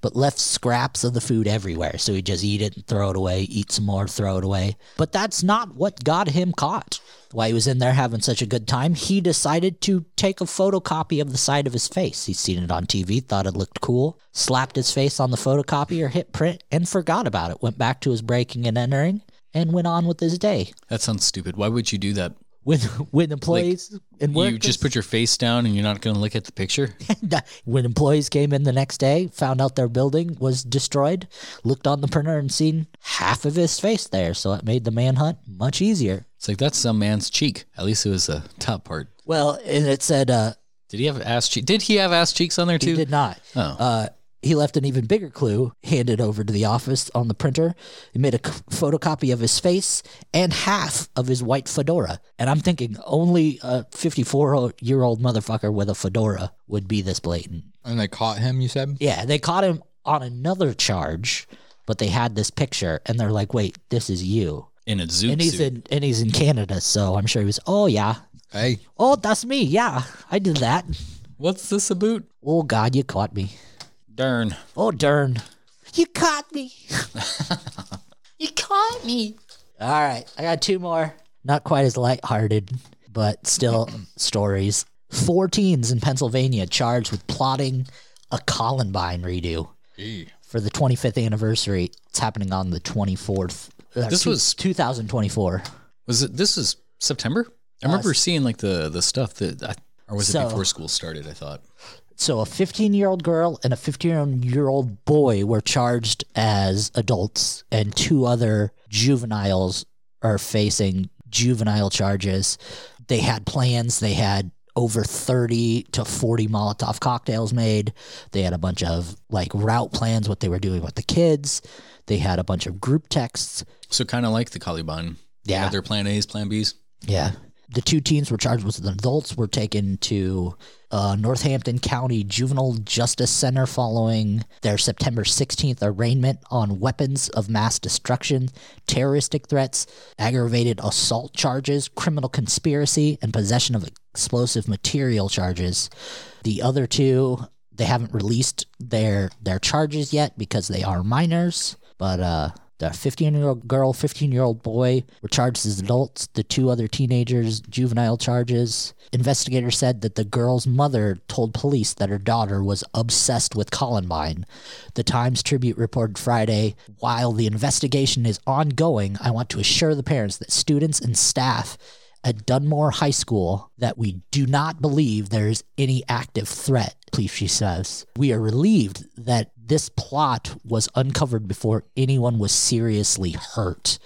Speaker 7: but left scraps of the food everywhere. So he just eat it and throw it away, eat some more, throw it away. But that's not what got him caught. While he was in there having such a good time, he decided to take a photocopy of the side of his face. He'd seen it on TV, thought it looked cool, slapped his face on the photocopier, hit print, and forgot about it. Went back to his breaking and entering and went on with his day.
Speaker 8: That sounds stupid. Why would you do that?
Speaker 7: When when employees and
Speaker 8: You
Speaker 7: workers-
Speaker 8: just put your face down and you're not going to look at the picture?
Speaker 7: when employees came in the next day, found out their building was destroyed, looked on the printer and seen half of his face there, so it made the manhunt much easier.
Speaker 8: It's like, that's some man's cheek. At least it was the top part.
Speaker 7: Well, and it said uh
Speaker 8: Did he have ass cheek? Did he have ass cheeks on there too?
Speaker 7: He did not. Uh, he left an even bigger clue handed over to the office on the printer. He made a c- photocopy of his face and half of his white fedora. And I'm thinking only a 54 year old motherfucker with a fedora would be this blatant.
Speaker 9: And they caught him, you said?
Speaker 7: Yeah, they caught him on another charge, but they had this picture and they're like, wait, this is you.
Speaker 8: In a zoot
Speaker 7: and he's
Speaker 8: suit.
Speaker 7: in and he's in Canada, so I'm sure he was. Oh yeah.
Speaker 9: Hey.
Speaker 7: Oh, that's me. Yeah, I did that.
Speaker 8: What's this about?
Speaker 7: Oh God, you caught me.
Speaker 8: Darn.
Speaker 7: Oh darn. You caught me.
Speaker 11: You caught me.
Speaker 7: All right, I got two more. Not quite as lighthearted, but still stories. Four teens in Pennsylvania charged with plotting a Columbine redo for the 25th anniversary. It's happening on the 24th. uh,
Speaker 8: This
Speaker 7: two-
Speaker 8: was-
Speaker 7: 2024.
Speaker 8: Was it? This is September. I
Speaker 7: Uh,
Speaker 8: remember seeing like the the stuff that, I, or was
Speaker 7: So-
Speaker 8: it before school started? I thought.
Speaker 7: So a 15 year old girl and a 15 year old boy were charged as adults, and two other juveniles are facing juvenile charges. They had plans. They had over 30 to 40 Molotov cocktails made. They had a bunch of like route plans, what they were doing with the kids. They had a bunch of group texts.
Speaker 8: So kind of like the Caliban. They
Speaker 7: Yeah.
Speaker 8: had their plan A's, plan B's.
Speaker 7: Yeah. The two teens were charged with the adults were taken to uh, Northampton County Juvenile Justice Center following their September 16th arraignment on weapons of mass destruction, terroristic threats, aggravated assault charges, criminal conspiracy, and possession of explosive material charges. The other two, they haven't released their their charges yet because they are minors, but uh the 15 year old girl, 15 year old boy were charged as adults. The two other teenagers, juvenile charges. Investigators said that the girl's mother told police that her daughter was obsessed with Columbine. The Times Tribune reported Friday While the investigation is ongoing, I want to assure the parents that students and staff at Dunmore High School that we do not believe there is any active threat, Please, she says. We are relieved that this plot was uncovered before anyone was seriously hurt.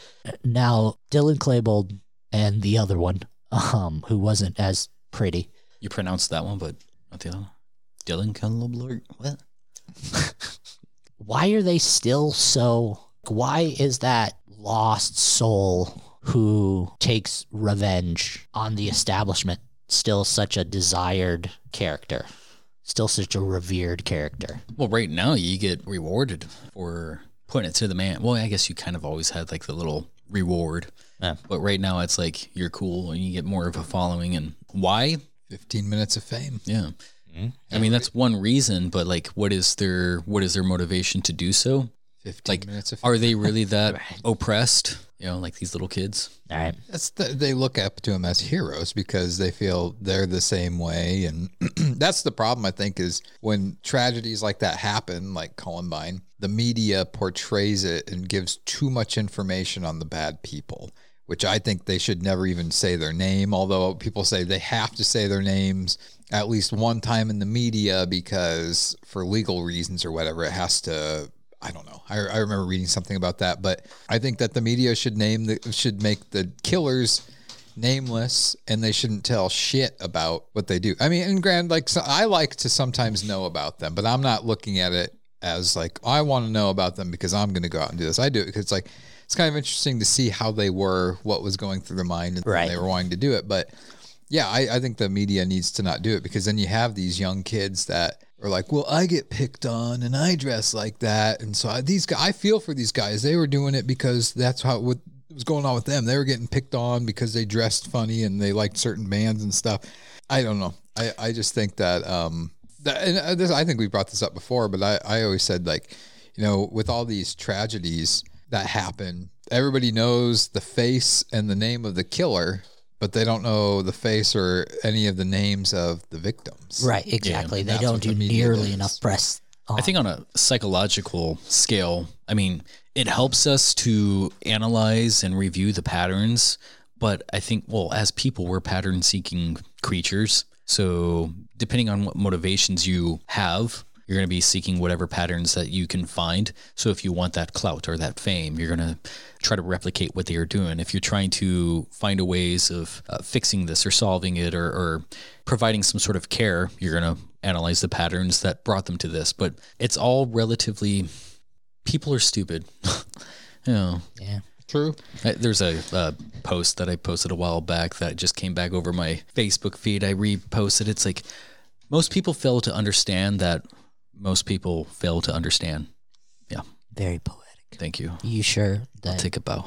Speaker 7: Now, Dylan Klebold and the other one, um, who wasn't as pretty.
Speaker 8: You pronounced that one, but not the other one. Dylan Cunlobler. What?
Speaker 7: Why are they still so? Why is that lost soul who takes revenge on the establishment still such a desired character? Still such a revered character.
Speaker 8: Well, right now you get rewarded for putting it to the man. Well, I guess you kind of always had like the little reward, but right now it's like you're cool and you get more of a following. And why?
Speaker 9: Fifteen minutes of fame.
Speaker 8: Yeah.
Speaker 9: Mm-hmm.
Speaker 8: I mean that's one reason, but like, what is their what is their motivation to do so?
Speaker 9: 15
Speaker 8: Like,
Speaker 9: minutes of
Speaker 8: are they really that oppressed? You know, like these little kids.
Speaker 7: All right.
Speaker 9: That's the, they look up to him as heroes because they feel they're the same way, and that's the problem. I think is when tragedies like that happen, like Columbine, the media portrays it and gives too much information on the bad people, which I think they should never even say their name. Although people say they have to say their names at least one time in the media because for legal reasons or whatever, it has to I don't know. I, I remember reading something about that, but I think that the media should name the should make the killers nameless, and they shouldn't tell shit about what they do. I mean, and grand like so I like to sometimes know about them, but I'm not looking at it as like I want to know about them because I'm going to go out and do this. I do it because it's like it's kind of interesting to see how they were, what was going through their mind, and they were wanting to do it, but Yeah, I, I think the media needs to not do it because then you have these young kids that are like, well, I get picked on and I dress like that, and so I, these guys, I feel for these guys. They were doing it because that's how what was going on with them. They were getting picked on because they dressed funny and they liked certain bands and stuff. I don't know. I, I just think that um that and uh, this, I think we brought this up before, but I I always said like, you know, with all these tragedies that happen, everybody knows the face and the name of the killer, but they don't know the face or any of the names of the victims.
Speaker 7: Right, exactly.
Speaker 9: And
Speaker 7: they
Speaker 9: that's
Speaker 7: don't
Speaker 9: what
Speaker 7: do
Speaker 9: the media
Speaker 7: nearly
Speaker 9: does.
Speaker 7: enough press.
Speaker 8: I think on a psychological scale, I mean, it helps us to analyze and review the patterns, but I think well, as people we're pattern seeking creatures. So, depending on what motivations you have, you're going to be seeking whatever patterns that you can find. So, if you want that clout or that fame, you're going to try to replicate what they are doing. If you're trying to find a ways of uh, fixing this or solving it or, or providing some sort of care, you're going to analyze the patterns that brought them to this. But it's all relatively. People are stupid. you know.
Speaker 7: Yeah.
Speaker 9: True.
Speaker 8: I, there's a uh, post that I posted a while back that just came back over my Facebook feed. I reposted. It's like most people fail to understand that most people fail to understand. Yeah.
Speaker 7: Very poetic.
Speaker 8: Thank you.
Speaker 7: You sure
Speaker 8: I'll
Speaker 7: that
Speaker 8: take a bow.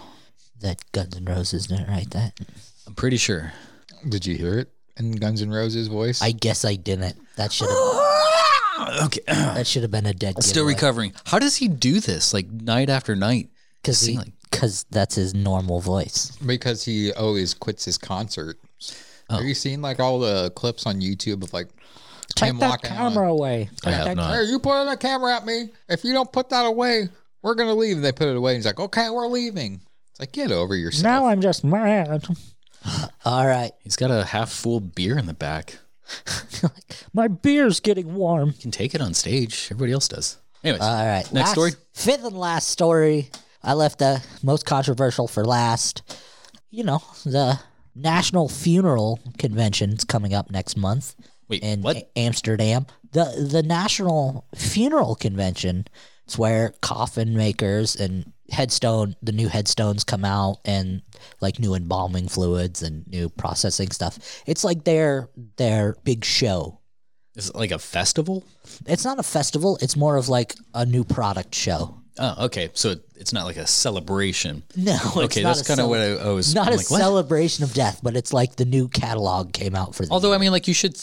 Speaker 7: that Guns N' Roses didn't write that?
Speaker 8: I'm pretty sure.
Speaker 9: Did you hear it in Guns N' Roses' voice?
Speaker 7: I guess I didn't. That should have.
Speaker 8: okay.
Speaker 7: that should have been a dead.
Speaker 8: Still recovering. How does he do this? Like night after night.
Speaker 7: Because
Speaker 8: Seem
Speaker 7: he,
Speaker 8: like-
Speaker 7: because that's his normal voice.
Speaker 9: because he always quits his concert.
Speaker 7: Oh.
Speaker 9: Have you seen like all the clips on YouTube of like
Speaker 7: Take
Speaker 9: him
Speaker 7: that
Speaker 9: walking? out?
Speaker 7: camera away.
Speaker 8: I have not.
Speaker 9: Hey, you putting a camera at me? If you don't put that away, we're gonna leave. And they put it away. And he's like, okay, we're leaving. It's like get over yourself.
Speaker 7: Now I'm just mad. All right,
Speaker 8: He's got a half full beer in the back.
Speaker 7: my beer's getting warm.
Speaker 8: You can take it on stage. Everybody else does. Anyways.
Speaker 7: All right.
Speaker 8: Next
Speaker 7: last-
Speaker 8: story.
Speaker 7: Fifth and last story. I left the most controversial for last. You know, the National Funeral Convention's coming up next month.
Speaker 8: Wait,
Speaker 7: in A- Amsterdam. The the National Funeral Convention. It's where coffin makers and headstone the new headstones come out and like new embalming fluids and new processing stuff. It's like their their big show
Speaker 8: Is it like a festival?
Speaker 7: it's not a festival. It's more of like a new product show.
Speaker 8: Oh, okay. So it- it's not like a celebration.
Speaker 7: No, it's
Speaker 8: okay.
Speaker 7: not
Speaker 8: That's
Speaker 7: a
Speaker 8: kind of
Speaker 7: cele-
Speaker 8: what I, I was.
Speaker 7: Not
Speaker 8: I'm
Speaker 7: a
Speaker 8: like, what?
Speaker 7: celebration of death, but it's like the new catalog came out for the
Speaker 8: Although I mean, like you should.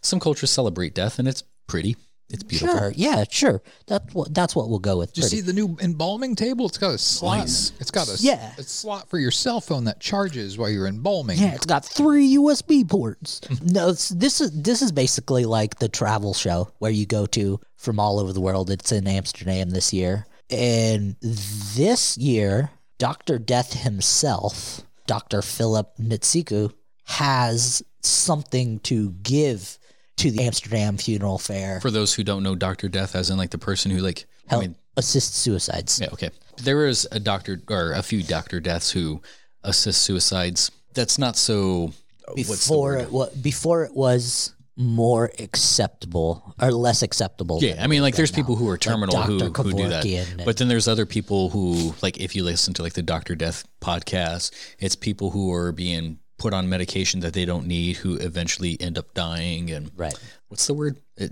Speaker 8: Some cultures celebrate death, and it's pretty. It's beautiful.
Speaker 7: Sure, yeah, sure. That's what that's what we'll go with.
Speaker 9: Did you
Speaker 7: pretty.
Speaker 9: see the new embalming table? It's got a slot.
Speaker 8: Nice.
Speaker 9: It's got a
Speaker 7: Yeah.
Speaker 9: a slot for your cell phone that charges while you're embalming.
Speaker 7: yeah, it's got three USB ports. no, it's, this is this is basically like the travel show where you go to from all over the world. It's in Amsterdam this year, and this year, Doctor Death himself, Doctor Philip Nitsiku, has something to give to the Amsterdam Funeral Fair.
Speaker 8: For those who don't know, Doctor Death, as in like the person who like.
Speaker 7: help
Speaker 8: I mean,
Speaker 7: assist suicides.
Speaker 8: yeah. Okay. There is a doctor or a few Doctor Deaths who assist suicides. That's not so. what's the
Speaker 7: before
Speaker 8: word?
Speaker 7: it wa- before it was more acceptable or less acceptable.
Speaker 8: Yeah, I mean, like there's people who are terminal who,
Speaker 7: Dr.
Speaker 8: who do that,
Speaker 7: Kevorkian.
Speaker 8: but then there's other people who, like, if you listen to like the Doctor Death podcast, it's people who are being put on medication that they don't need, who eventually end up dying, and
Speaker 7: right.
Speaker 8: what's the word? It,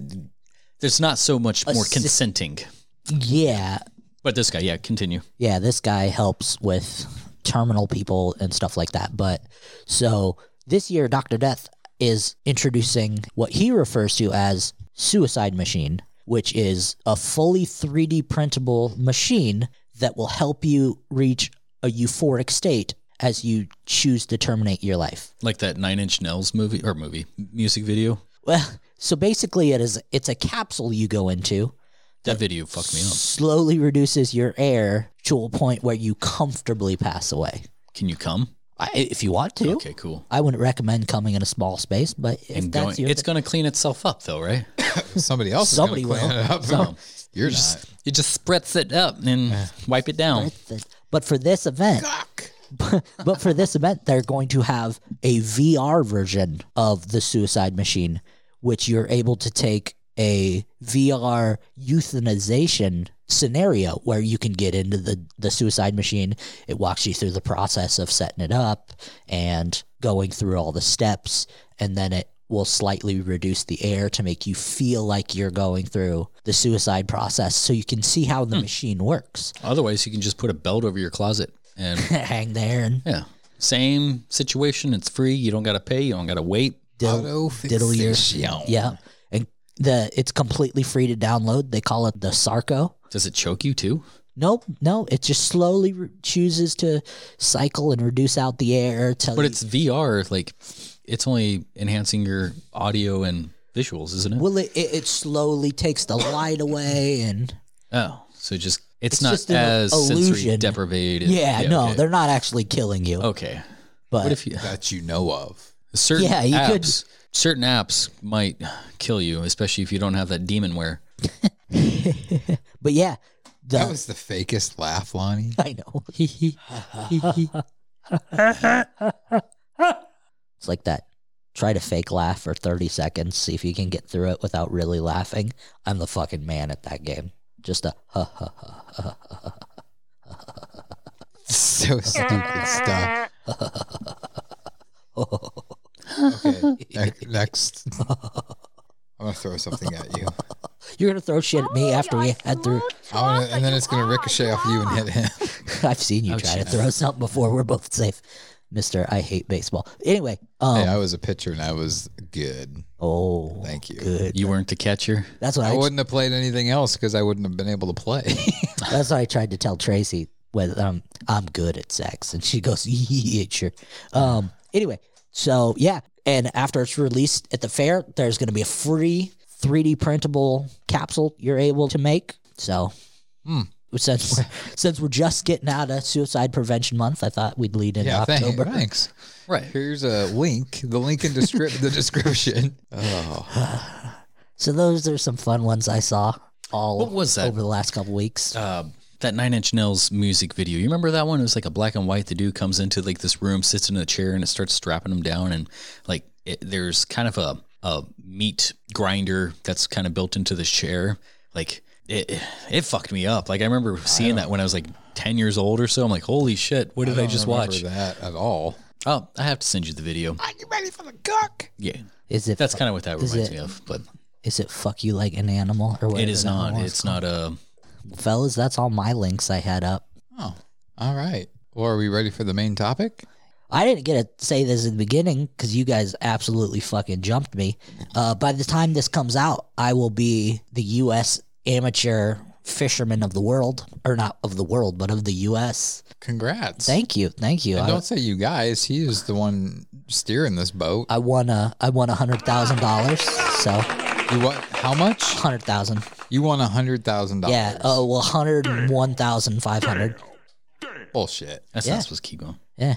Speaker 8: there's not so much more
Speaker 7: Assist-
Speaker 8: consenting.
Speaker 7: Yeah,
Speaker 8: But this guy, yeah, continue.
Speaker 7: yeah. This guy helps with terminal people and stuff like that. But so this year, Doctor Death is introducing what he refers to as suicide machine, which is a fully 3D printable machine that will help you reach a euphoric state as you choose to terminate your life.
Speaker 8: Like that Nine Inch Nails movie or movie music video.
Speaker 7: Well, so basically, it is it's a capsule you go into.
Speaker 8: That video fucked me up.
Speaker 7: Slowly reduces your air to a point where you comfortably pass away.
Speaker 8: Can you come?
Speaker 7: I, if you want to,
Speaker 8: Okay, cool.
Speaker 7: I wouldn't recommend coming in a small space, but if
Speaker 8: And
Speaker 7: that's
Speaker 8: going,
Speaker 7: your,
Speaker 8: it's going to clean itself up though, right?
Speaker 9: Somebody else
Speaker 7: Somebody
Speaker 9: is gonna clean
Speaker 7: will.
Speaker 9: it up.
Speaker 8: So,
Speaker 9: You're
Speaker 8: you
Speaker 9: not.
Speaker 8: just you just spritz it up and wipe it down.
Speaker 7: but for this event, but for this event, they're going to have a VR version of the suicide machine, which you're able to take a VR euthanization scenario where you can get into the, the suicide machine. It walks you through the process of setting it up and going through all the steps, and then it will slightly reduce the air to make you feel like you're going through the suicide process so you can see how the machine works.
Speaker 8: Otherwise, you can just put a belt over your closet and
Speaker 7: hang there. And
Speaker 8: yeah, same situation. It's free. You don't got to pay. You don't got to wait.
Speaker 7: Diddle, diddle your yeah, and the it's completely free to download. They call it the Sarco.
Speaker 8: Does it choke you too?
Speaker 7: Nope, no. It just slowly re- chooses to cycle and reduce out the air. Till
Speaker 8: But
Speaker 7: you-
Speaker 8: it's VR. Like it's only enhancing your audio and visuals, isn't it?
Speaker 7: well, it, it, it slowly takes the light away and
Speaker 8: oh, so just it's,
Speaker 7: It's
Speaker 8: not
Speaker 7: just an
Speaker 8: as sensory
Speaker 7: illusion.
Speaker 8: deprivated.
Speaker 7: yeah, no,
Speaker 8: okay.
Speaker 7: they're not actually killing you.
Speaker 8: Okay.
Speaker 7: But
Speaker 8: Oh, what if you
Speaker 9: that you know of.
Speaker 8: certain
Speaker 7: Yeah, you could-
Speaker 8: apps certain apps might kill you, especially if you don't have that demonware.
Speaker 7: but yeah, the,
Speaker 9: That was the fakest laugh, Lonnie.
Speaker 7: I know. it's like that. Try to fake laugh for 30 seconds, see if you can get through it without really laughing. I'm the fucking man at that game. Just a ha ha ha ha ha.
Speaker 9: So stupid stuff. Okay, ne- next. I'm gonna throw something at you,
Speaker 7: You're gonna throw shit at
Speaker 3: Oh,
Speaker 7: me after we had through.
Speaker 9: I wanna, Oh, and then it's gonna ricochet off you and hit him.
Speaker 7: I've seen you
Speaker 9: Oh,
Speaker 7: try to
Speaker 9: jeez.
Speaker 7: throw something before. We're both safe, Mister. I hate baseball. Anyway, um,
Speaker 9: hey, I was a pitcher and I was good.
Speaker 7: Oh,
Speaker 9: thank you.
Speaker 7: good.
Speaker 8: You weren't the catcher.
Speaker 7: that's what
Speaker 9: I
Speaker 7: I,
Speaker 9: wouldn't have played anything else because I wouldn't have been able to play.
Speaker 7: that's what I tried to tell Tracy. Whether um, I'm good at sex, and she goes, "Yeah, sure." Um, anyway, so yeah, and after it's released at the fair, there's gonna be a free 3D printable capsule you're able to make. So
Speaker 9: Hmm.
Speaker 7: since we're, since we're just getting out of Suicide Prevention Month, I thought we'd lead into
Speaker 9: yeah, thank-
Speaker 7: October.
Speaker 9: thanks.
Speaker 8: Right.
Speaker 9: Here's a link. The link in descri- the description. Oh,
Speaker 7: So those are some fun ones I saw all
Speaker 8: What was that?
Speaker 7: over the last couple weeks.
Speaker 8: Uh, that Nine Inch Nails music video. You remember that one? It was like a black and white. The dude comes into like this room, sits in a chair, and it starts strapping him down. And like it, there's kind of a a meat grinder that's kind of built into this chair. Like it, it fucked me up. Like I remember seeing that when I was like ten years old or so. I'm like, holy shit, what did I,
Speaker 9: don't
Speaker 8: just
Speaker 9: remember
Speaker 8: watch?
Speaker 9: that at all?
Speaker 8: Oh, I have to send you the video.
Speaker 9: Are you ready for the cook?
Speaker 8: Yeah,
Speaker 7: Is it
Speaker 8: that's kind of what that
Speaker 7: is
Speaker 8: reminds
Speaker 7: it-
Speaker 8: me of. But
Speaker 7: Is it fuck you like an animal or what?
Speaker 8: it is not. It's not a.
Speaker 7: fellas. That's all my links I had up.
Speaker 9: Oh, all right. Well, are we ready for the main topic?
Speaker 7: I didn't get to say this at the beginning because you guys absolutely fucking jumped me. Uh, by the time this comes out, I will be the U.S. amateur fisherman of the world, or not of the world, but of the U.S.
Speaker 9: Congrats.
Speaker 7: Thank you, thank you.
Speaker 9: And
Speaker 7: I,
Speaker 9: don't say you guys. He is the one steering this boat.
Speaker 7: I won a, I won a hundred thousand dollars. So
Speaker 9: You what? How much?
Speaker 7: hundred thousand.
Speaker 9: You won a hundred thousand dollars.
Speaker 7: Yeah. Oh well, hundred and one thousand five hundred.
Speaker 9: Bullshit.
Speaker 8: That's
Speaker 7: Yeah.
Speaker 8: not supposed to keep going.
Speaker 7: Yeah.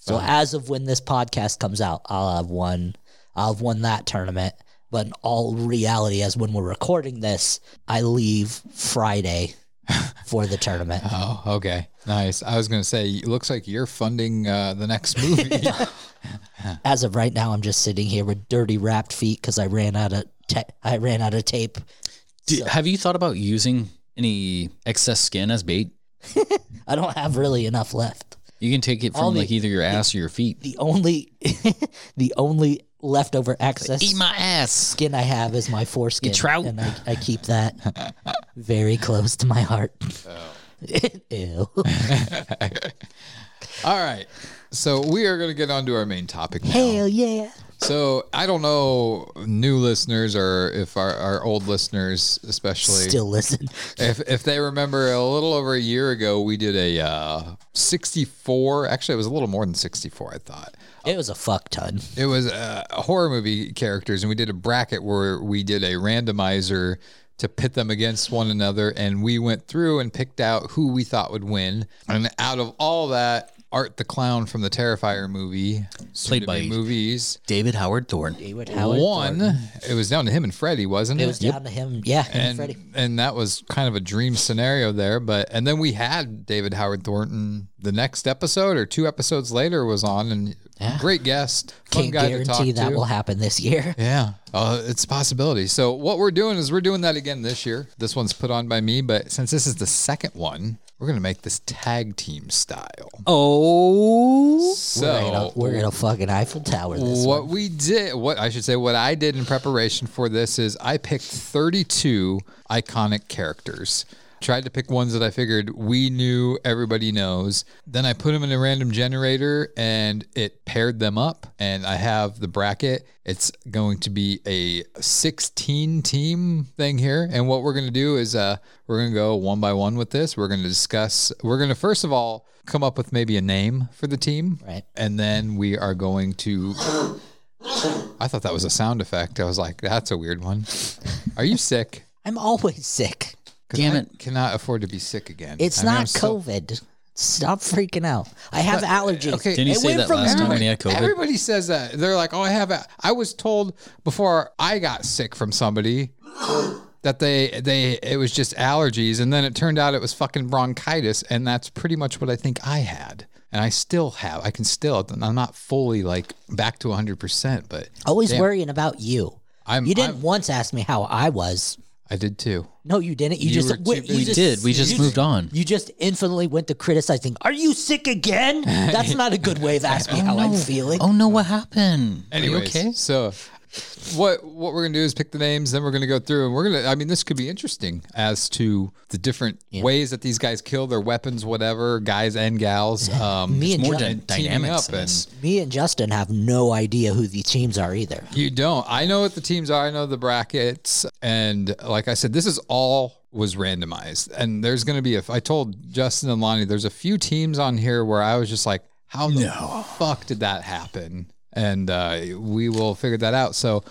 Speaker 7: So as of when this podcast comes out, I'll have won. I'll have won that tournament. But in all reality, as when we're recording this, I leave Friday for the tournament.
Speaker 8: Uh-huh.
Speaker 9: Oh, okay. Nice. I was gonna say, it looks like you're funding uh, the next movie.
Speaker 7: As of right now, I'm just sitting here with dirty wrapped feet because I ran out of ta- I ran out of tape.
Speaker 8: Do, Have you thought about using any excess skin as bait?
Speaker 7: I don't have really enough left.
Speaker 8: You can take it
Speaker 7: All
Speaker 8: from
Speaker 7: the-
Speaker 8: like either your ass or your feet.
Speaker 7: The only the only leftover excess
Speaker 8: Eat my ass.
Speaker 7: skin I have is my foreskin.
Speaker 8: You trout.
Speaker 7: And I, I keep that very close to my heart. Ew.
Speaker 9: all right. So we are gonna get on to our main topic now.
Speaker 7: Hell yeah.
Speaker 9: So I don't know, new listeners or if our, our old listeners, especially,
Speaker 7: Still listen.
Speaker 9: if if they remember a little over a year ago, we did a uh, 64. Actually, it was a little more than 64. I thought
Speaker 7: It was a fuck ton.
Speaker 9: it was uh, horror movie characters, and we did a bracket where we did a randomizer to pit them against one another, and we went through and picked out who we thought would win. And out of all that, Art the Clown from the Terrifier movie,
Speaker 8: Played by
Speaker 9: movies.
Speaker 8: David Howard Thorne.
Speaker 7: David Howard
Speaker 9: One,
Speaker 7: Thornton.
Speaker 9: it was down to him and Freddy, wasn't it?
Speaker 7: It was down to him. Yeah, him and,
Speaker 9: and
Speaker 7: Freddie.
Speaker 9: and that was kind of a dream scenario there. But and then we had David Howard Thornton the next episode or two episodes later was on and great guest, fun
Speaker 7: Can't
Speaker 9: guy to talk
Speaker 7: guarantee that
Speaker 9: to.
Speaker 7: will happen this year.
Speaker 9: Yeah, uh, it's a possibility. So what we're doing is we're doing that again this year. This one's put on by me, but since this is the second one, we're gonna make this tag team style.
Speaker 7: Oh,
Speaker 9: So-
Speaker 7: we're in a, we're in a fucking Eiffel Tower. This
Speaker 9: What
Speaker 7: one.
Speaker 9: we did, what I should say, what I did in preparation for this is I picked 32 iconic characters. Tried to pick ones that I figured we knew, everybody knows. Then I put them in a random generator and it paired them up. And I have the bracket. It's going to be a 16 team thing here. And what we're going to do is uh, we're going to go one by one with this. We're going to discuss, we're going to first of all come up with maybe a name for the team.
Speaker 7: Right.
Speaker 9: And then we are going to. I thought that was a sound effect. I was like, that's a weird one. Are you sick?
Speaker 7: I'm always sick.
Speaker 9: 'Cause
Speaker 7: Damn
Speaker 9: I
Speaker 7: it.
Speaker 9: Cannot afford to be sick again.
Speaker 7: It's
Speaker 9: I mean, I'm
Speaker 7: not
Speaker 9: still-
Speaker 7: COVID. Stop freaking out. I have
Speaker 9: But- uh,
Speaker 7: allergies.
Speaker 9: Okay.
Speaker 8: Didn't he
Speaker 7: It
Speaker 8: say
Speaker 7: went
Speaker 8: that
Speaker 7: from
Speaker 8: last time when he had
Speaker 9: Everybody,
Speaker 8: COVID?
Speaker 9: everybody says that. They're like, oh, I have a. I was told before I got sick from somebody that they they it was just allergies, and then it turned out it was fucking bronchitis, and that's pretty much what I think I had. And I still have. I can still. I'm not fully like back to 100, percent but
Speaker 7: Always
Speaker 9: damn,
Speaker 7: worrying about you.
Speaker 9: I'm,
Speaker 7: you didn't
Speaker 9: I'm-
Speaker 7: once ask me how I was.
Speaker 9: I did too.
Speaker 7: No, you didn't. You,
Speaker 9: You
Speaker 7: just
Speaker 9: were too
Speaker 7: wait, you
Speaker 9: busy. We
Speaker 7: just-
Speaker 8: did. We just
Speaker 7: you
Speaker 8: moved on.
Speaker 7: You just infinitely went to criticizing. Are you sick again? That's not a good way of asking me how I'm feeling.
Speaker 8: Oh no, what happened?
Speaker 9: Anyways,
Speaker 8: okay?
Speaker 9: so what what we're gonna do is pick the names, then we're gonna go through, and we're gonna. I mean, this could be interesting as to the different ways that these guys kill their weapons, whatever guys and gals. Um,
Speaker 7: Me and
Speaker 9: more
Speaker 7: John-
Speaker 9: dy-
Speaker 8: dynamics in
Speaker 9: teaming up,
Speaker 8: this.
Speaker 9: and
Speaker 7: Me and Justin have no idea who these teams are either.
Speaker 9: you don't. I know what the teams are. I know the brackets, and like I said, this is all was randomized, and there's gonna be. If I told Justin and Lonnie, there's a few teams on here where I was just like, how the fuck did that happen? And uh, we will figure that out. So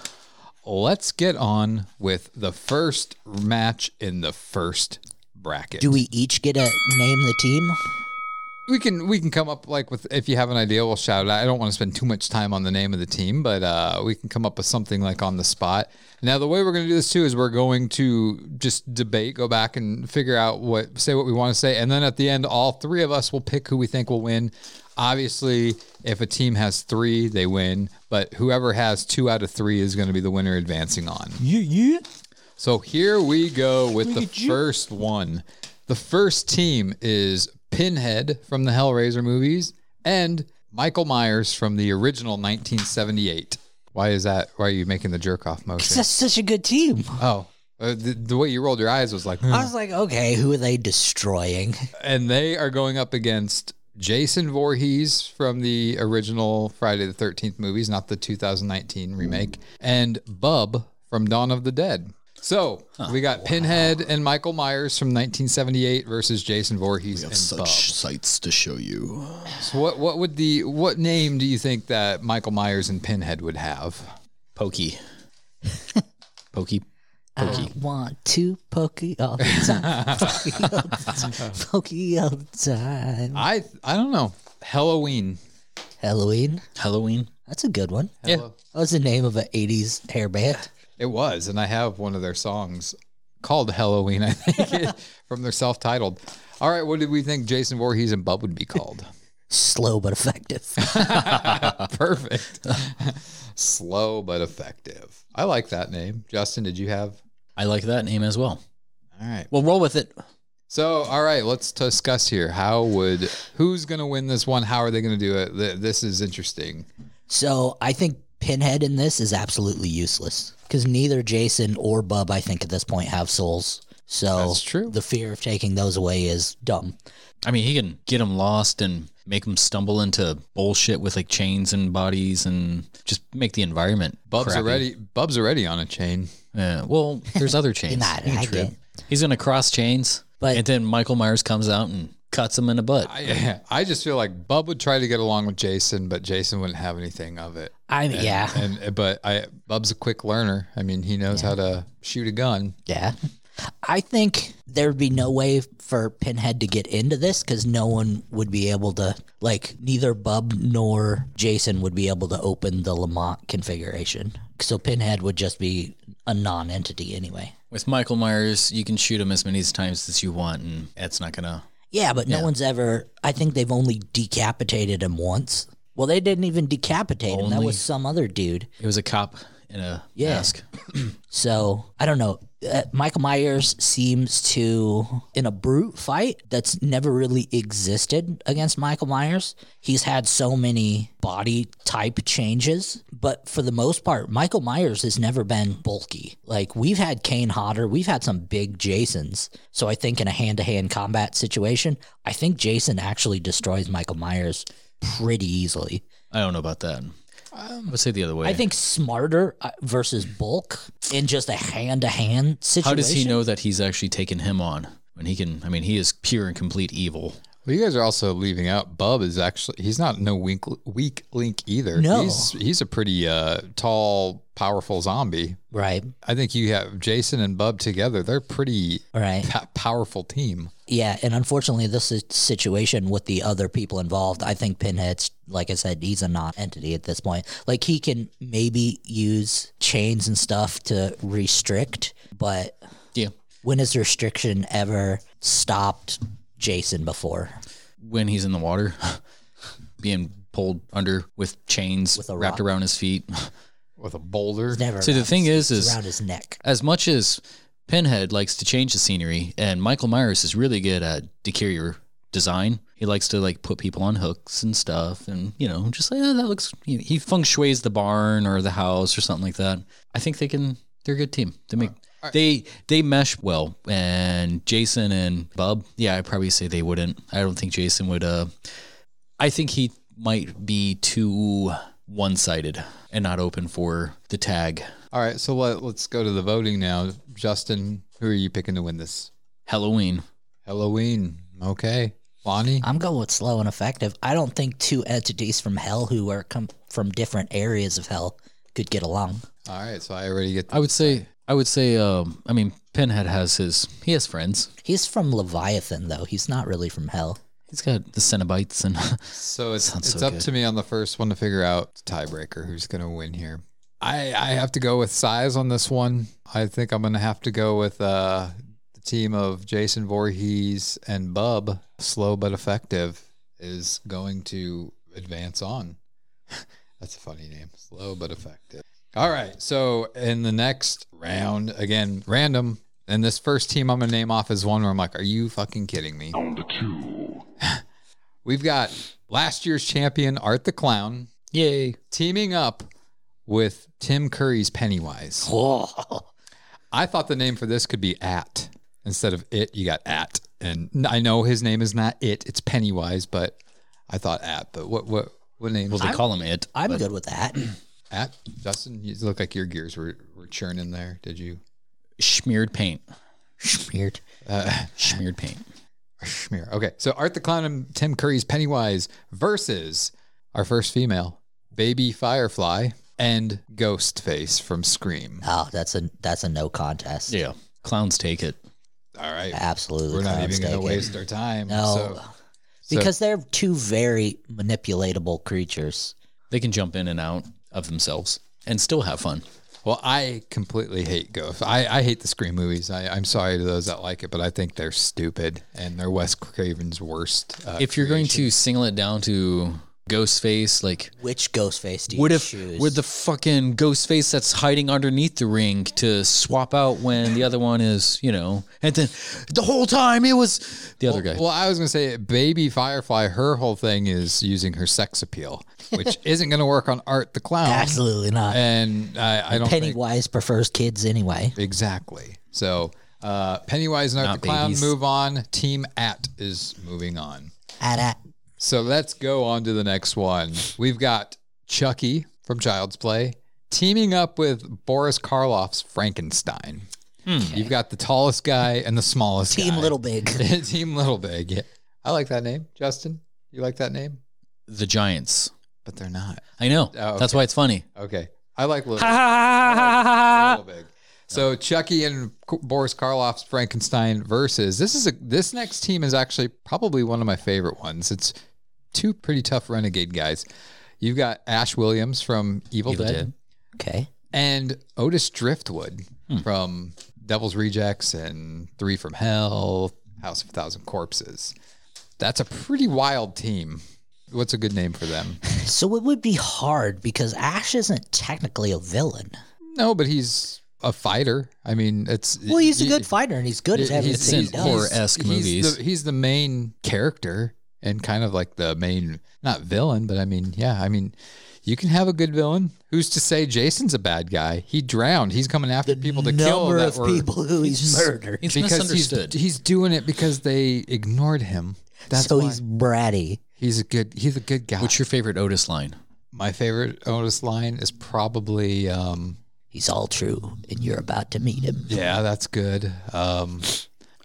Speaker 9: let's get on with the first match in the first bracket.
Speaker 7: Do we each get a name the team?
Speaker 9: we can we can come up like with if you have an idea, we'll shout it out. I don't want to spend too much time on the name of the team, but uh, we can come up with something like on the spot. Now the way we're going to do this too is we're going to just debate, go back and figure out what say what we want to say, and then at the end, all three of us will pick who we think will win. Obviously, if a team has three, they win, but whoever has two out of three is going to be the winner advancing on.
Speaker 7: Yeah, yeah.
Speaker 9: So here we go with
Speaker 7: Look
Speaker 9: the
Speaker 7: at you.
Speaker 9: first one. The first team is Pinhead from the Hellraiser movies and Michael Myers from the original 1978. Why is that? Why are you making the jerk off motion?
Speaker 7: That's such a good team.
Speaker 9: Oh, uh, the, the way you rolled your eyes was like,
Speaker 7: I was like, okay, who are they destroying?
Speaker 9: and they are going up against Jason Voorhees from the original Friday the 13th movies, not the 2019 remake, and Bub from Dawn of the Dead. So we got Pinhead and Michael Myers from 1978 versus Jason Voorhees and Bub.
Speaker 8: sights to show you.
Speaker 9: So what what would the what name do you think that Michael Myers and Pinhead would have?
Speaker 8: Pokey. Pokey.
Speaker 7: I want to pokey all the time. pokey, all the time. pokey all the time.
Speaker 9: I I don't know. Halloween.
Speaker 7: Halloween.
Speaker 8: Halloween.
Speaker 7: That's a good one.
Speaker 9: Yeah.
Speaker 7: That was the name of an 80s hair band.
Speaker 9: It was, and I have one of their songs called Halloween, I think, from their self-titled. All right, what did we think Jason Voorhees and Bub would be called?
Speaker 7: Slow but effective.
Speaker 9: Perfect. Slow but effective. I like that name. Justin, did you have?
Speaker 8: I like that name as well.
Speaker 9: All right.
Speaker 8: Well, roll with it.
Speaker 9: So, all right, let's discuss here. How would who's going to win this one? How are they going to do it? Th- This is interesting.
Speaker 7: So I think Pinhead in this is absolutely useless because neither Jason or Bub, I think, at this point have souls. So
Speaker 9: That's true.
Speaker 7: the fear of taking those away is dumb.
Speaker 8: I mean, he can get them lost and make them stumble into bullshit with like chains and bodies and just make the environment.
Speaker 9: Bub's
Speaker 8: crappy.
Speaker 9: already Bub's already on a chain.
Speaker 8: Yeah. Well, there's other chains.
Speaker 7: Nah,
Speaker 8: You can
Speaker 7: I
Speaker 8: trip.
Speaker 7: get-
Speaker 8: He's gonna cross chains,
Speaker 7: But-
Speaker 8: and then Michael Myers comes out and cuts him in the butt.
Speaker 9: I, I just feel like Bub would try to get along with Jason, but Jason wouldn't have anything of it.
Speaker 7: I
Speaker 9: And-
Speaker 7: yeah
Speaker 9: And but I Bub's a quick learner. I mean, he knows how to shoot a gun.
Speaker 7: yeah. I think there'd be no way for Pinhead to get into this because no one would be able to, like, neither Bub nor Jason would be able to open the Lamont configuration. So Pinhead would just be a non entity anyway.
Speaker 8: With Michael Myers, you can shoot him as many times as you want, and it's not gonna.
Speaker 7: Yeah, but no one's ever, I think they've only decapitated him once. Well, they didn't even decapitate him. That
Speaker 8: Only-
Speaker 7: was some other dude.
Speaker 8: It was a cop in a
Speaker 7: Yeah.
Speaker 8: mask.
Speaker 7: so I don't know. Uh, Michael Myers seems to, in a brute fight that's never really existed against Michael Myers, he's had so many body type changes. But for the most part, Michael Myers has never been bulky. Like we've had Kane Hodder, we've had some big Jasons. So I think in a hand to hand combat situation, I think Jason actually destroys Michael Myers pretty easily.
Speaker 8: I don't know about that. I would say the other way.
Speaker 7: Um, I think smarter uh, versus bulk in just a hand to hand situation.
Speaker 8: How does he know that he's actually taken him on? When he can, I mean, he is pure and complete evil.
Speaker 9: Well, you guys are also leaving out Bub is actually he's not no weak weak link either.
Speaker 8: No.
Speaker 9: he's he's a pretty uh, tall, powerful zombie.
Speaker 7: Right.
Speaker 9: I think you have Jason and Bub together. They're pretty
Speaker 7: right
Speaker 9: powerful team.
Speaker 7: Yeah, and unfortunately, this is- situation with the other people involved, I think Pinhead's, like I said, he's a non-entity at this point. Like he can maybe use chains and stuff to restrict, but
Speaker 8: yeah,
Speaker 7: when has restriction ever stopped Jason before?
Speaker 8: When he's in the water, being pulled under with chains wrapped around his feet,
Speaker 9: with a boulder.
Speaker 7: Never.
Speaker 8: See, the
Speaker 7: around
Speaker 8: thing
Speaker 7: his-
Speaker 8: is, is
Speaker 7: it's around his neck.
Speaker 8: As much as Pinhead likes to change the scenery, and Michael Myers is really good at interior design. He likes to like put people on hooks and stuff, and you know, just like oh, that looks. You know, he feng shui's the barn or the house or something like that. I think they can. They're a good team. They make. They they mesh well, and Jason and Bub. Yeah, I would probably say they wouldn't. I don't think Jason would. Uh, I think he might be too one sided and not open for the tag.
Speaker 9: All right, so let, let's go to the voting now. Justin, who are you picking to win this?
Speaker 8: Halloween.
Speaker 9: Halloween. Okay. Bonnie?
Speaker 7: I'm going with slow and effective. I don't think two entities from hell who are com- from different areas of hell could get along.
Speaker 9: All right, so I already get.
Speaker 8: I would say. I would say. Um. I mean, Pinhead has his. He has friends.
Speaker 7: He's from Leviathan, though. He's not really from hell.
Speaker 8: He's got the Cenobites and.
Speaker 9: So it's
Speaker 8: Sounds
Speaker 9: it's
Speaker 8: so
Speaker 9: up
Speaker 8: good.
Speaker 9: to me on the first one to figure out the tiebreaker who's going to win here. I I have to go with size on this one. I think I'm going to have to go with uh the team of Jason Voorhees and Bub. Slow but effective is going to advance on. That's a funny name. Slow but effective. All right. So in the next round, again, random. And this first team I'm going to name off is one where I'm like, are you fucking kidding me? On the two. We've got last year's champion, Art the Clown.
Speaker 8: Yay.
Speaker 9: Teaming up with Tim Curry's Pennywise. I thought the name for this could be At. Instead of It, you got At. And I know his name is not It, it's Pennywise, but I thought At. But what, what, what name?
Speaker 8: Well, they I'm- call him It,
Speaker 7: I'm but- good with that.
Speaker 9: At? Justin, you look like your gears were, were churning there. Did you?
Speaker 8: Smeared paint.
Speaker 7: Smeared.
Speaker 9: Uh,
Speaker 8: Smeared paint.
Speaker 9: Schmear. Okay. So Art the Clown and Tim Curry's Pennywise versus our first female, Baby Firefly and Ghostface from Scream.
Speaker 7: Oh, that's a that's a no contest.
Speaker 8: Yeah. Clowns take it.
Speaker 9: All right.
Speaker 7: Absolutely.
Speaker 9: We're not
Speaker 7: clowns
Speaker 9: even going to
Speaker 7: take it.
Speaker 9: waste our time.
Speaker 7: No.
Speaker 9: So, so-
Speaker 7: because they're two very manipulatable creatures.
Speaker 8: They can jump in and out of themselves and still have fun.
Speaker 9: well, I completely hate Ghost. I, I hate the Scream movies. I, I'm sorry to those that like it, but I think they're stupid and they're Wes Craven's worst. Uh,
Speaker 8: if you're going to single it down to Ghostface, like
Speaker 7: Which ghost face do you
Speaker 8: what if
Speaker 7: choose?
Speaker 8: would the fucking Ghostface that's hiding underneath the ring to swap out when the other one is, you know, and then the whole time it was the other guy.
Speaker 9: Well, I was going to say, Baby Firefly, her whole thing is using her sex appeal, which isn't going to work on Art the Clown.
Speaker 7: Absolutely not.
Speaker 9: And I, I don't think
Speaker 7: Pennywise prefers kids anyway.
Speaker 9: Exactly. So uh, Pennywise and Art
Speaker 7: Not
Speaker 9: the Clown
Speaker 7: babies.
Speaker 9: move on. Team At is moving on.
Speaker 7: At at.
Speaker 9: So let's go on to the next one. We've got Chucky from Child's Play teaming up with Boris Karloff's Frankenstein. You've got the tallest guy and the smallest
Speaker 7: Hmm. Team
Speaker 9: guy.
Speaker 7: Little Big.
Speaker 9: Team Little Big. Yeah. I like that name, Justin. You like that name?
Speaker 8: the Giants.
Speaker 9: But they're not.
Speaker 8: I know.
Speaker 9: Oh,
Speaker 8: That's
Speaker 9: okay.
Speaker 8: why it's funny.
Speaker 9: Okay. I like Little,
Speaker 8: Ha ha ha ha ha ha ha.
Speaker 9: Big. So Chucky and K- Boris Karloff's Frankenstein versus. This is a this next team is actually probably one of my favorite ones. It's two pretty tough renegade guys. You've got Ash Williams from Evil,
Speaker 15: Evil
Speaker 9: Dead,
Speaker 15: Dead. Okay.
Speaker 9: and Otis Driftwood from Devil's Rejects and Three from Hell, House of a Thousand Corpses. That's a pretty wild team. What's a good name for them?
Speaker 7: So it would be hard because Ash isn't technically a villain.
Speaker 9: No, but he's a fighter. I mean, it's
Speaker 7: Well, he's a
Speaker 9: he-
Speaker 7: good fighter and he's good at everything he does.
Speaker 9: he's the, he's the main character and kind of like the main not villain, but I mean, yeah, I mean, you can have a good villain. Who's to say Jason's a bad guy? He drowned. He's coming after people to kill
Speaker 15: number
Speaker 9: that
Speaker 15: of
Speaker 9: were-
Speaker 15: people who he's murdered. He's
Speaker 9: because he's
Speaker 15: misunderstood.
Speaker 9: he's doing it because they ignored him. That's
Speaker 7: So
Speaker 9: why.
Speaker 7: he's bratty.
Speaker 9: He's a good. He's a good guy.
Speaker 8: What's your favorite Otis line?
Speaker 9: My favorite Otis line is probably um,
Speaker 7: "He's all true, and you're about to meet him."
Speaker 9: Yeah, that's good. Um,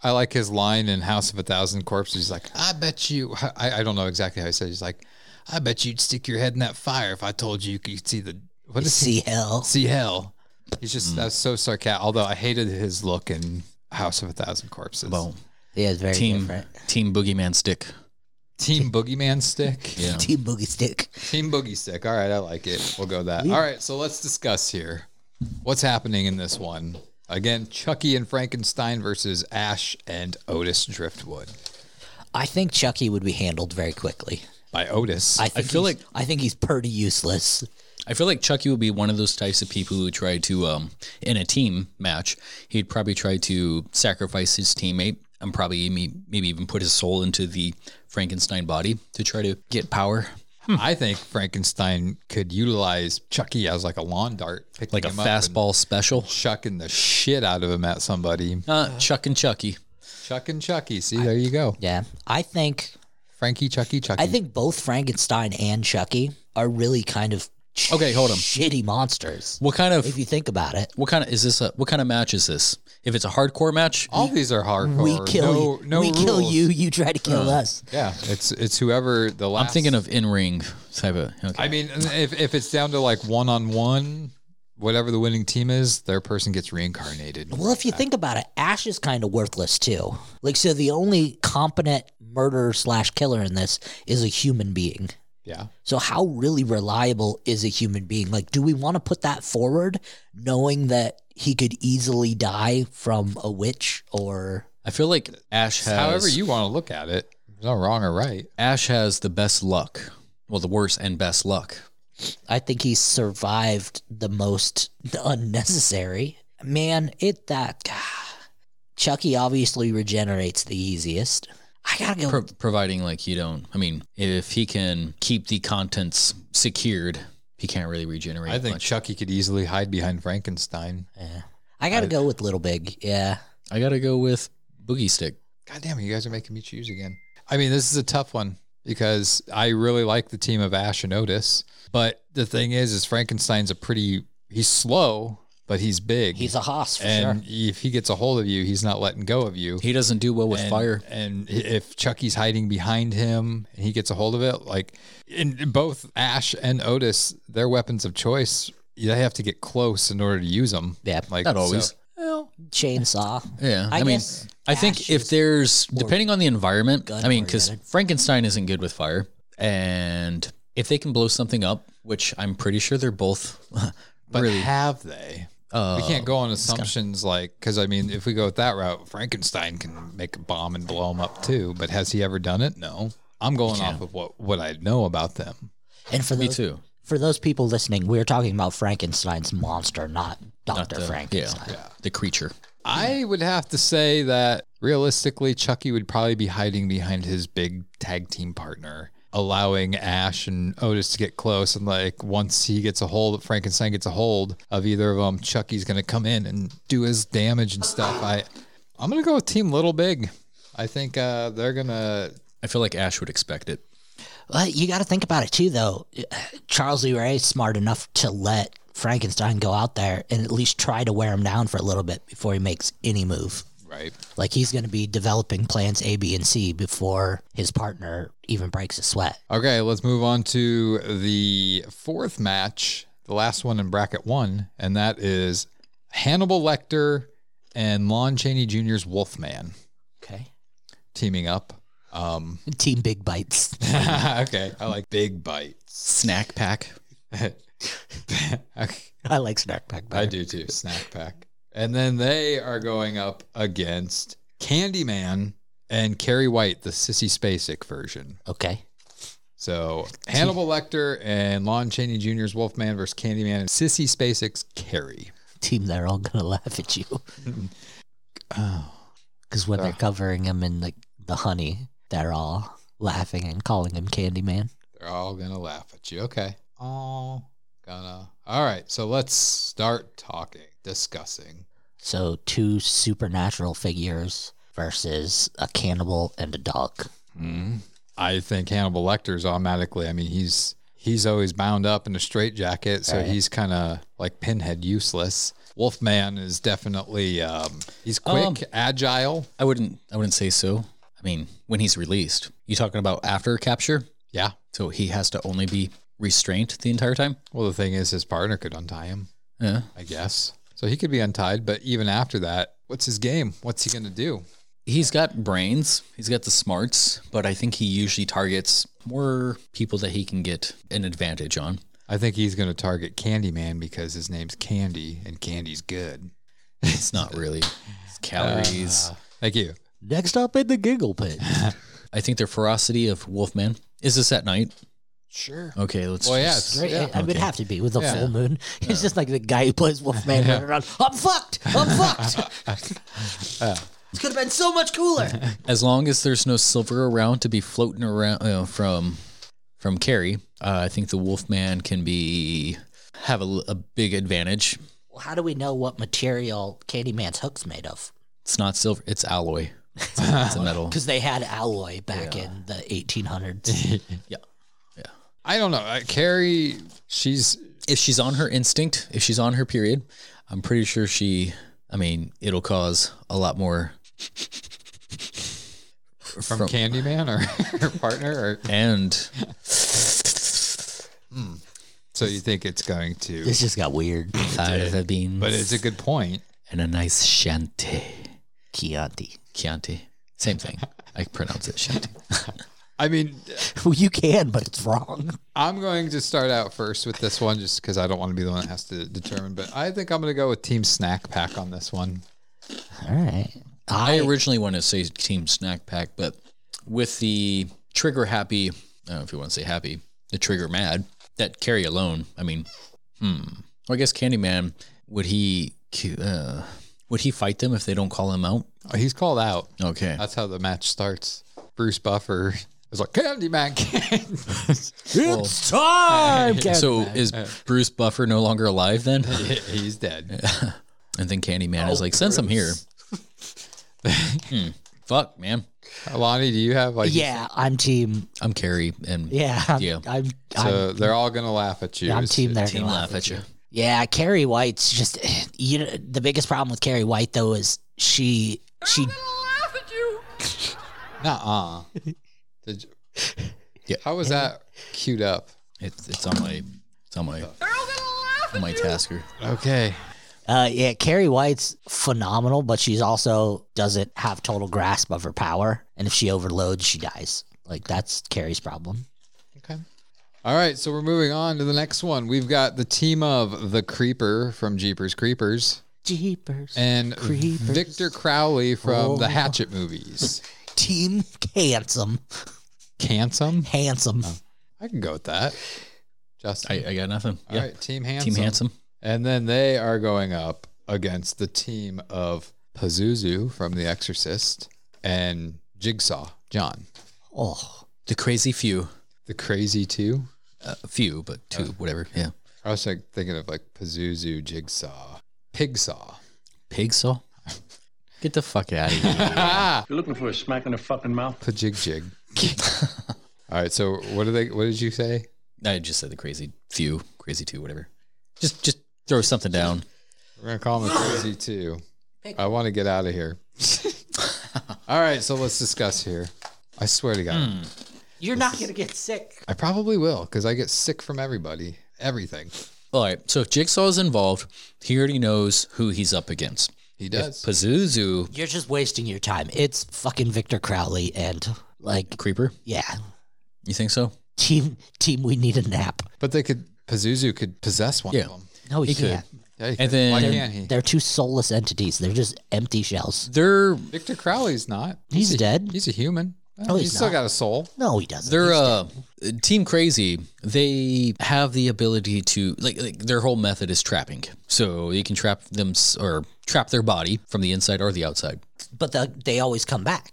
Speaker 9: I like his line in House of a Thousand Corpses. He's like, "I bet you." I, I don't know exactly how he said. it. He's like, "I bet you'd stick your head in that fire if I told you you could see the what is
Speaker 7: See hell.
Speaker 9: See hell." He's
Speaker 8: Mm.
Speaker 9: just that's so sarcastic. Although I hated his look in House of a Thousand Corpses.
Speaker 8: Well,
Speaker 7: yeah, it's very
Speaker 8: team team boogeyman stick.
Speaker 9: Team Boogeyman Stick.
Speaker 8: Yeah.
Speaker 7: Team Boogie Stick.
Speaker 9: Team Boogie Stick. All right, I like it. We'll go with that.
Speaker 7: We-
Speaker 9: All right, so let's discuss here. What's happening in this one? Again, Chucky and Frankenstein versus Ash and Otis Driftwood.
Speaker 7: I think Chucky would be handled very quickly
Speaker 9: by Otis.
Speaker 7: I, think
Speaker 8: feel
Speaker 7: he's- I think he's pretty useless.
Speaker 8: I feel like Chucky would be one of those types of people who try to, um, in a team match, he'd probably try to sacrifice his teammate and probably may- maybe even put his soul into the Frankenstein body to try to get power.
Speaker 7: hmm.
Speaker 9: I think Frankenstein could utilize Chucky as like a lawn dart, picking
Speaker 8: Like a
Speaker 9: him up and
Speaker 8: fastball special,
Speaker 9: chucking the shit out of him at somebody.
Speaker 8: Uh, Chuck and Chucky.
Speaker 9: Chuck and Chucky. See, there you go.
Speaker 7: Yeah, I think
Speaker 9: Frankie, Chucky, Chucky.
Speaker 7: I think both Frankenstein and Chucky are really kind of
Speaker 8: Okay, hold on.
Speaker 7: shitty monsters.
Speaker 8: What kind of?
Speaker 7: If you think about it,
Speaker 8: What kind of is this? A, what kind of match is this? If it's a hardcore match,
Speaker 9: all these are hardcore.
Speaker 7: we kill
Speaker 9: No,
Speaker 7: you.
Speaker 9: no
Speaker 7: we kill
Speaker 9: rules.
Speaker 7: you. You try to kill us.
Speaker 9: Yeah, it's it's whoever the last.
Speaker 8: I'm thinking of in ring type of. Okay.
Speaker 9: I mean, if if it's down to like one on one, whatever the winning team is, their person gets reincarnated.
Speaker 7: Well, if you think about it, Ash is kind of worthless too. Like, so the only competent murderer slash killer in this is a human being.
Speaker 9: Yeah.
Speaker 7: So, how really reliable is a human being? Like, do we want to put that forward knowing that he could easily die from a witch or.
Speaker 8: I feel like Ash has.
Speaker 9: However you want to look at it, there's no wrong or right.
Speaker 8: Ash has the best luck. Well, the worst and best luck.
Speaker 7: I think he survived the most unnecessary. Man, it that. Chucky obviously regenerates the easiest. I gotta go.
Speaker 8: Pro- providing like you don't. I mean, if he can keep the contents secured, he can't really regenerate.
Speaker 9: I think
Speaker 8: much.
Speaker 9: Chucky could easily hide behind Frankenstein.
Speaker 7: Yeah. I gotta go with Little Big. Yeah.
Speaker 8: I gotta go with Boogie Stick.
Speaker 9: God damn it, you guys are making me choose again. I mean, this is a tough one because I really like the team of Ash and Otis. But the thing is, is Frankenstein's a pretty he's slow, but he's big.
Speaker 7: He's a hoss for
Speaker 9: and
Speaker 7: sure.
Speaker 9: if he gets a hold of you, he's not letting go of you.
Speaker 8: He doesn't do well with
Speaker 9: And-
Speaker 8: fire.
Speaker 9: And if Chucky's hiding behind him and he gets a hold of it, like in both Ash and Otis, their weapons of choice, they have to get close in order to use them.
Speaker 7: Yeah,
Speaker 9: like
Speaker 8: Not
Speaker 9: so-
Speaker 8: always.
Speaker 7: Well, chainsaw.
Speaker 8: Yeah,
Speaker 7: I
Speaker 8: I, mean,
Speaker 7: guess
Speaker 8: I think if there's depending on the environment, I mean, because
Speaker 7: gun-oriented.
Speaker 8: Frankenstein isn't good with fire, and if they can blow something up, which I'm pretty sure they're both
Speaker 9: But
Speaker 8: really.
Speaker 9: have they?
Speaker 8: uh,
Speaker 9: we can't go on
Speaker 8: it's kinda-
Speaker 9: assumptions like because I mean, if we go with that route, Frankenstein can make a bomb and blow him up too. But has he ever done it? No. I'm going off of what what I know about them.
Speaker 7: And for
Speaker 9: Me
Speaker 7: those,
Speaker 9: too.
Speaker 7: For those people listening, we're talking about Frankenstein's monster, not Doctor
Speaker 8: the-
Speaker 7: Frankenstein.
Speaker 8: yeah, the creature.
Speaker 9: I would have to say that realistically, Chucky would probably be hiding behind his big tag team partner, allowing Ash and Otis to get close. And like once he gets a hold, Frankenstein gets a hold of either of them, Chucky's gonna come in and do his damage and stuff. I, I'm gonna go with Team Little Big. I think uh, they're gonna.
Speaker 8: I feel like Ash would expect it.
Speaker 7: Well, you got to think about it too, though. Charles Lee Ray is smart enough to let Frankenstein go out there and at least try to wear him down for a little bit before he makes any move.
Speaker 9: Right.
Speaker 7: Like he's going to be developing plans A, B, and C before his partner even breaks a sweat.
Speaker 9: Okay, let's move on to the fourth match, the last one in bracket one, and that is Hannibal Lecter and Lon Chaney Jr.'s Wolfman.
Speaker 7: Okay.
Speaker 9: Teaming up. Um,
Speaker 7: Team Big Bites.
Speaker 9: okay. I like Big Bites.
Speaker 8: Snack Pack.
Speaker 7: I like Snack Pack.
Speaker 9: I do too. Snack Pack. And then they are going up against Candyman and Carrie White, the Sissy Spacek version.
Speaker 7: Okay.
Speaker 9: So Hannibal Lecter and Lon Chaney Jr.'s Wolfman versus Candyman and Sissy Spacek's Carrie.
Speaker 7: Team, they're all gonna laugh at you.
Speaker 9: Oh,
Speaker 7: because when they're covering him in the the honey, they're all laughing and calling him Candyman.
Speaker 9: They're all gonna laugh at you. Okay. Oh, gonna. All right. So let's start talking, discussing.
Speaker 7: So two supernatural figures versus a cannibal and a dog.
Speaker 9: Mm. I think Hannibal Lecter's automatically. I mean, he's he's always bound up in a straitjacket, so
Speaker 7: Right.
Speaker 9: he's kind of like Pinhead, useless. Wolfman is definitely um, he's quick,
Speaker 8: Um,
Speaker 9: agile.
Speaker 8: I wouldn't. I wouldn't say so. I mean, when he's released, you talking about after capture?
Speaker 9: Yeah.
Speaker 8: So he has to only be restrained the entire time.
Speaker 9: Well, the thing is, his partner could untie him.
Speaker 8: Yeah.
Speaker 9: I guess so. He could be untied, but even after that, what's his game? What's he gonna do?
Speaker 8: He's got brains. He's got the smarts, but I think he usually targets more people that he can get an advantage on.
Speaker 9: I think he's gonna target Candyman because his name's Candy, and Candy's good.
Speaker 8: It's not really it's calories.
Speaker 9: Uh, thank you.
Speaker 7: Next up in the giggle pit.
Speaker 8: I think their ferocity of Wolfman is this at night.
Speaker 9: Sure.
Speaker 8: Okay, let's.
Speaker 7: Well,
Speaker 9: yeah,
Speaker 8: just-
Speaker 7: Right? I would
Speaker 8: Okay.
Speaker 7: have to be with a
Speaker 8: Yeah.
Speaker 7: full moon. It's just like the guy who plays Wolfman
Speaker 8: Yeah.
Speaker 7: running around. I'm fucked. I'm fucked. This could have been so much cooler.
Speaker 8: As long as there's no silver around to be floating around uh, from from Carrie, uh, I think the Wolfman can be have a, l- a big advantage.
Speaker 7: well, how do we know what material Candyman's hook's made of?
Speaker 8: It's not silver; it's alloy. It's, it's a metal.
Speaker 7: Because they had alloy back in the 1800s.
Speaker 9: I don't know. Uh, Carrie, she's
Speaker 8: if she's on her instinct, if she's on her period, I'm pretty sure she. I mean, it'll cause a lot more
Speaker 9: From, Candyman or her partner or
Speaker 8: and
Speaker 9: so you think it's going to
Speaker 7: this just got weird.
Speaker 8: side of the beans.
Speaker 9: But it's a good point.
Speaker 8: and a nice shanty,
Speaker 7: Chianti.
Speaker 8: Chianti. Same thing. I pronounce it shanty.
Speaker 9: I mean,
Speaker 7: well, you can, but it's wrong.
Speaker 9: I'm going to start out first with this one just because I don't want to be the one that has to determine, but I think I'm going to go with Team Snack Pack on this one.
Speaker 7: All right.
Speaker 8: I, originally wanted to say Team Snack Pack, but with the trigger happy, I don't know if you want to say happy, the trigger mad, that carry alone, I mean, hmm. Well, I guess Candyman, would he uh, would he fight them if they don't call him out?
Speaker 9: He's called out.
Speaker 8: Okay.
Speaker 9: That's how the match starts. Bruce Buffer is like, Candyman, Candy.
Speaker 7: It's time,
Speaker 8: So is Bruce Buffer no longer alive then?
Speaker 9: He's dead.
Speaker 8: and then Candyman is like, since I'm here, hmm, fuck, man.
Speaker 9: Lonnie, do you have like.
Speaker 7: Yeah, I'm team.
Speaker 8: I'm Carrie, and
Speaker 7: Yeah, I'm,
Speaker 8: yeah.
Speaker 7: I'm,
Speaker 9: So they're all going to laugh at you.
Speaker 7: I'm
Speaker 9: It's-
Speaker 7: team there.
Speaker 9: it's-
Speaker 7: Team laugh
Speaker 8: at you.
Speaker 7: Yeah, Carrie White's just you know the biggest problem with Carrie White though is she she
Speaker 9: Nuh-uh. Did you, How was that queued up?
Speaker 8: It's it's on my it's on my on my tasker.
Speaker 9: Okay.
Speaker 7: uh yeah, Carrie White's phenomenal, but she's also doesn't have total grasp of her power and if she overloads she dies. Like that's Carrie's problem.
Speaker 9: Okay. All right, so we're moving on to the next one. We've got the team of the Creeper from Jeepers Creepers
Speaker 7: Jeepers.
Speaker 9: and
Speaker 7: Creepers.
Speaker 9: Victor Crowley from
Speaker 7: Oh.
Speaker 9: the Hatchet movies.
Speaker 7: Team handsome.
Speaker 9: Handsome?
Speaker 7: Handsome.
Speaker 8: Oh.
Speaker 9: I can go with that. Justin.
Speaker 8: I, I got nothing.
Speaker 9: All
Speaker 8: yeah.
Speaker 9: right, Team Handsome.
Speaker 8: Team Handsome.
Speaker 9: And then they are going up against the team of Pazuzu from The Exorcist and Jigsaw John.
Speaker 7: Oh.
Speaker 8: The crazy few.
Speaker 9: The Crazy Two.
Speaker 8: Uh, few, but two, whatever. Yeah.
Speaker 9: I was like thinking of like Pazuzu, Jigsaw, Pigsaw.
Speaker 8: Pig saw? Get the fuck out of here.
Speaker 9: Pajig
Speaker 16: You're looking for a smack in the fucking mouth?
Speaker 9: jig. All right, so what do they? What did you say?
Speaker 8: I just said the crazy few, crazy two, whatever. Just just throw something down.
Speaker 9: We're gonna call them a crazy two. I want to get out of here. All right, so let's discuss here. I swear to God,
Speaker 8: Hmm.
Speaker 7: You're not going to get sick.
Speaker 9: I probably will because I get sick from everybody, everything.
Speaker 8: All right. So if Jigsaw is involved, he already knows who he's up against. He
Speaker 7: does.
Speaker 8: Pazuzu.
Speaker 7: You're just wasting your time. It's fucking Victor Crowley and like
Speaker 8: Creeper.
Speaker 7: Yeah.
Speaker 8: You think so?
Speaker 7: Team, team, we need a nap.
Speaker 9: But they could Pazuzu could possess one
Speaker 7: Yeah.
Speaker 9: of them.
Speaker 7: No, he, can't.
Speaker 9: Yeah, he could. why
Speaker 7: they're,
Speaker 9: can't he?
Speaker 7: they're two soulless entities. They're just empty shells.
Speaker 8: They're
Speaker 9: Victor Crowley's not.
Speaker 7: He's
Speaker 9: a-
Speaker 7: dead.
Speaker 9: He's a human.
Speaker 7: No, he's
Speaker 9: still
Speaker 7: not.
Speaker 9: got a soul.
Speaker 7: no, he doesn't.
Speaker 8: They're uh, Team Crazy. They have the ability to like, like their whole method is trapping. So you can trap them s- or trap their body from the inside or the outside.
Speaker 7: But the, they always come back.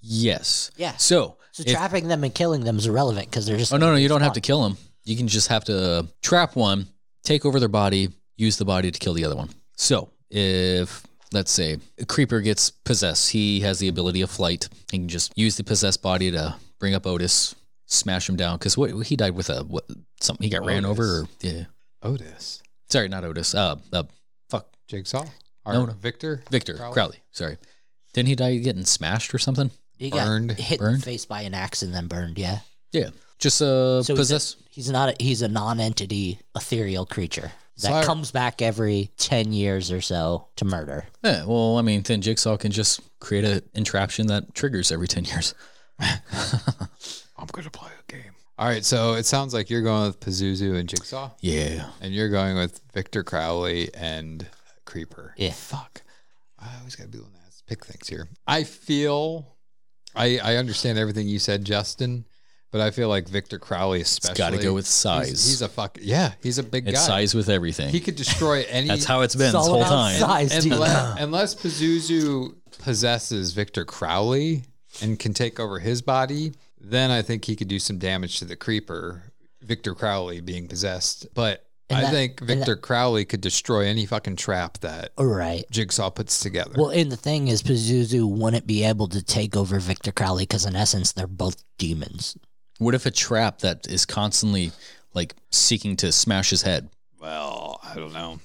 Speaker 8: Yes.
Speaker 7: Yeah.
Speaker 8: So
Speaker 7: So
Speaker 8: if-
Speaker 7: trapping them and killing them is irrelevant because they're just.
Speaker 8: Oh no, no, you don't have to kill them. You can just have to trap one, take over their body, use the body to kill the other one. So if let's say a creeper gets possessed, he has the ability of flight. He can just use the possessed body to bring up Otis, smash him down. Because what he died with a what something he got ran over. Or, yeah,
Speaker 9: Otis.
Speaker 8: sorry, not Otis. Uh, uh fuck,
Speaker 9: Jigsaw. Or
Speaker 8: No, no.
Speaker 9: Victor.
Speaker 8: Victor Crowley. Sorry, didn't he die getting smashed or something?
Speaker 7: He got
Speaker 8: Burned.
Speaker 7: hit in
Speaker 8: Burned?
Speaker 7: the face by an axe and then burned. Yeah.
Speaker 8: Yeah, just uh
Speaker 7: So he's a-
Speaker 8: possess.
Speaker 7: He's not. A, he's a non-entity, ethereal creature that
Speaker 8: So I-
Speaker 7: comes back every ten years or so to murder.
Speaker 8: Yeah, well, I mean, then Jigsaw can just create an entraption that triggers every 10 years.
Speaker 9: I'm gonna play a game. All right, so it sounds like you're going with Pazuzu and Jigsaw.
Speaker 8: Yeah.
Speaker 9: And you're going with Victor Crowley and Creeper.
Speaker 7: Yeah.
Speaker 9: Fuck. I always gotta be the one that has to pick things here. I feel I I understand everything you said, Justin, but I feel like Victor Crowley especially
Speaker 8: gotta go with
Speaker 9: he's-
Speaker 8: size.
Speaker 9: He's, a fuck yeah, he's a big
Speaker 8: It's
Speaker 9: guy.
Speaker 8: size with everything.
Speaker 9: He could destroy any
Speaker 8: That's how it's been this
Speaker 7: all
Speaker 8: whole
Speaker 7: about
Speaker 8: time.
Speaker 7: size.
Speaker 9: unless,
Speaker 7: dude.
Speaker 9: unless Pazuzu possesses Victor Crowley and can take over his body, then I think he could do some damage to the creeper, Victor Crowley being possessed. But
Speaker 7: And
Speaker 9: I
Speaker 7: that-
Speaker 9: think
Speaker 7: and
Speaker 9: Victor Crowley could destroy any fucking trap that
Speaker 7: All right.
Speaker 9: Jigsaw puts together.
Speaker 7: Well, and the thing is, Pazuzu wouldn't be able to take over Victor Crowley because, in essence, they're both demons.
Speaker 8: What if a trap that is constantly like seeking to smash his head?
Speaker 9: Well, I don't know.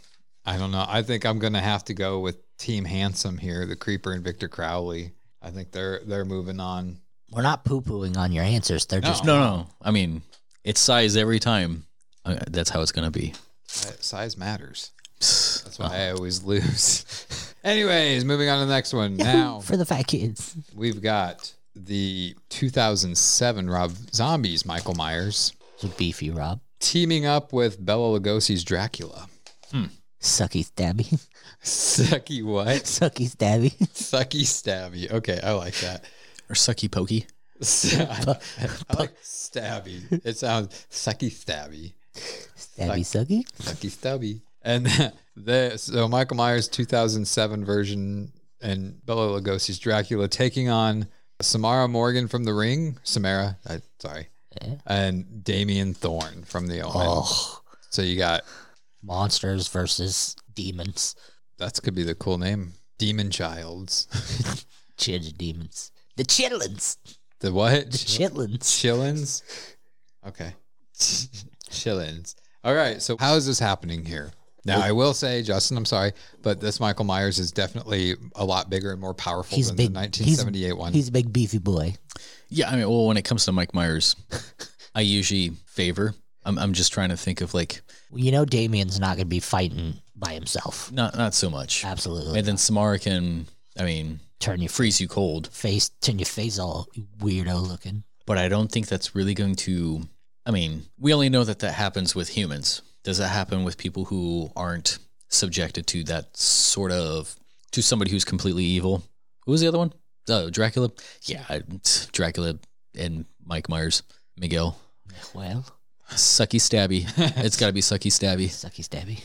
Speaker 9: I don't know. I think I'm gonna have to go with Team Handsome here, the Creeper and Victor Crowley. I think they're they're moving on.
Speaker 7: We're not poo pooing on your answers. They're just
Speaker 8: No, no. I mean, it's size every time. Uh, that's how it's going to be.
Speaker 9: Size matters. That's why I always lose. Anyways, moving on to the next one. Now
Speaker 7: for the fat kids.
Speaker 9: we've got the 2007 Rob Zombies Michael Myers
Speaker 7: So beefy Rob,
Speaker 9: teaming up with Bella Lugosi's Dracula.
Speaker 7: sucky stabby,
Speaker 9: Sucky what?
Speaker 7: sucky stabby.
Speaker 9: Sucky stabby. Okay, I like that.
Speaker 8: Or sucky pokey.
Speaker 9: I like stabby. It sounds sucky stabby.
Speaker 7: Stabby sucky.
Speaker 9: Sucky stabby. And the, so Michael Myers 2007 version and Bella Lugosi's Dracula taking on Samara Morgan from The Ring. Samara, I, sorry. And Damien Thorne from The Omen.
Speaker 7: Oh,
Speaker 9: So you got,
Speaker 7: monsters versus demons.
Speaker 9: that could be the cool name. Demon Childs.
Speaker 7: Chid demons. The chitlins.
Speaker 9: the what?
Speaker 7: The chitlins.
Speaker 9: Chillins. Okay. Chillins. All right. So how is this happening here? Now I will say, Justin, I'm sorry, but this Michael Myers is definitely a lot bigger and more powerful
Speaker 7: He's
Speaker 9: than
Speaker 7: big.
Speaker 9: the
Speaker 7: he's-
Speaker 9: 1978 one.
Speaker 7: He's a big beefy boy.
Speaker 8: Yeah, I mean, well, when it comes to Mike Myers, I usually favor. I'm, I'm just trying to think of like
Speaker 7: Well, You know, Damien's not going to be fighting by himself.
Speaker 8: not not so much.
Speaker 7: Absolutely.
Speaker 8: And then Samara can, I mean,
Speaker 7: turn your
Speaker 8: freeze you cold.
Speaker 7: face, turn your face all weirdo looking.
Speaker 8: but I don't think that's really going to. I mean, we only know that that happens with humans. Does that happen with people who aren't subjected to that sort of to somebody who's completely evil? Who was the other one? Oh, Dracula. Yeah, I- Dracula and Mike Myers, Miguel,
Speaker 7: Well,
Speaker 8: sucky stabby. it's got to be sucky stabby.
Speaker 7: sucky stabby.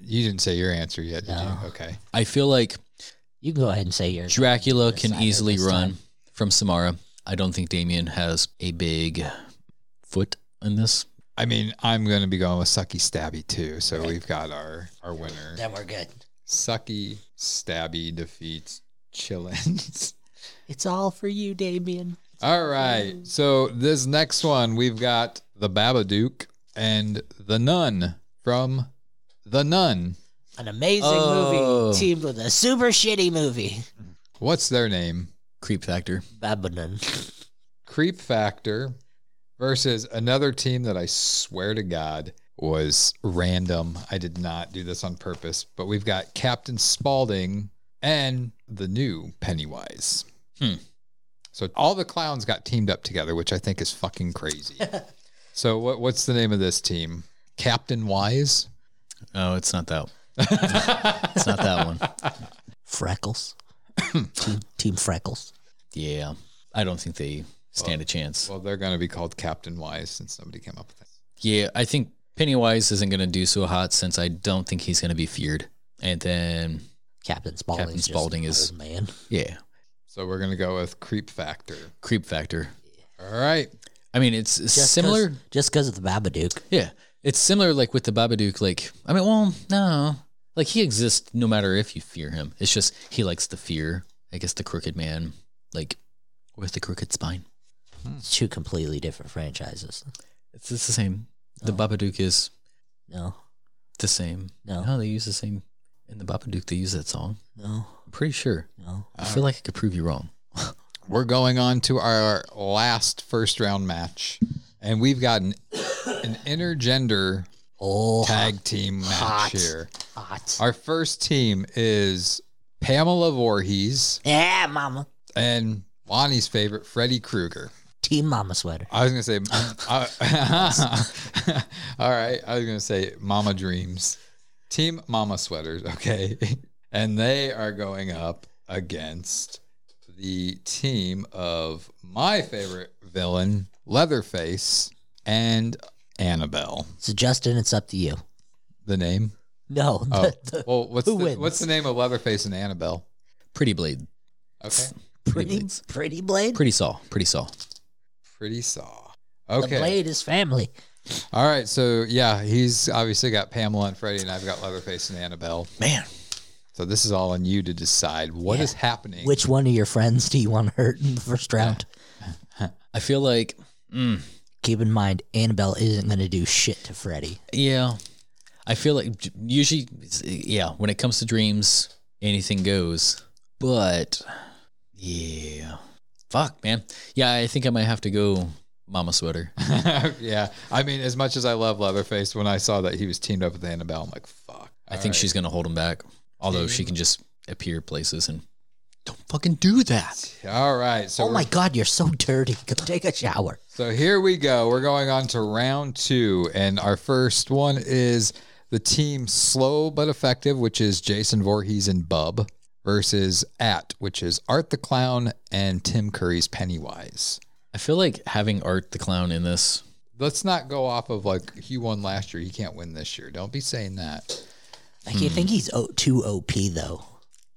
Speaker 9: you didn't say your answer yet, did
Speaker 7: No.
Speaker 9: you? Okay.
Speaker 8: I feel like
Speaker 7: You can go ahead and say yours.
Speaker 8: Dracula can
Speaker 7: Decided
Speaker 8: easily
Speaker 7: this
Speaker 8: run
Speaker 7: time.
Speaker 8: from Samara. I don't think Damien has a big foot in this.
Speaker 9: I mean, I'm going to be going with Sucky Stabby too. So we've got our our winner.
Speaker 7: Then we're good.
Speaker 9: Sucky Stabby defeats Chillins.
Speaker 7: It's all for you, Damien.
Speaker 9: All right. So this next one, we've got the Babadook and the Nun from the Nun.
Speaker 7: An amazing
Speaker 8: Oh.
Speaker 7: movie teamed with a super shitty movie.
Speaker 9: What's their name?
Speaker 8: Creep factor.
Speaker 7: Babylon.
Speaker 9: Creep Factor versus another team that I swear to God was random. I did not do this on purpose, but we've got Captain Spaulding and the new Pennywise. Hmm. So all the clowns got teamed up together, which I think is fucking crazy. so what, what's the name of this team? Captain Wise?
Speaker 8: Oh, it's not that. it's not that one.
Speaker 7: Freckles. team, team Freckles.
Speaker 8: Yeah, I don't think they stand a chance.
Speaker 9: Well, they're going to be called Captain Wise since somebody came up with that.
Speaker 8: Yeah, I think Pennywise isn't going to do so hot since I don't think he's going to be feared. And then
Speaker 7: Captain Spaulding.
Speaker 8: Captain Spaulding is
Speaker 7: man.
Speaker 8: yeah
Speaker 9: So we're going to go with Creep Factor.
Speaker 8: creep factor.
Speaker 9: All right.
Speaker 8: I mean, it's similar.
Speaker 7: just because of the Babadook.
Speaker 8: Yeah, it's similar. Like with the Babadook. Like I mean, well, no, like he exists no matter if you fear him. It's just he likes the fear. I guess the crooked man, like with the crooked spine.
Speaker 7: It's two completely different franchises.
Speaker 8: It's, it's the same. The
Speaker 9: Oh.
Speaker 8: Babadook is
Speaker 7: No,
Speaker 8: the same.
Speaker 7: No.
Speaker 8: they use the same. In the Babadook, they use that song.
Speaker 7: no,
Speaker 8: I'm pretty sure.
Speaker 7: no.
Speaker 8: I feel like I could prove you wrong.
Speaker 9: We're going on to our last first round match, and we've got an, an intergender
Speaker 7: Oh,
Speaker 9: tag team match
Speaker 7: hot.
Speaker 9: here.
Speaker 7: hot.
Speaker 9: Our first team is Pamela Voorhees
Speaker 7: Yeah, Mama.
Speaker 9: and Lonnie's favorite, Freddy Krueger.
Speaker 7: Team Mama sweater.
Speaker 9: I was gonna say, I- all right. I was gonna say, Mama Dreams, Team Mama Sweaters. Okay, and they are going up against the team of my favorite villain, Leatherface, and Annabelle.
Speaker 7: So Justin, it's up to you.
Speaker 9: The name?
Speaker 7: No,
Speaker 9: Oh,
Speaker 7: the, the
Speaker 9: well, what's
Speaker 7: who
Speaker 9: the,
Speaker 7: wins?
Speaker 9: what's the name of Leatherface and Annabelle?
Speaker 8: Pretty blade.
Speaker 9: Okay,
Speaker 7: pretty pretty blade.
Speaker 8: Pretty saw. Pretty saw.
Speaker 9: Pretty Saw.
Speaker 7: The
Speaker 9: Okay,
Speaker 7: blade is family.
Speaker 9: all right. So yeah, he's obviously got Pamela and Freddy, and I've got Leatherface and Annabelle.
Speaker 8: Man,
Speaker 9: So this is all on you to decide what is
Speaker 7: Yeah.
Speaker 9: happening.
Speaker 7: Which one of your friends do you want to hurt in the first round?
Speaker 8: I feel like. Mm,
Speaker 7: Keep in mind, Annabelle isn't going to do shit to Freddy.
Speaker 8: Yeah. I feel like j- usually, yeah, when it comes to dreams, anything goes. But, yeah. Fuck, man. Yeah, I think I might have to go Mama Sweater.
Speaker 9: yeah, I mean, as much as I love Leatherface, when I saw that he was teamed up with Annabelle, I'm like, fuck.
Speaker 8: I think
Speaker 9: All
Speaker 8: she's going to hold him back. Although she
Speaker 9: Team.
Speaker 8: can just appear places and don't fucking do that.
Speaker 9: right. All right, so
Speaker 7: oh my
Speaker 9: we're-
Speaker 7: god, you're so dirty. Go take a shower.
Speaker 9: so here we go. We're going on to round two, and our first one is the team slow but effective, which is Jason Voorhees and Bub, versus At, which is Art the Clown and Tim Curry's Pennywise.
Speaker 8: I feel like having Art the Clown in this.
Speaker 9: Let's not go off of like he won last year, he can't win this year. Don't be saying that.
Speaker 7: Like you think he's o- too OP though.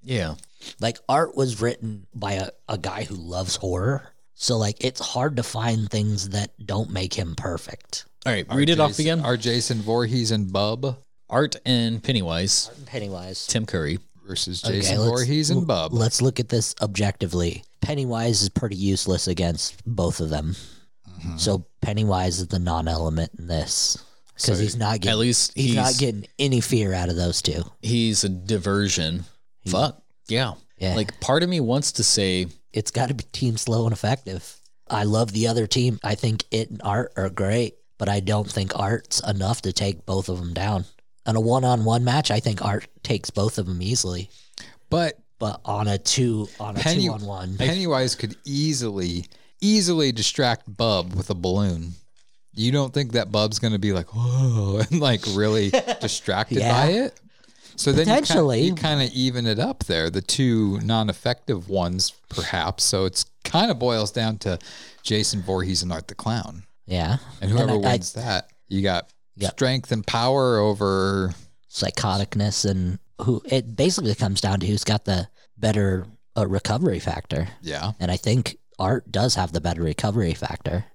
Speaker 8: Yeah.
Speaker 7: Like art was written by a, a guy who loves horror. So like it's hard to find things that don't make him perfect.
Speaker 8: All right, read it off
Speaker 9: Jason-
Speaker 8: again.
Speaker 9: Are Jason Voorhees and Bub
Speaker 8: Art and Pennywise,
Speaker 7: Pennywise.
Speaker 8: Tim Curry.
Speaker 9: versus
Speaker 7: Okay,
Speaker 9: Jason
Speaker 7: let's-
Speaker 9: Voorhees and Bub?
Speaker 7: Let's look at this objectively. Pennywise is pretty useless against both of them. So Pennywise is the non-element in this because
Speaker 8: So
Speaker 7: he's not getting
Speaker 8: At least
Speaker 7: he's, not getting any fear out of those two.
Speaker 8: he's a diversion. Fuck. Yeah.
Speaker 7: Yeah.
Speaker 8: Like part of me wants to say,
Speaker 7: It's got to be team slow and effective. I love the other team. I think it and Art are great, but I don't think Art's enough to take both of them down. On a one-on-one match, I think Art takes both of them easily.
Speaker 9: But
Speaker 7: But on a two on a
Speaker 9: Penny-
Speaker 7: two-on-one,
Speaker 9: Pennywise could easily, easily distract Bub with a balloon. You don't think that Bub's going to be like, whoa, and like really distracted
Speaker 7: Yeah.
Speaker 9: by it? So then you kinda-
Speaker 7: Potentially.
Speaker 9: you kind of even it up there, the two non effective ones, perhaps. So it's kind of boils down to Jason Voorhees and Art the Clown.
Speaker 7: yeah,
Speaker 9: And whoever
Speaker 7: I- I-
Speaker 9: wins that, you got
Speaker 7: Yeah.
Speaker 9: strength and power over
Speaker 7: psychoticness and who it basically comes down to who's got the better uh, recovery factor.
Speaker 9: Yeah.
Speaker 7: And I think Art does have the better recovery factor.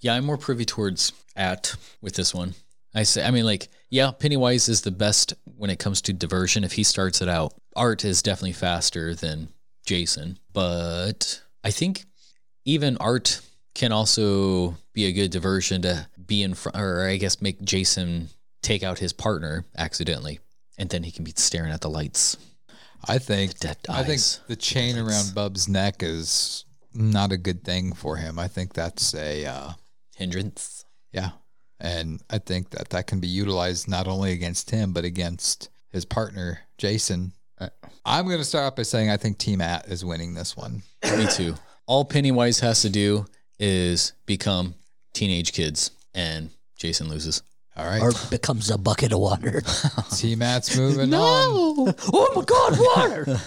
Speaker 8: yeah, I'm more privy towards at with this one. I say, I mean, like, yeah, Pennywise is the best when it comes to diversion. If he starts it out, Art is definitely faster than Jason. But I think even Art can also be a good diversion to be in front, or I guess make Jason take out his partner accidentally. And then he can be staring at the lights.
Speaker 9: I think
Speaker 8: dead
Speaker 9: I think
Speaker 8: eyes.
Speaker 9: the chain around Bub's neck is not a good thing for him. I think that's a uh,
Speaker 8: Hindrance.
Speaker 9: yeah. And I think that that can be utilized not only against him, but against his partner, Jason. Uh, I'm going to start off by saying I think Team At is winning this one.
Speaker 8: Me too. All Pennywise has to do is become teenage kids, and Jason loses.
Speaker 9: All right.
Speaker 7: Or becomes a bucket of water.
Speaker 9: Team At's moving
Speaker 7: no!
Speaker 9: on.
Speaker 7: Oh my God, water!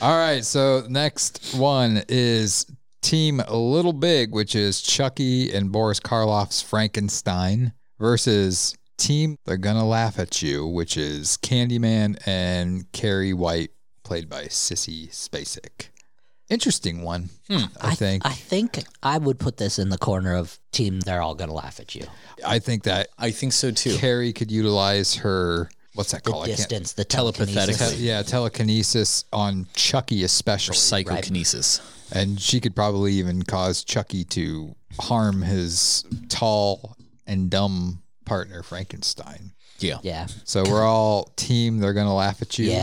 Speaker 9: All right. So next one is Team Little Big, which is Chucky and Boris Karloff's Frankenstein versus Team They're Gonna Laugh at You, which is Candyman and Carrie White, played by Sissy Spacek. Interesting one, I think.
Speaker 7: I think I would put this in the corner of team. They're all gonna laugh at you.
Speaker 9: I think that
Speaker 8: I think so too.
Speaker 9: Carrie could utilize her what's that
Speaker 7: The
Speaker 9: called? Oh, I can't-
Speaker 7: distance, the Telepathic. telekinesis.
Speaker 9: Te- yeah, telekinesis on Chucky especially.
Speaker 8: psychokinesis.
Speaker 9: And she could probably even cause Chucky to harm his tall and dumb partner Frankenstein.
Speaker 8: Yeah.
Speaker 7: Yeah.
Speaker 9: So we're all team. They're gonna laugh at you.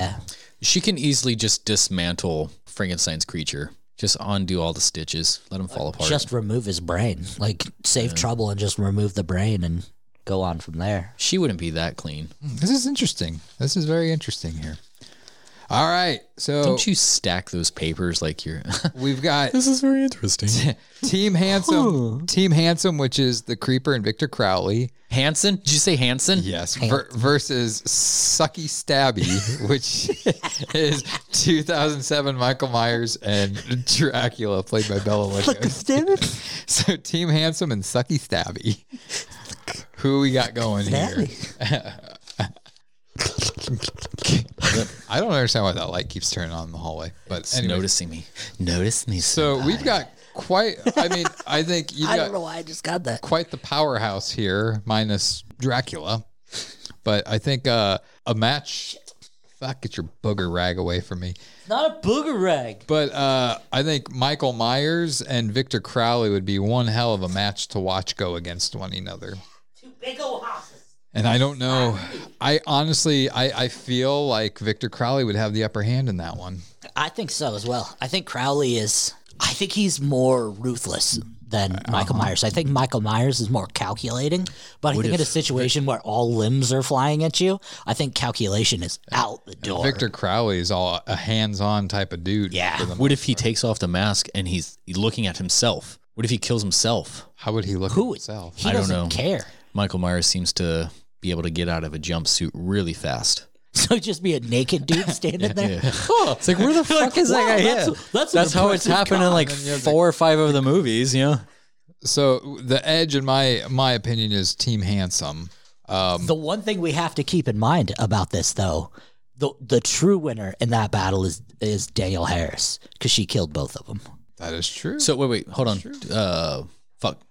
Speaker 8: She can easily just dismantle Frankenstein's creature. Just undo all the stitches. Let him fall apart.
Speaker 7: Just remove his brain. Like save trouble and just remove the brain and go on from there.
Speaker 8: She wouldn't be that clean.
Speaker 9: This is interesting. This is very interesting here. All right. So
Speaker 8: Don't you stack those papers like you're.
Speaker 9: We've got
Speaker 8: this is very interesting.
Speaker 9: Team Handsome, Team Handsome, which is the Creeper and Victor Crowley.
Speaker 8: Hanson? Did you say Hanson?
Speaker 9: Yes. Ver- versus Sucky Stabby, which is 2007 Michael Myers and Dracula, played by Bella Lugosi. So Team Handsome and Sucky Stabby. Who we got going here? I don't understand why that light keeps turning on in the hallway, but
Speaker 8: It's
Speaker 9: anyway.
Speaker 8: noticing me. Notice me.
Speaker 9: So we've got quite. I mean, I think you've
Speaker 7: I
Speaker 9: got
Speaker 7: don't know why I just got that.
Speaker 9: quite the powerhouse here, minus Dracula. But I think uh, a match. Fuck, get your booger rag away from me.
Speaker 7: Not a booger rag.
Speaker 9: But uh, I think Michael Myers and Victor Crowley would be one hell of a match to watch go against one another.
Speaker 17: Big old houses.
Speaker 9: And I don't know. I honestly, I, I feel like Victor Crowley would have the upper hand in that one.
Speaker 7: I think so as well. I think Crowley is. I think he's more ruthless than
Speaker 9: Uh-huh.
Speaker 7: Michael Myers. I think Michael Myers is more calculating. But I
Speaker 9: What
Speaker 7: think in a
Speaker 9: if-
Speaker 7: situation where all limbs are flying at you, I think calculation is out the door.
Speaker 9: Victor Crowley is all a hands-on type of dude. Yeah.
Speaker 8: What if he takes off the mask and he's looking at himself? What if he kills himself?
Speaker 9: How would he look
Speaker 8: Who,
Speaker 9: at himself?
Speaker 8: I don't know. Michael Myers seems to be able to get out of a jumpsuit really fast.
Speaker 7: So just be a naked dude standing there.
Speaker 8: yeah.
Speaker 7: Oh,
Speaker 8: It's like where the fuck is that
Speaker 7: wow,
Speaker 8: guy?
Speaker 7: That's,
Speaker 8: yeah.
Speaker 7: that's,
Speaker 8: that's
Speaker 7: an
Speaker 8: how it's
Speaker 7: impressive
Speaker 8: happened in
Speaker 7: cock.
Speaker 8: like four or five of the movies. You know,
Speaker 9: So the edge, in my my opinion, is Team Handsome. Um,
Speaker 7: The one thing we have to keep in mind about this, though, the the true winner in that battle is is Daniel Harris because she killed both of them.
Speaker 9: that is true.
Speaker 8: So wait, wait, hold on. Uh, fuck.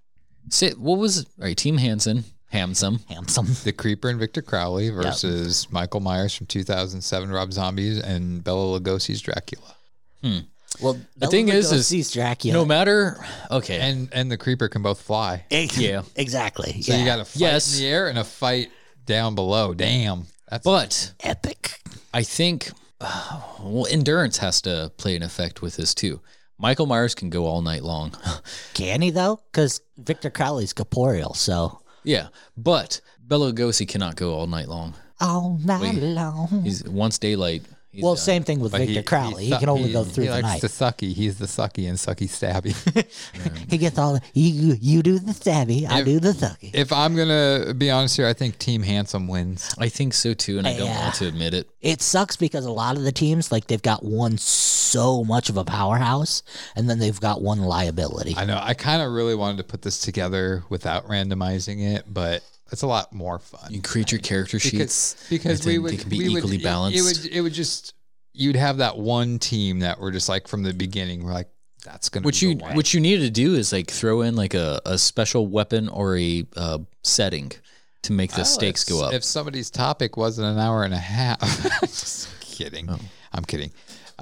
Speaker 8: Sit. What was? All right, Team Hansen, Handsome,
Speaker 7: Handsome.
Speaker 9: the Creeper and Victor Crowley versus Michael Myers from 2007, Rob Zombie's and Bella Lugosi's Dracula,
Speaker 7: Well,
Speaker 8: The thing is, is
Speaker 7: sees Dracula.
Speaker 8: no matter. Okay.
Speaker 9: and and the Creeper can both fly.
Speaker 8: yeah.
Speaker 7: exactly.
Speaker 9: So
Speaker 7: yeah.
Speaker 9: you got a fight
Speaker 8: Yes.
Speaker 9: in the air and a fight down below. Damn, that's
Speaker 8: But
Speaker 7: epic.
Speaker 8: I think well, endurance has to play an effect with this too. Michael Myers can go all night long.
Speaker 7: Can he though? Because Victor Crowley's corporeal, so
Speaker 8: yeah, but Bela Lugosi cannot go all night long.
Speaker 7: all night
Speaker 8: Wait.
Speaker 7: long.
Speaker 8: He's once daylight. He's
Speaker 7: well,
Speaker 8: done.
Speaker 7: same thing with
Speaker 9: But
Speaker 7: Victor Crowley. He, can only
Speaker 9: he-
Speaker 7: go through
Speaker 9: he
Speaker 7: the
Speaker 9: likes
Speaker 7: night.
Speaker 9: The sucky, he's the sucky and sucky stabby.
Speaker 7: He gets all the, you. You do the stabby. I
Speaker 9: If-
Speaker 7: do the thucky.
Speaker 9: if I'm gonna be honest here, I think Team Handsome wins.
Speaker 8: I think so too, and I don't
Speaker 7: Yeah.
Speaker 8: want to admit it.
Speaker 7: It sucks because a lot of the teams, like they've got one so much of a powerhouse, and then they've got one liability.
Speaker 9: I know. I kind of really wanted to put this together without randomizing it, but it's a lot more fun.
Speaker 8: You create your character
Speaker 9: because
Speaker 8: sheets
Speaker 9: because
Speaker 8: and
Speaker 9: we
Speaker 8: then
Speaker 9: would
Speaker 8: they can be
Speaker 9: we would-
Speaker 8: equally
Speaker 9: it-
Speaker 8: balanced.
Speaker 9: It would it would just you'd have that one team that were just like from the beginning. We're like that's gonna
Speaker 8: what
Speaker 9: be
Speaker 8: you
Speaker 9: the one.
Speaker 8: what you need to do is like throw in like a, a special weapon or a uh, setting to make the
Speaker 9: Oh,
Speaker 8: stakes
Speaker 9: if-
Speaker 8: go up.
Speaker 9: If somebody's topic wasn't an hour and a half, just kidding.
Speaker 8: Oh.
Speaker 9: I'm kidding.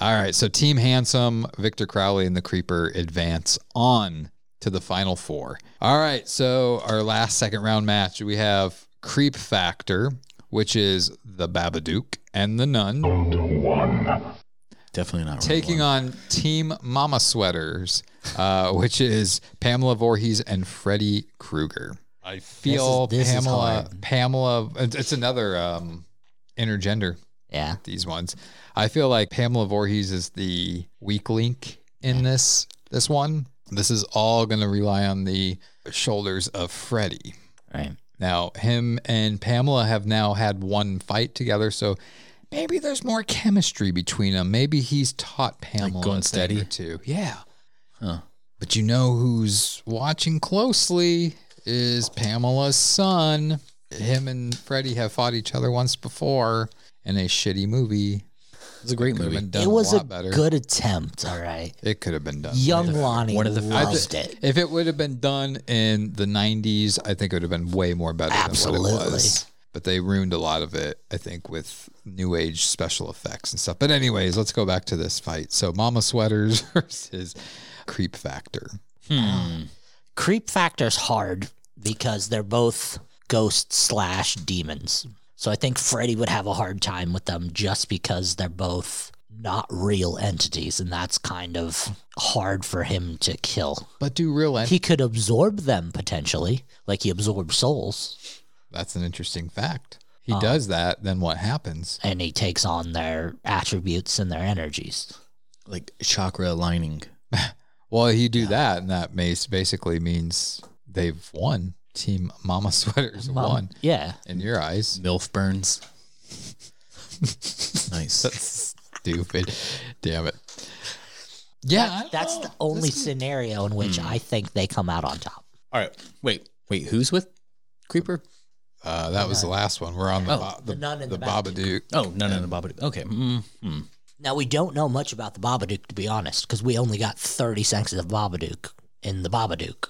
Speaker 9: All right, so Team Handsome, Victor Crowley, and the Creeper advance on to the final four. All right, so our last second round match, we have Creep Factor, which is the Babadook and the Nun,
Speaker 8: Definitely not
Speaker 9: taking on Team Mama Sweaters, uh, which is Pamela Voorhees and Freddy Krueger. I feel
Speaker 7: This is- this is
Speaker 9: Pamela.
Speaker 7: hard.
Speaker 9: Pamela. It's it's another um, intergender.
Speaker 7: Yeah.
Speaker 9: These ones. I feel like Pamela Voorhees is the weak link in this this one. This is all going to rely on the shoulders of Freddy.
Speaker 7: Right.
Speaker 9: Now, him and Pamela have now had one fight together, so maybe there's more chemistry between them. Maybe he's taught Pamela
Speaker 8: going
Speaker 9: a thing
Speaker 8: steady?
Speaker 9: or two. Yeah. Huh. But you know who's watching closely is Pamela's son. Him and Freddie have fought each other once before in a shitty movie. It's a great movie. Done
Speaker 7: It was a,
Speaker 9: a, lot better.
Speaker 7: good attempt. All right.
Speaker 9: It could have been done.
Speaker 7: Young
Speaker 9: way better.
Speaker 7: Lonnie One of the-
Speaker 9: I
Speaker 7: loved
Speaker 9: thi- If it would have been done in the '90s, I think it would have been way more better. Than what it
Speaker 7: Absolutely.
Speaker 9: was. But they ruined a lot of it, I think, with new age special effects and stuff. But anyways, let's go back to this fight. So Mama Sweaters versus Creep Factor.
Speaker 7: Hmm. Creep factor's hard because they're both ghosts slash demons. So I think Freddy would have a hard time with them just because they're both not real entities, and that's kind of hard for him to kill.
Speaker 9: But do real
Speaker 7: he could absorb them potentially, like he absorbs souls.
Speaker 9: That's an interesting fact. He
Speaker 7: Uh-huh.
Speaker 9: does that, then what happens?
Speaker 7: And he takes on their attributes and their energies.
Speaker 9: Like chakra aligning. well, you do that, and that may basically means they've won. Team Mama Sweaters
Speaker 7: Mom-
Speaker 9: won.
Speaker 7: yeah.
Speaker 9: In your eyes. Milf burns. nice. That's stupid. Damn it. Yeah,
Speaker 7: That- that's
Speaker 9: Oh,
Speaker 7: the only scenario in which I think they come out on top.
Speaker 8: All right. Wait. Wait. Who's with Creeper?
Speaker 9: Uh, that was the last one. We're on the,
Speaker 7: Oh,
Speaker 9: Bo- the,
Speaker 7: the nun and
Speaker 9: the
Speaker 7: the Babadook.
Speaker 9: Babadook.
Speaker 8: Oh, no, no, no, Babadook. Okay. Mm, hmm.
Speaker 7: Now we don't know much about the Babadook to be honest, because we only got thirty seconds of Babadook in the Babadook.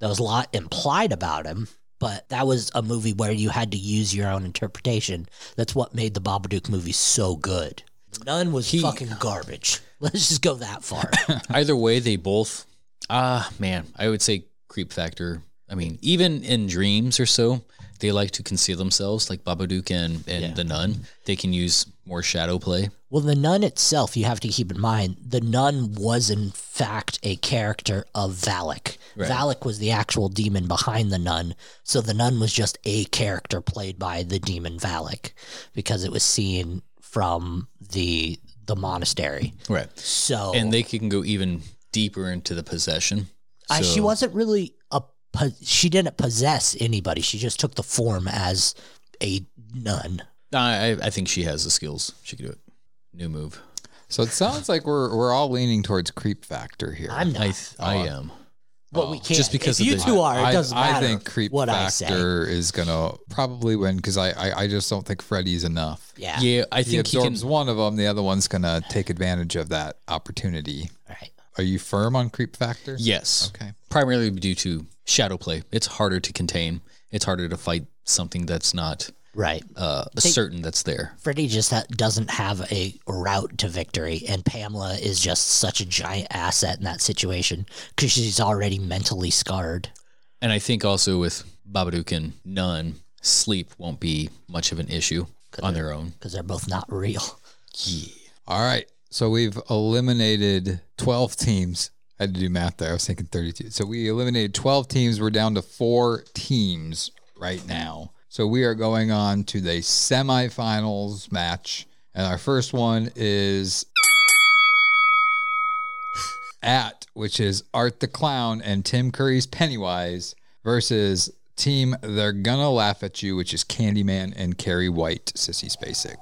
Speaker 7: There was a lot implied about him, but that was a movie where you had to use your own interpretation. That's what made the Babadook movie so good. None was fucking garbage. Let's just go that far.
Speaker 8: Either way, they both. Ah, man. I would say Creep Factor. I mean, even in dreams or so, they like to conceal themselves, like Babadook and, and the Nun. They can use more shadow play.
Speaker 7: Well, the nun itself, you have to keep in mind, the nun was in fact a character of Valak.
Speaker 8: Right.
Speaker 7: Valak was the actual demon behind the nun, so the nun was just a character played by the demon Valak because it was seen from the the monastery.
Speaker 8: Right.
Speaker 7: So
Speaker 8: And they can go even deeper into the possession.
Speaker 7: I, she
Speaker 8: So-
Speaker 7: wasn't really a po- she didn't possess anybody. She just took the form as a nun.
Speaker 8: I, I- I think she has the skills. She could do it. New move.
Speaker 9: So it sounds like we're we're all leaning towards creep factor here.
Speaker 7: I'm not.
Speaker 9: I, am.
Speaker 7: But we can't.
Speaker 8: oh. Just because
Speaker 7: if
Speaker 8: of
Speaker 7: you
Speaker 8: the-
Speaker 7: two are,
Speaker 9: I-
Speaker 7: it doesn't
Speaker 9: I,
Speaker 7: matter.
Speaker 9: think creep
Speaker 7: what I say.
Speaker 9: factor is gonna probably win because I, I I just don't think Freddy's enough.
Speaker 7: Yeah.
Speaker 8: Yeah, I
Speaker 9: he
Speaker 8: think he
Speaker 9: absorbs
Speaker 8: can-
Speaker 9: one of them. The other one's gonna take advantage of that opportunity.
Speaker 7: Right.
Speaker 9: Are you firm on creep factor?
Speaker 8: Yes.
Speaker 9: Okay.
Speaker 8: Primarily due to shadow play. It's harder to contain. It's harder to fight something that's not
Speaker 7: right
Speaker 8: uh,
Speaker 7: Think-
Speaker 8: certain that's there.
Speaker 7: Freddie just ha- doesn't have a route to victory, and Pamela is just such a giant asset in that situation because she's already mentally scarred.
Speaker 8: And I think also with Babadook and Nun, sleep won't be much of an issue on their own.
Speaker 7: Because they're both not real.
Speaker 9: Yeah. All right. So we've eliminated 12 teams. I had to do math there. I was thinking 32. So we eliminated 12 teams. We're down to four teams right now. So we are going on to the semifinals match. And our first one is at, which is Art the Clown and Tim Curry's Pennywise versus Team They're Gonna Laugh at You, which is Candyman and Carrie White, Sissy Spacek.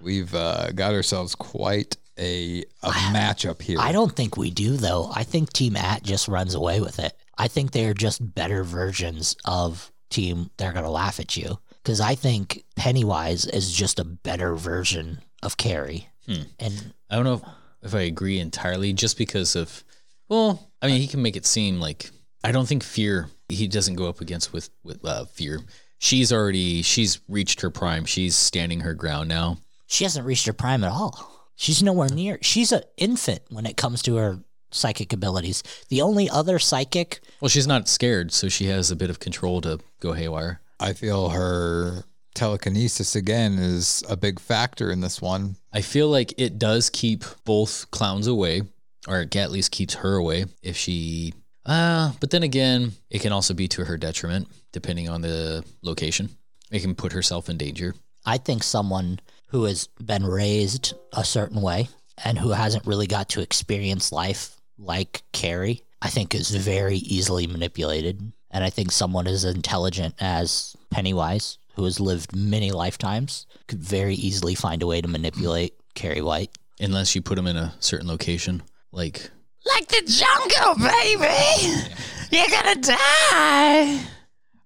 Speaker 9: We've uh, got ourselves quite a, a matchup here.
Speaker 7: I don't think we do, though. I think Team At just runs away with it. I think they are just better versions of Team They're Gonna Laugh at You. Because I think Pennywise is just a better version of Carrie.
Speaker 8: Hmm.
Speaker 7: And
Speaker 8: I don't know if, if I agree entirely, just because of, well, I mean, he can make it seem like I don't think fear. He doesn't go up against with with uh, fear. She's already she's reached her prime. She's standing her ground now.
Speaker 7: she hasn't reached her prime at all. She's nowhere near. She's an infant when it comes to her psychic abilities. The only other psychic,
Speaker 8: Well, she's not scared, so she has a bit of control to go haywire.
Speaker 9: I feel her telekinesis again is a big factor in this one.
Speaker 8: I feel like it does keep both clowns away, or it at least keeps her away if she Uh, but then again, it can also be to her detriment, depending on the location. It can put herself in danger.
Speaker 7: I think someone who has been raised a certain way and who hasn't really got to experience life like Carrie, I think is very easily manipulated. And I think someone as intelligent as Pennywise, who has lived many lifetimes, could very easily find a way to manipulate Carrie White.
Speaker 8: Unless you put them in a certain location, like
Speaker 18: Like the jungle, baby. You're gonna die.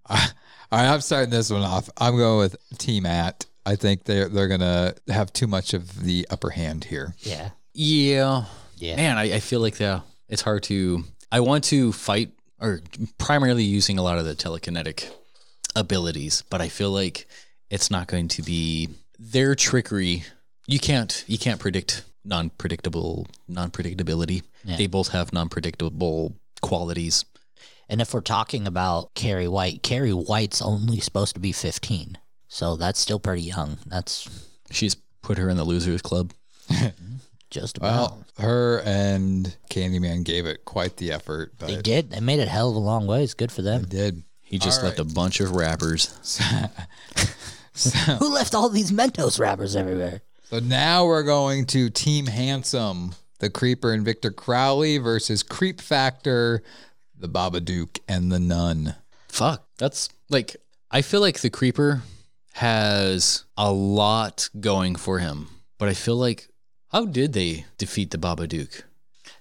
Speaker 9: All right, I'm starting this one off. I'm going with Team At. I think they're they're gonna have too much of the upper hand here.
Speaker 7: Yeah.
Speaker 8: Yeah. Yeah. Man, I, I feel like the it's hard to I want to fight or primarily using a lot of the telekinetic abilities, but I feel like it's not going to be their trickery. You can't you can't predict non predictable non predictability.
Speaker 7: Yeah.
Speaker 8: They both have non predictable qualities.
Speaker 7: And if we're talking about Carrie White, Carrie White's only supposed to be 15. So that's still pretty young. That's
Speaker 8: She's put her in the losers club.
Speaker 7: just about.
Speaker 9: Well, her and Candyman gave it quite the effort. But
Speaker 7: they did. They made it hell of a long ways. Good for them.
Speaker 9: They did.
Speaker 8: He just left a bunch of rappers.
Speaker 7: Who left all these Mentos wrappers everywhere?
Speaker 9: So now we're going to Team Handsome, the Creeper and Victor Crowley versus Creep Factor, the Babadook and the Nun.
Speaker 8: Fuck. That's like I feel like the creeper has a lot going for him, but I feel like how did they defeat the Babadook?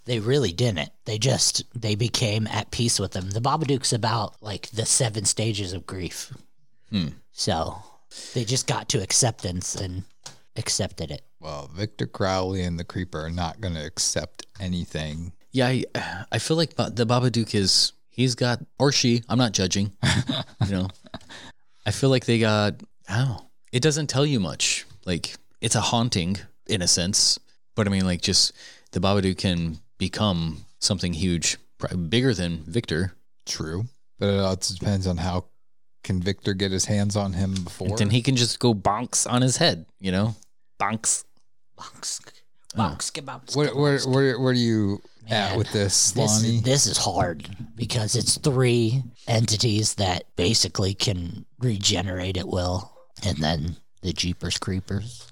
Speaker 7: They really didn't. They just they became at peace with them. The Babadook's about like the seven stages of grief.
Speaker 8: Hmm.
Speaker 7: So they just got to acceptance and accepted it.
Speaker 9: Well, Victor Crowley and the Creeper are not going to accept anything.
Speaker 8: Yeah, I, I feel like Ba- the Babadook is he's got or she. I'm not judging. you know, I feel like they got. Oh, it doesn't tell you much. Like it's a haunting in a sense, but I mean, like just the Babadook can become something huge, pri- bigger than Victor.
Speaker 9: True, but it also depends on how can Victor get his hands on him before.
Speaker 8: And then he can just go bonks on his head. You know, bonks.
Speaker 7: Bonks.
Speaker 8: Bonks.
Speaker 9: Oh. Where, where, where, where do you at
Speaker 7: Man,
Speaker 9: with this,
Speaker 7: This
Speaker 9: Lonnie?
Speaker 7: is, this is hard because it's three entities that basically can regenerate at will, and then the Jeepers Creepers.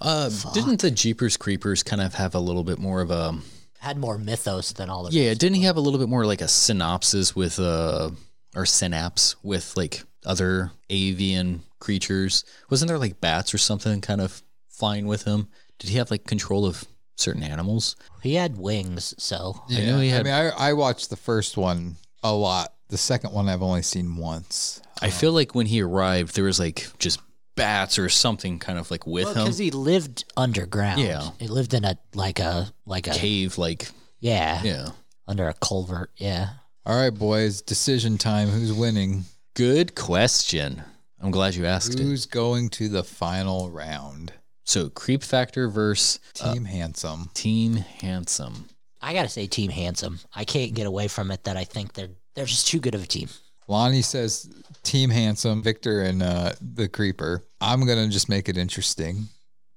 Speaker 8: Uh, didn't the Jeepers Creepers kind of have a little bit more of a
Speaker 7: Had more mythos than all the
Speaker 8: yeah? Didn't he have a little bit more like a synopsis with uh or synapse with like other avian creatures? Wasn't there like bats or something kind of flying with him? Did he have like control of certain animals?
Speaker 7: He had wings, so
Speaker 8: I know he
Speaker 9: I
Speaker 8: had. I,
Speaker 9: mean, I, I watched the first one a lot. The second one I've only seen once.
Speaker 8: feel like when he arrived, there was like just bats or something kind of like with him.
Speaker 7: because he lived underground.
Speaker 8: Yeah.
Speaker 7: he lived in a like a like a
Speaker 8: Cave like
Speaker 7: yeah
Speaker 8: yeah.
Speaker 7: under a culvert. Yeah,
Speaker 9: All right, boys, decision time. Who's winning?
Speaker 8: Good question. I'm glad you asked it.
Speaker 9: Who's going to the final round?
Speaker 8: So creep factor versus uh,
Speaker 9: Team Handsome.
Speaker 8: team handsome.
Speaker 7: I gotta say, Team Handsome. I can't get away from it that I think they're they're just too good of a team.
Speaker 9: Lonnie says Team Handsome, Victor, and uh, the Creeper. I'm gonna just make it interesting.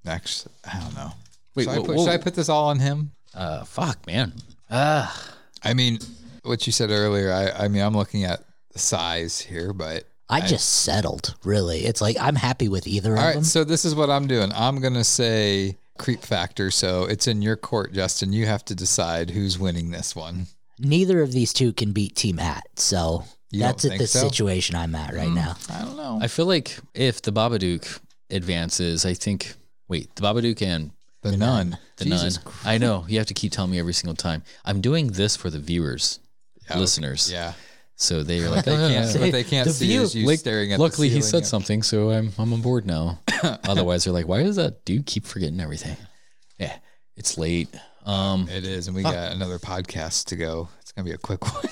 Speaker 9: Actually, I don't know.
Speaker 8: Wait,
Speaker 9: should, I
Speaker 8: whoa,
Speaker 9: put,
Speaker 8: whoa.
Speaker 9: should I put this all on him?
Speaker 8: Uh, fuck, man. Ah,
Speaker 9: I mean, what you said earlier. I, I mean, I'm looking at the size here, but
Speaker 7: I just settled. Really, it's like I'm happy with either
Speaker 9: all
Speaker 7: of
Speaker 9: right.
Speaker 7: them.
Speaker 9: So this is what I'm doing. I'm gonna say Creep Factor. So it's in your court, Justin. You have to decide who's winning this one.
Speaker 7: Neither of these two can beat Team Hat, so
Speaker 9: You
Speaker 7: that's
Speaker 9: don't
Speaker 7: at
Speaker 9: think
Speaker 7: the
Speaker 9: so? Hmm.
Speaker 7: situation I'm at right now.
Speaker 9: I don't know.
Speaker 8: I feel like if the Babadook advances, I think. Wait, the Babadook and
Speaker 9: the nun.
Speaker 8: the
Speaker 9: Jesus
Speaker 8: nun. I know you have to keep telling me every single time. I'm doing this for the viewers, listeners.
Speaker 9: Yeah.
Speaker 8: So they are like,
Speaker 9: They
Speaker 8: "Ah."
Speaker 9: can't, what they can't
Speaker 7: the
Speaker 9: see
Speaker 7: view-
Speaker 9: is you
Speaker 8: Like,
Speaker 9: staring at.
Speaker 8: luckily
Speaker 9: the
Speaker 8: he
Speaker 9: ceiling
Speaker 8: said
Speaker 9: and-
Speaker 8: something, so I'm I'm on board now. Otherwise, they're like, why does that dude keep forgetting everything? Yeah, it's late. Um,
Speaker 9: It is, and we
Speaker 8: Fuck.
Speaker 9: got another podcast to go. It's gonna be a quick one.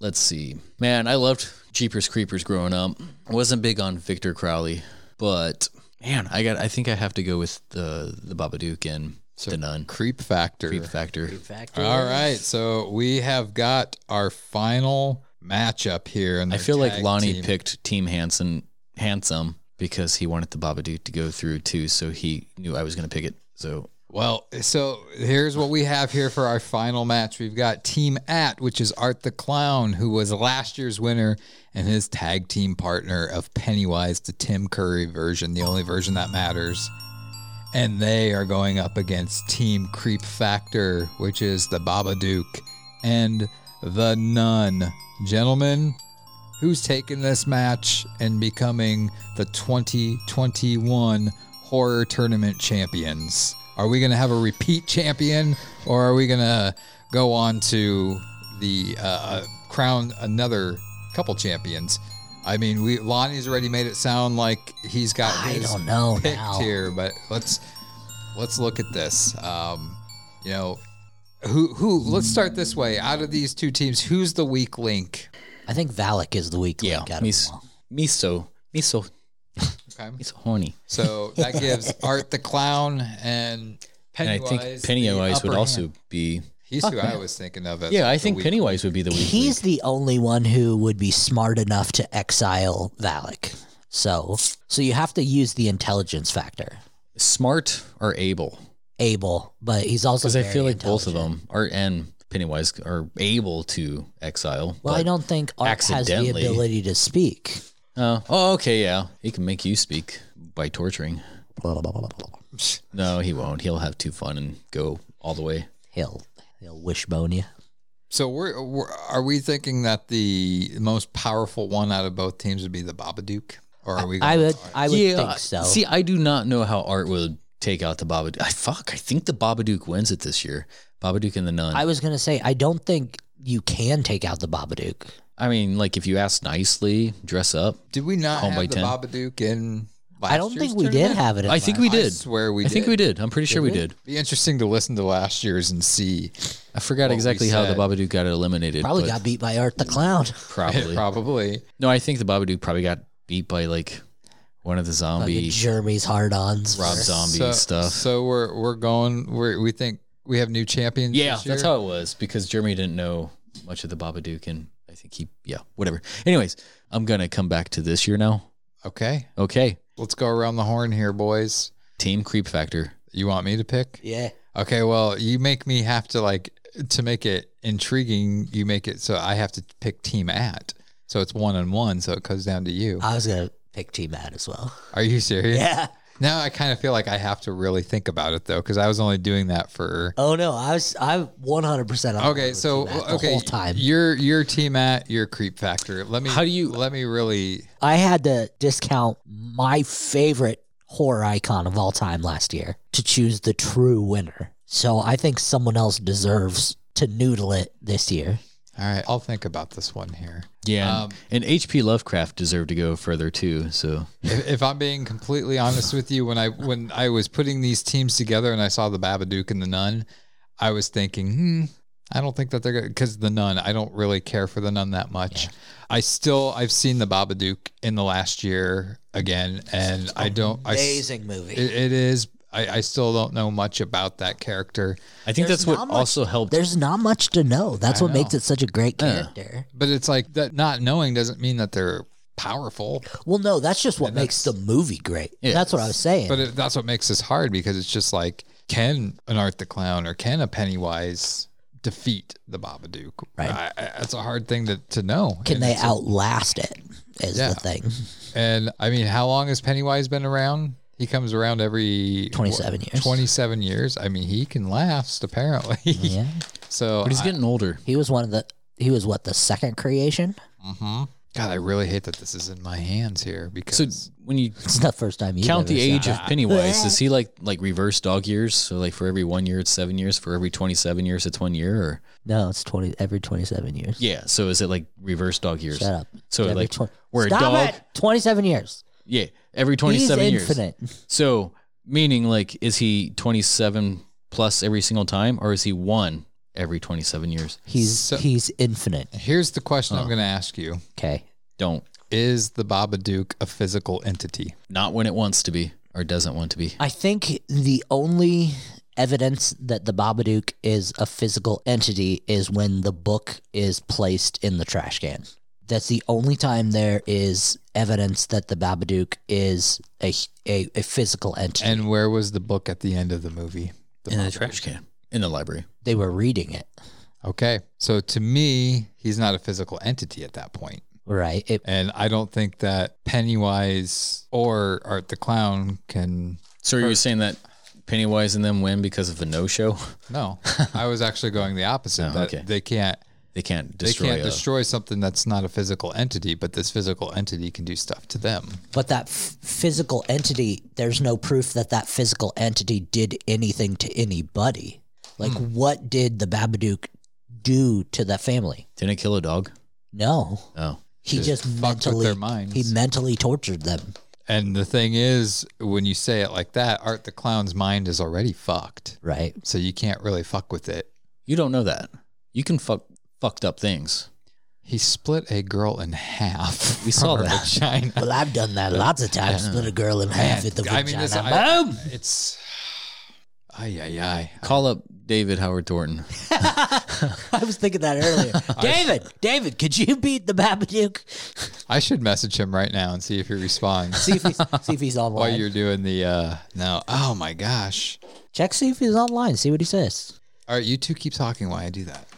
Speaker 8: let's see. Man, I loved Jeepers Creepers growing up. I wasn't big on Victor Crowley, but man, I got I think I have to go with the the Babadook and the nun.
Speaker 9: Creep factor.
Speaker 8: Creep factor.
Speaker 9: All right, so we have got our final matchup here, and
Speaker 8: I feel like Lonnie picked Team Hanson handsome because he wanted the Babadook to go through too, so he knew I was gonna pick it. So
Speaker 9: Well, so here's what we have here for our final match. We've got Team At, which is Art the Clown, who was last year's winner, and his tag team partner of Pennywise, the Tim Curry version, the only version that matters. And they are going up against Team Creep Factor, which is the Babadook and the Nun. Gentlemen, who's taking this match and becoming the 2021 horror tournament champions? Are we going to have a repeat champion or are we going to go on to the uh, crown another couple champions? I mean, we Lonnie's already made it sound like he's got
Speaker 7: I
Speaker 9: his
Speaker 7: don't know
Speaker 9: picked
Speaker 7: now.
Speaker 9: here, but let's let's look at this. Um, you know, who who let's start this way. Out of these two teams, who's the weak link?
Speaker 7: I think Valak is the weak link. Out of
Speaker 8: Mis- miso. Miso.
Speaker 9: Okay.
Speaker 8: Miso horny.
Speaker 9: So that gives Art the Clown and
Speaker 8: And I
Speaker 9: Pennywise.
Speaker 8: think
Speaker 9: the
Speaker 8: Pennywise would
Speaker 9: upper
Speaker 8: also
Speaker 9: hand.
Speaker 8: be.
Speaker 9: He's who I was thinking of. As
Speaker 8: Yeah, I
Speaker 9: the
Speaker 8: think
Speaker 9: weak-
Speaker 8: Pennywise would be the weak.
Speaker 7: He's the only one who would be smart enough to exile Valak. So, so you have to use the intelligence factor.
Speaker 8: Smart or able?
Speaker 7: Able, but he's also
Speaker 8: Because I feel
Speaker 7: very
Speaker 8: like both of them, Art and Pennywise, are able to exile.
Speaker 7: Well, I
Speaker 8: but-
Speaker 7: don't think Art has the
Speaker 8: accidentally-
Speaker 7: ability to speak.
Speaker 8: Oh, oh, okay, yeah. He can make you speak by torturing. No, he won't. He'll have too fun and go all the way.
Speaker 7: He'll he'll wishbone you.
Speaker 9: So we're, we're are we thinking that the most powerful one out of both teams would be the Babadook, or are we?
Speaker 7: I
Speaker 9: going
Speaker 7: would
Speaker 9: with Art?
Speaker 7: I would think so.
Speaker 8: See, I do not know how Art would take out the Babadook. I fuck. I think the Babadook wins it this year. Babadook and the Nun.
Speaker 7: I was gonna say I don't think you can take out the Babadook.
Speaker 8: I mean, like if you ask nicely, dress up.
Speaker 9: Did we not
Speaker 8: Home
Speaker 9: have
Speaker 8: by
Speaker 9: the
Speaker 8: 10?
Speaker 9: Babadook in? Last
Speaker 7: I don't
Speaker 9: year's
Speaker 7: think we did
Speaker 9: tournament?
Speaker 7: have it in
Speaker 8: I think we
Speaker 9: I
Speaker 8: did.
Speaker 9: swear we
Speaker 8: I think
Speaker 9: did.
Speaker 8: we did. I'm pretty sure we
Speaker 9: Did we?
Speaker 8: did.
Speaker 9: Be interesting to listen to last year's and see.
Speaker 8: I forgot
Speaker 9: What we
Speaker 8: exactly how the
Speaker 9: said.
Speaker 8: Babadook got eliminated.
Speaker 7: Probably
Speaker 8: but
Speaker 7: got beat by Art the Clown.
Speaker 8: probably.
Speaker 9: Probably.
Speaker 8: No, I think the Babadook probably got beat by like one of the
Speaker 7: Fucking
Speaker 8: zombie
Speaker 7: Jeremy's hard ons.
Speaker 8: Rob Zombie
Speaker 9: so,
Speaker 8: stuff.
Speaker 9: So we're we're going. We we think we have new champions.
Speaker 8: Yeah,
Speaker 9: this
Speaker 8: that's
Speaker 9: year?
Speaker 8: how it was because Jeremy didn't know much of the Babadook, and I think he, yeah, whatever. Anyways, I'm gonna come back to this year now.
Speaker 9: Okay,
Speaker 8: Okay,
Speaker 9: let's go around the horn here, boys.
Speaker 8: Team Creep Factor.
Speaker 9: You want me to pick?
Speaker 7: Yeah.
Speaker 9: Okay, well, you make me have to like to make it intriguing. You make it so I have to pick team at. So it's one on one. So it comes down to you.
Speaker 8: Uh,
Speaker 7: I was gonna pick T Matt as well.
Speaker 9: Are you serious?
Speaker 7: Yeah.
Speaker 9: Now I kind of feel like I have to really think about it though, because I was only doing that for.
Speaker 7: Oh no, I was I'm 100 percent on. board
Speaker 9: Okay,
Speaker 7: with
Speaker 9: so
Speaker 7: T-Matt the
Speaker 9: okay,
Speaker 7: whole time
Speaker 9: your your team at your creep factor. Let me.
Speaker 8: How do you-
Speaker 9: Let me really.
Speaker 7: I had to discount my favorite horror icon of all time last year to choose the true winner. So I think someone else deserves to noodle it this year.
Speaker 9: All right, I'll think about this one here.
Speaker 8: Yeah, Um, and, and H.P. Lovecraft deserved to go further too. So
Speaker 9: if, if I'm being completely honest with you, when I when I was putting these teams together and I saw the Babadook and the Nun, I was thinking, hmm, I don't think that they're gonna because the Nun. I don't really care for the Nun that much. I still I've seen the Babadook in the last year again, and I don't. I s-
Speaker 7: Amazing movie.
Speaker 9: it, it is. I, I still don't know much about that character,
Speaker 8: I think
Speaker 7: There's
Speaker 8: that's what
Speaker 7: not much-
Speaker 8: also helped.
Speaker 7: There's not much to know. That's
Speaker 9: I
Speaker 7: what makes
Speaker 9: know.
Speaker 7: it such a great
Speaker 8: Yeah.
Speaker 7: character.
Speaker 9: but it's like that. Not knowing doesn't mean that they're powerful.
Speaker 7: Well, no, that's just what makes the movie great.
Speaker 8: Yeah.
Speaker 7: That's what I was saying.
Speaker 9: But it, that's what makes this hard because it's just like can an Art the Clown or can a Pennywise defeat the Babadook?
Speaker 7: Right.
Speaker 9: I, I, that's a hard thing to, to know.
Speaker 7: Can
Speaker 9: And
Speaker 7: they
Speaker 9: it's a-
Speaker 7: outlast it? Is
Speaker 9: Yeah.
Speaker 7: the thing.
Speaker 9: and I mean, how long has Pennywise been around? He comes around every
Speaker 7: 27 years.
Speaker 9: Twenty-seven years. I mean, he can last apparently.
Speaker 7: Yeah,
Speaker 9: So,
Speaker 8: but he's
Speaker 9: I-
Speaker 8: getting older.
Speaker 7: he was one of the. He was what the second creation.
Speaker 9: Mhm. God, I really hate that this is in my hands here
Speaker 8: So
Speaker 9: because
Speaker 8: when you
Speaker 7: It's the first time you
Speaker 8: count the age of Pennywise, is he like like reverse dog years? So like for every one year, it's seven years. For every twenty-seven years, it's one year. Or
Speaker 7: No, it's twenty every twenty-seven years.
Speaker 8: yeah, so is it like reverse dog years?
Speaker 7: Shut up.
Speaker 8: So
Speaker 7: Every
Speaker 8: like
Speaker 7: twen-
Speaker 8: we're
Speaker 7: Stop
Speaker 8: a dog.
Speaker 7: it! Twenty-seven years.
Speaker 8: Yeah, every twenty-seven
Speaker 7: He's
Speaker 8: years.
Speaker 7: infinite.
Speaker 8: So, meaning like, is he 27 plus every single time, or is he one every 27 years?
Speaker 7: He's
Speaker 9: So-
Speaker 7: he's infinite.
Speaker 9: here's the question I'm
Speaker 8: Huh.
Speaker 9: going to ask you:
Speaker 7: Okay.
Speaker 8: Don't.
Speaker 9: Is the Babadook a physical entity?
Speaker 8: Not when it wants to be or doesn't want to be.
Speaker 7: I think the only evidence that the Babadook is a physical entity is when the book is placed in the trash can. That's the only time there is evidence that the Babadook is a a, a physical entity.
Speaker 9: And where was the book at the end of the movie?
Speaker 8: in the trash can in the library.
Speaker 7: They were reading it.
Speaker 9: Okay. So to me, he's not a physical entity at that point.
Speaker 7: Right. It,
Speaker 9: And I don't think that Pennywise or Art the Clown can.
Speaker 8: So you were saying that Pennywise and them win because of a no-show?
Speaker 9: No, I was actually going the opposite.
Speaker 8: Oh,
Speaker 9: that
Speaker 8: okay.
Speaker 9: They can't.
Speaker 8: They can't
Speaker 9: They
Speaker 8: destroy.
Speaker 9: can't
Speaker 8: a-
Speaker 9: destroy something that's not a physical entity, but this physical entity can do stuff to them.
Speaker 7: But that f- physical entity, there's no proof that that physical entity did anything to anybody. Like, what did the Babadook do to that family?
Speaker 8: Didn't it kill a dog?
Speaker 7: No,
Speaker 8: Oh,
Speaker 7: he
Speaker 9: Just
Speaker 7: just,
Speaker 9: fucked with
Speaker 7: mentally
Speaker 9: their minds.
Speaker 7: he mentally tortured them.
Speaker 9: And the thing is, when you say it like that, Art the Clown's mind is already fucked.
Speaker 7: Right.
Speaker 9: So you can't really fuck with it.
Speaker 8: You don't know that. You can fuck fucked up things.
Speaker 9: He split a girl in half.
Speaker 8: We saw
Speaker 9: Her
Speaker 8: that.
Speaker 9: Vagina.
Speaker 7: Well, I've done that lots of times.
Speaker 9: Yeah.
Speaker 7: Split a girl in half
Speaker 9: Man,
Speaker 7: with the
Speaker 9: I
Speaker 7: vagina.
Speaker 9: mean, this- I-
Speaker 7: Boom!
Speaker 9: It's. Ay, ay, ay.
Speaker 8: Call up David Howard Thornton.
Speaker 7: I was thinking that earlier. David, David, could you beat the Babadook?
Speaker 9: I should message him right now and see if he responds
Speaker 7: See if he's, see if he's online.
Speaker 9: while you're doing the. uh No. Oh, my gosh.
Speaker 7: Check, see if he's online. See what he says.
Speaker 9: All right. You two keep talking while I do that.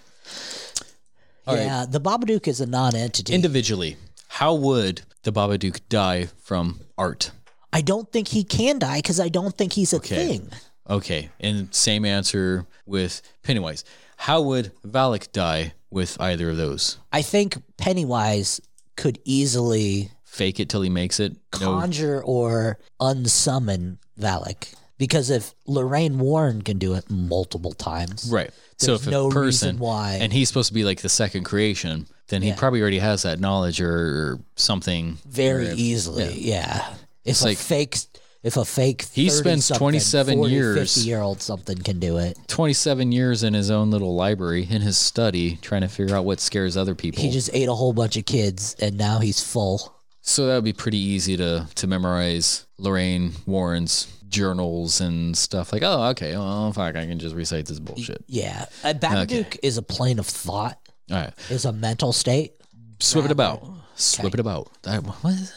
Speaker 8: All
Speaker 7: yeah, the Babadook is a non-entity.
Speaker 8: Individually, how would the Babadook die from art?
Speaker 7: I don't think he can die because I don't think he's a
Speaker 8: Okay.
Speaker 7: thing.
Speaker 8: Okay, and same answer with Pennywise. How would Valak die with either of those?
Speaker 7: I think Pennywise could easily
Speaker 8: Fake it till he makes it. No,
Speaker 7: conjure or unsummon Valak because if Lorraine Warren can do it multiple times,
Speaker 8: right. so
Speaker 7: There's
Speaker 8: if a
Speaker 7: no
Speaker 8: person
Speaker 7: reason why.
Speaker 8: and he's supposed to be like the second creation, then he probably already has that knowledge or, or something.
Speaker 7: very
Speaker 8: Or-
Speaker 7: easily, yeah. If
Speaker 8: It's
Speaker 7: a
Speaker 8: like-
Speaker 7: fake, if a fake,
Speaker 8: He spends 27 years-
Speaker 7: year old something can do it.
Speaker 8: Twenty-seven years in his own little library in his study, trying to figure out what scares other people.
Speaker 7: He just ate a whole bunch of kids, and now he's full.
Speaker 8: So that would be pretty easy to to memorize Lorraine Warren's journals and stuff. Like, oh, okay, oh fuck, I can just recite this bullshit.
Speaker 7: Yeah, a Babadook is a plane of thought,
Speaker 8: All right,
Speaker 7: is a mental state.
Speaker 8: swip it about, swip it about. I- What? Is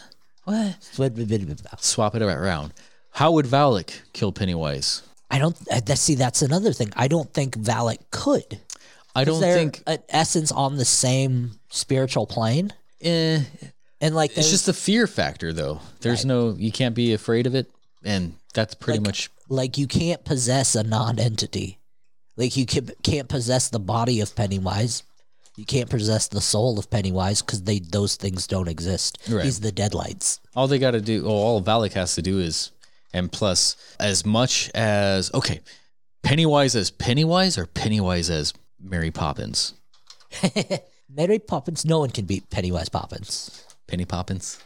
Speaker 8: what? Swap it around. How would Valak kill Pennywise?
Speaker 7: I don't. uh, That see, that's another thing. I don't think Valak could.
Speaker 8: I don't think.
Speaker 7: an essence on the same spiritual plane.
Speaker 8: Eh,
Speaker 7: And like,
Speaker 8: it's just the fear factor, though. There's no, you can't be afraid of it, and that's pretty much
Speaker 7: like you can't possess a non-entity. Like you can, can't possess the body of Pennywise. You can't possess the soul of Pennywise because they those things don't exist.
Speaker 8: Right.
Speaker 7: He's the deadlights.
Speaker 8: all they got to do. oh, all Valak has to do is, and plus, as much as okay, Pennywise as Pennywise or Pennywise as Mary Poppins,
Speaker 7: Mary Poppins. No one can beat Pennywise Poppins.
Speaker 8: Penny Poppins.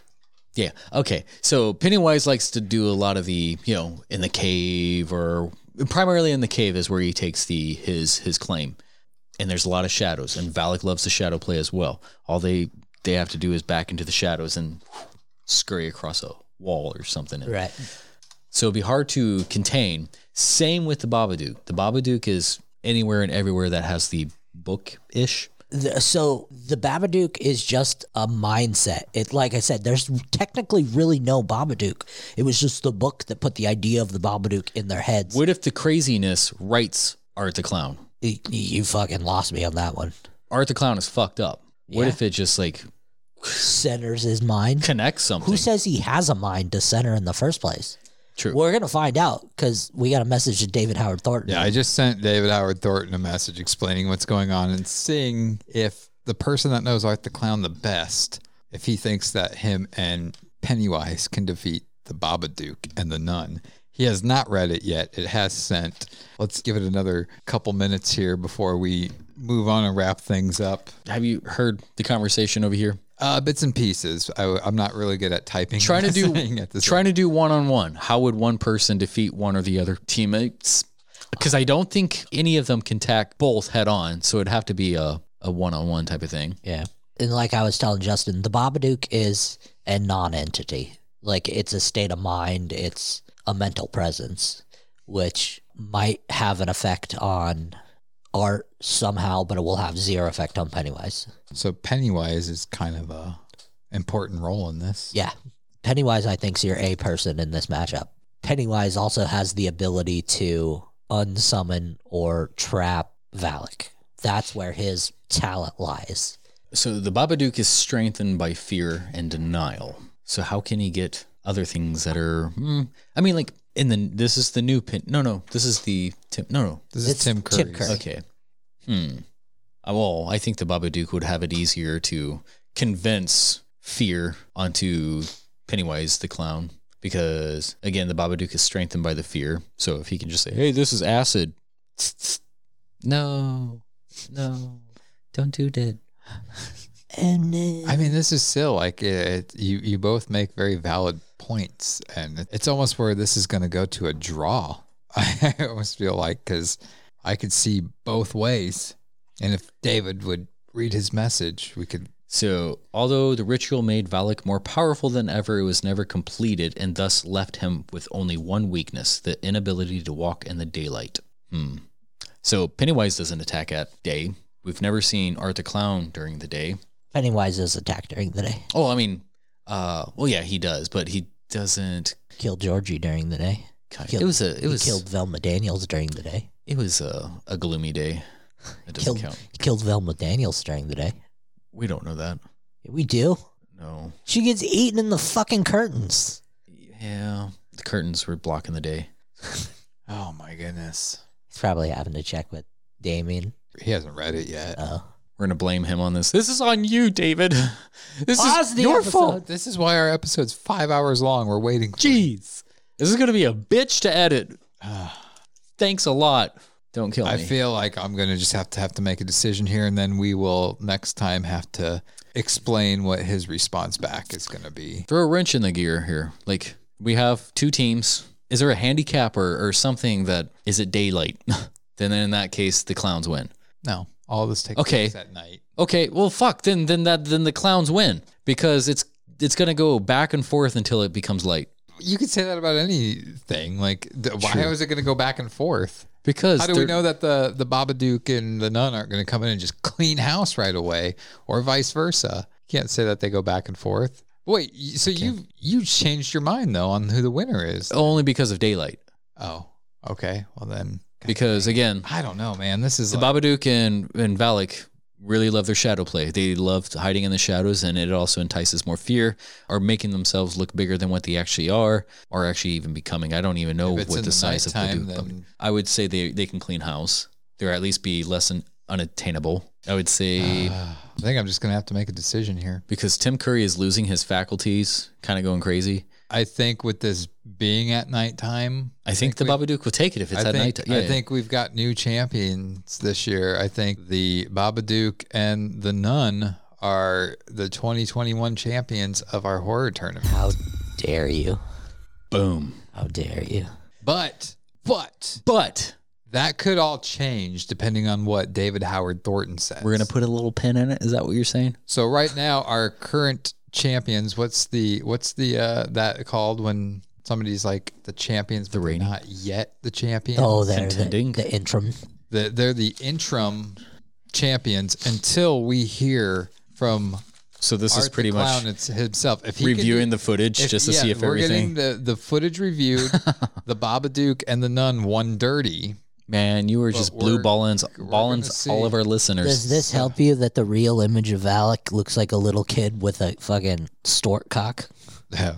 Speaker 8: Yeah. Okay. So Pennywise likes to do a lot of the, you know, in the cave or primarily in the cave is where he takes the his his claim. And there's a lot of shadows and Valak loves the shadow play as well. All they they have to do is back into the shadows and scurry across a wall or something. And
Speaker 7: Right.
Speaker 8: so it'd be hard to contain. Same with the Babadook. The Babadook is anywhere and everywhere that has the book ish.
Speaker 7: The, so the Babadook is just a mindset. It, like I said, there's technically really no Babadook. It was just the book that put the idea of the Babadook in their heads.
Speaker 8: What if the craziness writes Art the Clown?
Speaker 7: Y- You fucking lost me on that one.
Speaker 8: Art the Clown is fucked up. What
Speaker 7: Yeah.
Speaker 8: if it just like
Speaker 7: Centers his mind.
Speaker 8: connects something?
Speaker 7: Who says he has a mind to center in the first place?
Speaker 8: True.
Speaker 7: We're gonna find out because we got a message to David Howard Thornton.
Speaker 9: Yeah, I just sent David Howard Thornton a message explaining what's going on and seeing if the person that knows Art the Clown the best, if he thinks that him and Pennywise can defeat the Babadook and the Nun. He has not read it yet. It has sent. Let's give it another couple minutes here before we move on and wrap things up.
Speaker 8: Have you heard the conversation over here?
Speaker 9: Uh, bits and pieces. I, am not really good at typing.
Speaker 8: Trying to do
Speaker 9: at this
Speaker 8: trying to do one on one. How would one person defeat one or the other teammates? Because I don't think any of them can tack both head on, so it'd have to be a a one on one type of thing.
Speaker 7: Yeah. And like I was telling Justin, the Babadook is a non-entity. Like it's a state of mind. It's a mental presence, which might have an effect on art somehow, but it will have zero effect on Pennywise.
Speaker 9: So Pennywise is kind of a important role in this.
Speaker 7: Yeah. Pennywise, I think, is your A person in this matchup. Pennywise also has the ability to
Speaker 19: unsummon or trap Valak. That's where his talent lies.
Speaker 8: So the Babadook is strengthened by fear and denial. So how can he get other things that are? Hmm, I mean, like in the this is the new pin. No, no, this is the Tim. No, no,
Speaker 9: This is It's Tim Tim Curry's. Curry.
Speaker 8: Okay. Hmm. Uh, Well, I think the Babadook would have it easier to convince fear onto Pennywise the clown because again, the Babadook is strengthened by the fear. So if he can just say, "Hey, this is acid," no, no, don't do that.
Speaker 9: I mean, this is still like it, you you both make very valid points, and it- it's almost where this is going to go to a draw. I almost feel like because I could see both ways, and if David would read his message, we could.
Speaker 8: So, although the ritual made Valak more powerful than ever, it was never completed and thus left him with only one weakness the inability to walk in the daylight. Hmm. So, Pennywise doesn't attack at day. We've never seen Art the Clown during the day.
Speaker 19: Pennywise is attacked during the day.
Speaker 8: Oh, I mean, uh, well, yeah, he does, but he doesn't.
Speaker 19: Killed Georgie during the day.
Speaker 8: It was a- it
Speaker 19: he
Speaker 8: was-
Speaker 19: killed Velma Daniels during the day.
Speaker 8: It was a, a gloomy day. It doesn't
Speaker 19: Killed,
Speaker 8: count.
Speaker 19: he killed Velma Daniels during the day.
Speaker 8: We don't know that.
Speaker 19: We do.
Speaker 8: No.
Speaker 19: She gets eaten in the fucking curtains.
Speaker 8: Yeah. The curtains were blocking the day.
Speaker 9: Oh my goodness.
Speaker 19: He's probably having to check with Damien.
Speaker 9: He hasn't read it yet.
Speaker 19: Oh.
Speaker 8: We're going to blame him on this. This is on you, David. This
Speaker 9: is your fault. This is why our episode's five hours long. We're waiting.
Speaker 8: Jeez, this is gonna be a bitch to edit. Thanks a lot. Don't kill
Speaker 9: I
Speaker 8: me.
Speaker 9: feel like I'm gonna just have to have to make a decision here, and then we will next time have to explain what his response back is gonna be.
Speaker 8: Throw a wrench in the gear here. Like we have two teams. Is there a handicap or, or something that is it daylight? then in that case, the clowns win.
Speaker 9: No, all this takes
Speaker 8: Okay.
Speaker 9: place at night.
Speaker 8: Okay, well, fuck. Then then that then the clowns win because it's it's gonna go back and forth until it becomes light.
Speaker 9: You could say that about anything. Like, th- why
Speaker 8: True.
Speaker 9: is it gonna go back and forth?
Speaker 8: Because
Speaker 9: How do we
Speaker 8: they're-
Speaker 9: know that the the Babadook and the nun aren't gonna come in and just clean house right away, or vice versa? Can't say that they go back and forth. Wait, y- so you you changed your mind though on who the winner is?
Speaker 8: Only because of daylight.
Speaker 9: Oh, okay. Well then,
Speaker 8: Because again,
Speaker 9: I don't know, man. This is
Speaker 8: the
Speaker 9: like-
Speaker 8: Babadook and and Valak really love their shadow play. They love hiding in the shadows, and it also entices more fear or making themselves look bigger than what they actually are, or actually even becoming. I don't even know
Speaker 9: If it's
Speaker 8: what
Speaker 9: in
Speaker 8: the,
Speaker 9: the
Speaker 8: size of
Speaker 9: nighttime,
Speaker 8: Babadook.
Speaker 9: then-
Speaker 8: I would say they they can clean house. There at least be less un, unattainable. I would say
Speaker 9: uh, I think I'm just gonna have to make a decision here.
Speaker 8: because Tim Curry is losing his faculties, kind of going crazy.
Speaker 9: I think with this being at nighttime,
Speaker 8: I think, the Babadook will take it if it's
Speaker 9: I
Speaker 8: at
Speaker 9: think,
Speaker 8: night. Yeah,
Speaker 9: I
Speaker 8: yeah.
Speaker 9: think we've got new champions this year. I think the Babadook and the Nun are the 2021 champions of our horror tournament.
Speaker 19: How dare you?
Speaker 8: Boom.
Speaker 19: How dare you?
Speaker 9: But, but,
Speaker 8: but
Speaker 9: that could all change depending on what David Howard Thornton says.
Speaker 8: we're gonna put a little pin in it. Is that what you're saying?
Speaker 9: So right now, our current champions. What's the what's the uh that called when somebody's like the champions, but they're not yet the champions?
Speaker 19: Oh, they're the, the interim.
Speaker 9: The, they're the interim champions until we hear from.
Speaker 8: So this is
Speaker 9: Art the
Speaker 8: pretty much
Speaker 9: Clown it's himself. If he can
Speaker 8: reviewing
Speaker 9: do-
Speaker 8: the footage
Speaker 9: if-
Speaker 8: just to
Speaker 9: yeah,
Speaker 8: see if
Speaker 9: we're
Speaker 8: everything.
Speaker 9: getting the the footage reviewed, the Babadook and the Nun one dirty.
Speaker 8: Man, you were
Speaker 9: But
Speaker 8: just
Speaker 9: we're-
Speaker 8: blue balling, balling all of our
Speaker 19: Does
Speaker 8: listeners.
Speaker 19: this help you that the real image of Alec looks like a little kid with a fucking stork cock?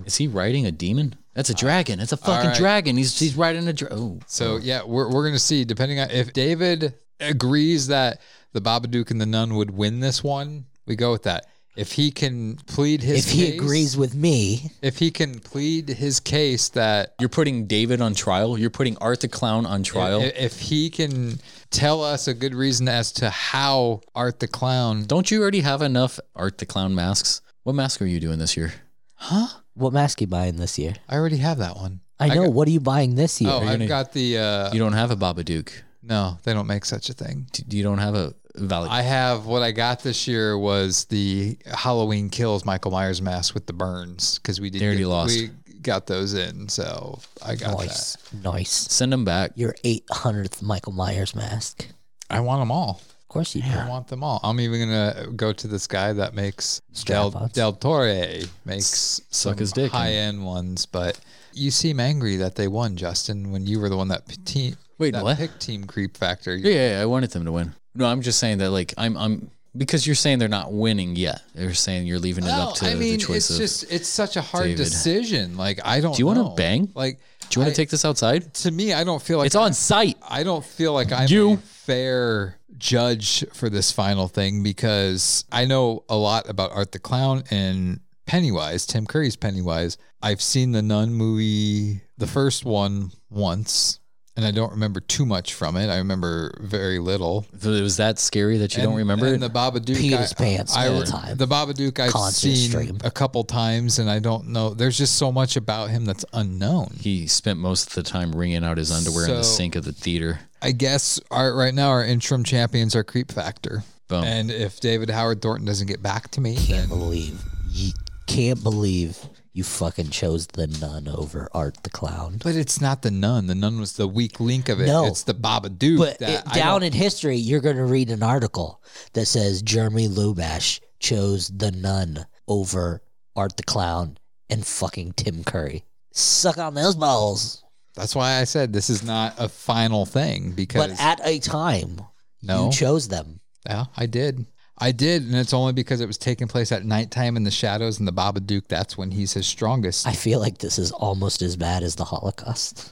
Speaker 8: Is he riding a demon? That's a dragon. It's a fucking
Speaker 9: Uh, right.
Speaker 8: dragon. He's he's riding a dragon. Oh,
Speaker 9: So yeah, we're we're gonna see depending on if David agrees that the Babadook and the Nun would win this one, we go with that. If he can plead his
Speaker 19: if he
Speaker 9: case-
Speaker 19: agrees with me,
Speaker 9: if he can plead his case that
Speaker 8: you're putting David on trial. You're putting Art the clown on trial.
Speaker 9: if, if he can tell us a good reason as to how Art the Clown
Speaker 8: Don't you already have enough Art the clown masks? What mask are you doing this year?
Speaker 9: Huh?
Speaker 19: what mask you buying this year?
Speaker 9: I already have that one.
Speaker 19: I know. what are you buying this year?
Speaker 9: Oh, I've got the uh
Speaker 8: You don't have a Babadook.
Speaker 9: no, they don't make such a thing.
Speaker 8: D- You don't have a valid.
Speaker 9: I have what I got this year was the Halloween Kills Michael Myers mask with the burns because we did
Speaker 8: They already
Speaker 9: get-
Speaker 8: lost.
Speaker 9: we got those in, so I got
Speaker 19: nice,
Speaker 9: that.
Speaker 19: nice.
Speaker 8: Send them back.
Speaker 19: Your 800th Michael Myers mask.
Speaker 9: I want them all.
Speaker 19: Of course you do.
Speaker 9: I want them all. I'm even gonna go to this guy that makes Del,
Speaker 19: Strap-ons.
Speaker 9: Del Torre makes
Speaker 8: suck his dick and-
Speaker 9: high end ones, but you seem angry that they won, Justin, when you were the one that p- te-
Speaker 8: Wait,
Speaker 9: that
Speaker 8: what?
Speaker 9: Pick team creep factor.
Speaker 8: Yeah, yeah, yeah, I wanted them to win. No, I'm just saying that like I'm I'm because you're saying they're not winning yet. You're saying you're leaving it up to
Speaker 9: Oh, I
Speaker 8: the
Speaker 9: mean,
Speaker 8: choice
Speaker 9: it's
Speaker 8: of.
Speaker 9: just it's such a hard
Speaker 8: David.
Speaker 9: decision. Like I don't.
Speaker 8: do you want
Speaker 9: know.
Speaker 8: to bang?
Speaker 9: Like,
Speaker 8: do you want
Speaker 9: I-
Speaker 8: to take this outside?
Speaker 9: To me, I don't feel like
Speaker 8: it's on site.
Speaker 9: I don't feel like I'm a fair judge for this final thing because I know a lot about Art the Clown and Pennywise, Tim Curry's Pennywise. I've seen the Nun movie, the first one, once, and I don't remember too much from it. I remember very little.
Speaker 8: It was that scary that you don't
Speaker 9: And-
Speaker 8: remember
Speaker 9: and
Speaker 8: it?
Speaker 9: the Babadook.
Speaker 8: Peed
Speaker 9: I-
Speaker 8: his pants
Speaker 9: I,
Speaker 8: all the time.
Speaker 9: The Babadook I've
Speaker 8: Constant
Speaker 9: seen
Speaker 8: stream.
Speaker 9: a couple times, and I don't know. There's just so much about him that's unknown.
Speaker 8: He spent most of the time wringing out his underwear in the
Speaker 9: So-
Speaker 8: sink of the theater.
Speaker 9: I guess our, right now our interim champions are Creep Factor.
Speaker 8: Boom.
Speaker 9: And if David Howard Thornton doesn't get back to me, then
Speaker 7: Can't believe. You can't believe you fucking chose the nun over Art the Clown.
Speaker 9: but it's not the nun. The nun was the weak link of it.
Speaker 7: No.
Speaker 9: It's the Babadook.
Speaker 7: But
Speaker 9: that
Speaker 7: it-
Speaker 9: I
Speaker 7: down
Speaker 9: don't-
Speaker 7: in history, you're going to read an article that says Jeremy Lubash chose the nun over Art the Clown and fucking Tim Curry. Suck on those balls.
Speaker 9: That's why I said this is not a final thing because
Speaker 7: But at a time,
Speaker 9: No.
Speaker 7: you chose them.
Speaker 9: yeah, I did. I did, and it's only because it was taking place at nighttime in the shadows and the Babadook. That's when he's his strongest.
Speaker 7: I feel like this is almost as bad as the Holocaust.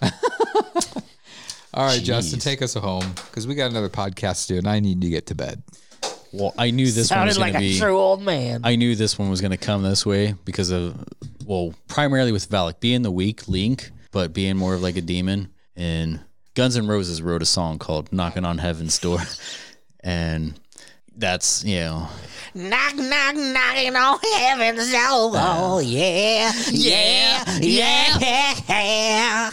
Speaker 9: All right, Justin, take us home because we got another podcast to do, and I need to get to bed.
Speaker 8: Well, I knew this one was
Speaker 7: Sounded
Speaker 8: going
Speaker 7: like
Speaker 8: to be.
Speaker 7: a true old man.
Speaker 8: I knew this one was going to come this way because of, well, primarily with Valak being the weak link, but being more of like a demon. And Guns N' Roses wrote a song called "Knocking on Heaven's Door," and that's you know
Speaker 20: Knock, knock, knocking on heaven's door.
Speaker 7: Oh, yeah.
Speaker 20: yeah, yeah, yeah.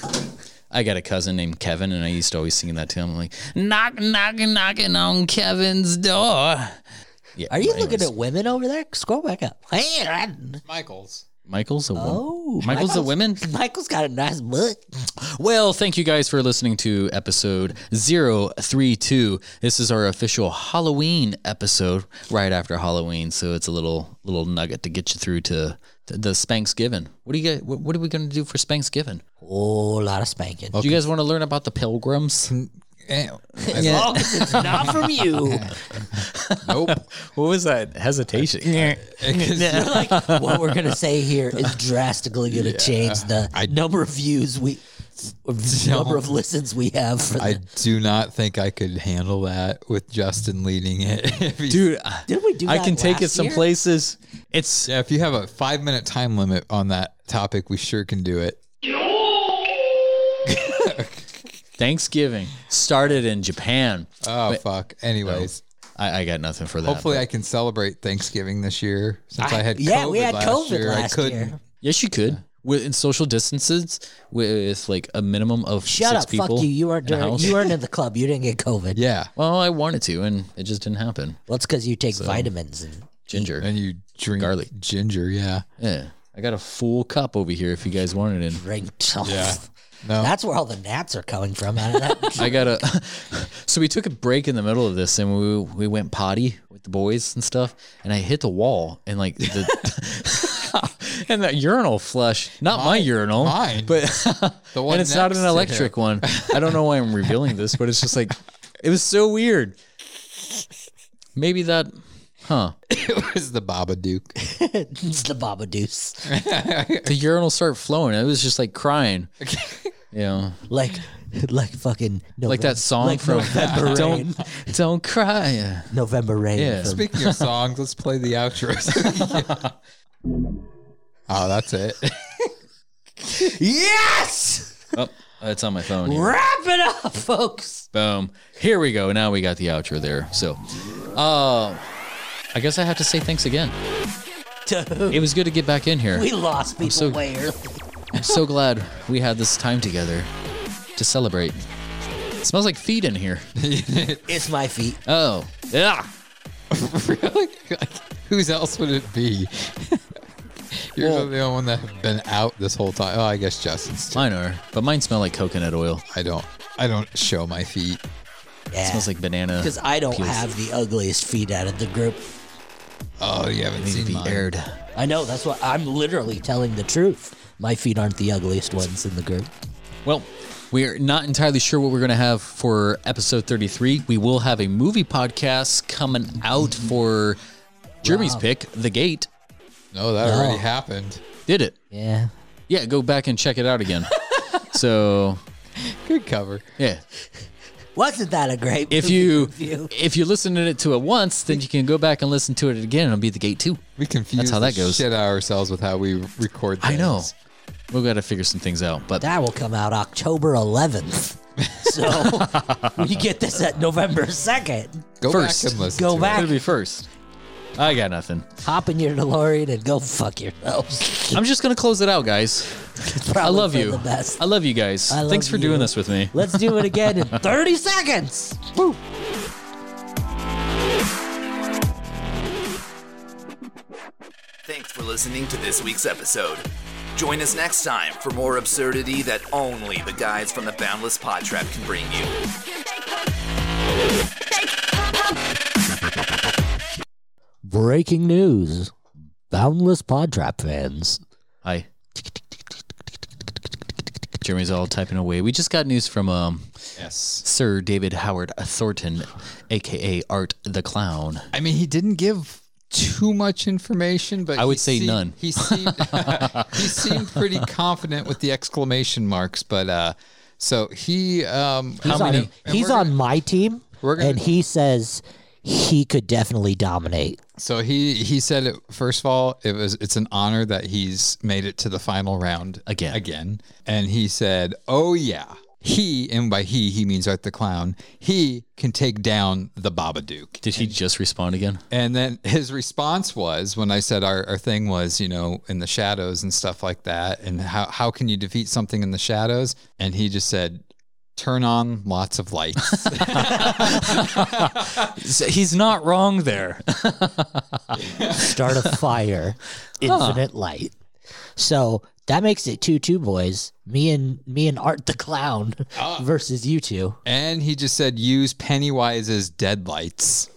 Speaker 8: I got a cousin named Kevin, and I used to always sing that to him. I'm like,
Speaker 20: Knock, knocking, knocking on Kevin's door.
Speaker 8: yeah.
Speaker 7: Are you
Speaker 8: anyways.
Speaker 7: looking at women over there? Scroll back up. Hey, I-
Speaker 9: Michaels.
Speaker 8: Michael's a woman?
Speaker 7: Oh,
Speaker 8: Michael's a woman.
Speaker 7: Michael's got a nice butt.
Speaker 8: Well, thank you guys for listening to episode 032. This is our official Halloween episode right after Halloween, so it's a little little nugget to get you through to, to the Spanksgiving. What do you guys, what, what are we going to do for Spanksgiving?
Speaker 7: Oh, a lot of spanking.
Speaker 8: Do you guys want to learn about the pilgrims?
Speaker 9: Eh, Yeah.
Speaker 7: As long as it's not from you.
Speaker 9: Nope.
Speaker 8: what was that hesitation?
Speaker 7: like what we're gonna say here is drastically gonna change the number of views we, or the number of listens we have for
Speaker 9: I
Speaker 7: the,
Speaker 9: do not think I could handle that with Justin leading it. If he's-
Speaker 8: Dude,
Speaker 7: Didn't we do
Speaker 8: I
Speaker 7: that
Speaker 8: can take it
Speaker 7: last
Speaker 8: some
Speaker 7: year?
Speaker 8: places. It's
Speaker 9: yeah, if you have a five minute time limit on that topic, we sure can do it.
Speaker 8: Thanksgiving started in Japan.
Speaker 9: Oh fuck. Anyways,
Speaker 8: I, I got nothing for that.
Speaker 9: hopefully I can celebrate Thanksgiving this year since I,
Speaker 7: I-
Speaker 9: had COVID
Speaker 7: yeah, we had
Speaker 9: last
Speaker 7: COVID
Speaker 9: year.
Speaker 7: last
Speaker 9: I couldn't.
Speaker 7: year.
Speaker 8: Yes, you could. With in social distances, with like a minimum of
Speaker 7: Shut
Speaker 8: six
Speaker 7: up,
Speaker 8: people.
Speaker 7: fuck you. You weren't
Speaker 8: in a
Speaker 7: during,
Speaker 8: house.
Speaker 7: you weren't in the club. You didn't get COVID.
Speaker 9: Yeah.
Speaker 8: Well, I wanted to, and it just didn't happen.
Speaker 7: Well, it's because you take vitamins and
Speaker 8: Ginger,
Speaker 9: And you drink
Speaker 8: garlic.
Speaker 9: ginger, yeah.
Speaker 8: Yeah, I got a full cup over here. If you guys wanted it,
Speaker 7: drink. Oh,
Speaker 9: Yeah. No.
Speaker 7: That's where all the gnats are coming from. Out of that.
Speaker 8: I got a. so we took a break in the middle of this, and we we went potty with the boys and stuff, and I hit the wall, and like the. And that urinal flush, not my urinal,
Speaker 9: mine.
Speaker 8: but
Speaker 9: The one
Speaker 8: and it's not
Speaker 9: next
Speaker 8: an
Speaker 9: to him.
Speaker 8: electric one. I don't know why I'm revealing this, but it's just like it was so weird. Maybe that, huh?
Speaker 9: it was the Babadook.
Speaker 7: it's the Baba Deuce.
Speaker 8: The urinal started flowing. I was just like crying, you know,
Speaker 7: Like, like fucking November,
Speaker 8: like that song
Speaker 7: like
Speaker 8: from
Speaker 7: November rain.
Speaker 8: "Don't Don't Cry."
Speaker 7: November rain.
Speaker 8: Yeah.
Speaker 7: from-
Speaker 9: Speaking of songs, let's play the outro. oh, that's it.
Speaker 7: yes.
Speaker 8: Oh, it's on my phone. here.
Speaker 7: Wrap it up, folks.
Speaker 8: Boom. Here we go. Now we got the outro there. So, uh, I guess I have to say thanks again. It was good to get back in here.
Speaker 7: We lost people
Speaker 8: so-
Speaker 7: way early.
Speaker 8: I'm so glad we had this time together to celebrate. It smells like feet in here.
Speaker 7: It's my feet.
Speaker 8: Oh, yeah.
Speaker 9: really? Like, whose else would it be? You're the only one that have been out this whole time. Oh, I guess Justin's.
Speaker 8: Mine are, but mine smell like coconut oil.
Speaker 9: I don't. I don't show my feet.
Speaker 7: Yeah.
Speaker 8: It smells like banana.
Speaker 7: Because I don't
Speaker 8: peels.
Speaker 7: have the ugliest feet out of the group.
Speaker 9: Oh, you haven't
Speaker 8: Need to
Speaker 9: seen
Speaker 8: be
Speaker 9: mine.
Speaker 8: aired.
Speaker 7: I know that's why I'm literally telling the truth. My feet aren't the ugliest ones in the group.
Speaker 8: Well, we're not entirely sure what we're going to have for episode 33. We will have a movie podcast coming out for Jeremy's
Speaker 9: Rob.
Speaker 8: pick, The Gate.
Speaker 9: No, that already happened.
Speaker 8: Did it?
Speaker 7: Yeah.
Speaker 8: Yeah, go back and check it out again. so,
Speaker 9: good cover.
Speaker 8: Yeah.
Speaker 7: Wasn't that a great
Speaker 8: If
Speaker 7: movie
Speaker 8: you
Speaker 7: review?
Speaker 8: if you listen to it to it once, then you can go back and listen to it again. It'll be the gate too.
Speaker 9: We confuse
Speaker 8: That's how that
Speaker 9: the
Speaker 8: goes.
Speaker 9: Shit out of ourselves with how we record.
Speaker 8: I know.
Speaker 9: things.
Speaker 8: We've got to figure some things out, but
Speaker 7: that will come out October 11th. So you get this at November 2nd.
Speaker 8: first.
Speaker 7: Go back.
Speaker 8: It'll be first. I got nothing.
Speaker 7: Hop in your DeLorean and go fuck yourselves.
Speaker 8: I'm just gonna close it out, guys. I
Speaker 7: probably
Speaker 8: love
Speaker 7: for
Speaker 8: you.
Speaker 7: the best.
Speaker 8: I love you guys.
Speaker 7: I
Speaker 8: Thanks
Speaker 7: love
Speaker 8: for doing
Speaker 7: you.
Speaker 8: this with me.
Speaker 7: Let's do it again in 30 seconds. Woo.
Speaker 12: Thanks for listening to this week's episode. Join us next time for more absurdity that only the guys from the Boundless Pod Trap can bring you.
Speaker 7: Breaking news. Boundless Podtrap fans.
Speaker 8: Hi. Jeremy's all typing away. We just got news from um,
Speaker 9: yes,
Speaker 8: Sir David Howard Thornton, aka Art the Clown.
Speaker 9: I mean, he didn't give too much information, but
Speaker 8: I would
Speaker 9: he
Speaker 8: say
Speaker 9: seemed-
Speaker 8: none.
Speaker 9: He seemed he seemed pretty confident with the exclamation marks, but uh, so he um,
Speaker 7: He's on,
Speaker 9: and
Speaker 7: he's
Speaker 9: we're-
Speaker 7: on my team,
Speaker 9: gonna-
Speaker 7: and he says he could definitely dominate.
Speaker 9: So he he said it, first of all, it was it's an honor that he's made it to the final round
Speaker 8: again.
Speaker 9: Again. And he said, "Oh yeah. He and by he he means Art the clown. He can take down the Babadook."
Speaker 8: Did he just respond again?
Speaker 9: And then his response was when I said our, our thing was, you know, in the shadows and stuff like that and how how can you defeat something in the shadows? And he just said, "Turn on lots of lights."
Speaker 8: He's not wrong there.
Speaker 7: Start a fire, infinite light. So that makes it two two boys. Me and me and Art the clown
Speaker 8: Ah.
Speaker 7: versus you two.
Speaker 9: and he just said use Pennywise's deadlights.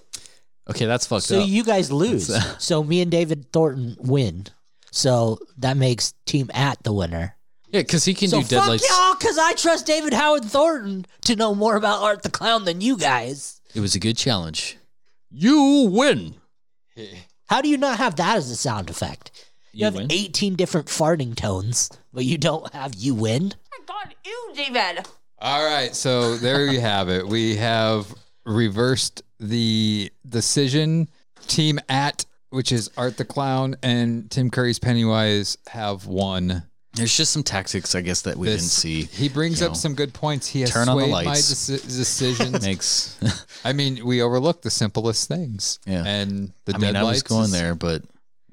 Speaker 8: Okay, that's fucked
Speaker 7: So you guys
Speaker 9: uh,
Speaker 7: lose. so me and David Thornton win. So that makes Team At the winner.
Speaker 8: Yeah, because he can
Speaker 7: so
Speaker 8: do
Speaker 7: fuck
Speaker 8: deadlights.
Speaker 7: y'all, because I trust David Howard Thornton to know more about Art the Clown than you guys.
Speaker 8: It was a good challenge. You win.
Speaker 7: How do you not have that as a sound effect? You, have 18 different farting tones, but you don't have you win?
Speaker 3: Ew, David.
Speaker 9: All right, so there you have it. We have reversed the decision. Team at which is Art the Clown and Tim Curry's Pennywise have won.
Speaker 8: There's just some tactics, I guess, that we didn't see.
Speaker 9: He brings
Speaker 8: you
Speaker 9: up
Speaker 8: know.
Speaker 9: some good points. He has
Speaker 8: Turn on the
Speaker 9: swayed my
Speaker 8: lights.
Speaker 9: deci- decisions.
Speaker 8: Makes.
Speaker 9: I mean, we overlook the simplest things.
Speaker 8: Yeah.
Speaker 9: And the
Speaker 8: I mean, I was
Speaker 9: deadlights
Speaker 8: going
Speaker 9: is-
Speaker 8: there, but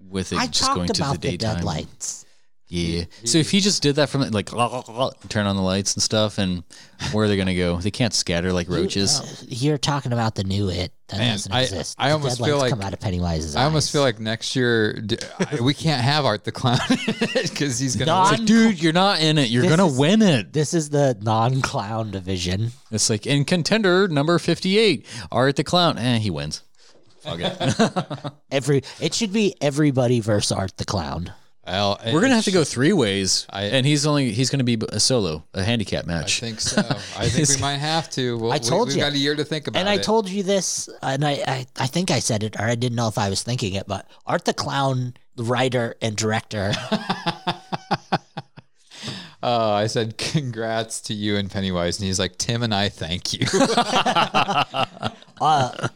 Speaker 8: with it
Speaker 7: I
Speaker 8: just
Speaker 7: talked
Speaker 8: going to the
Speaker 7: about the
Speaker 8: daytime.
Speaker 7: deadlights.
Speaker 8: Yeah. So if he just did that from like turn on the lights and stuff, and where are they gonna go? They can't scatter like
Speaker 7: uh,
Speaker 8: roaches.
Speaker 7: You're talking about the new it that
Speaker 9: Man,
Speaker 7: doesn't
Speaker 9: I-
Speaker 7: exist.
Speaker 9: I
Speaker 7: The
Speaker 9: almost
Speaker 7: deadlights
Speaker 9: feel like-
Speaker 7: come out of Pennywise's
Speaker 9: I almost feel like next year d- I- we can't have Art the Clown because he's going
Speaker 7: Non-
Speaker 9: to.
Speaker 8: It's like, dude, you're not in it. You're
Speaker 7: This
Speaker 8: gonna
Speaker 7: is-
Speaker 8: win it.
Speaker 7: This is the non-clown division.
Speaker 8: It's like in contender number fifty-eight, Art the Clown, and eh, he wins. Fuck it.
Speaker 7: Every it should be everybody versus Art the Clown.
Speaker 8: We're gonna have to go three ways, and he's only he's gonna be a solo, a handicap match. I
Speaker 9: think so. I think we might have to. We'll,
Speaker 7: I told
Speaker 9: we,
Speaker 7: you.
Speaker 9: We've got a year to think about
Speaker 7: and
Speaker 9: it.
Speaker 7: I told you this, and I, I, I think I said it, or I didn't know if I was thinking it, but Art the Clown, the writer and director,
Speaker 9: Uh, I said, "Congrats to you and Pennywise," and he's like, "Tim and I thank you."
Speaker 7: uh,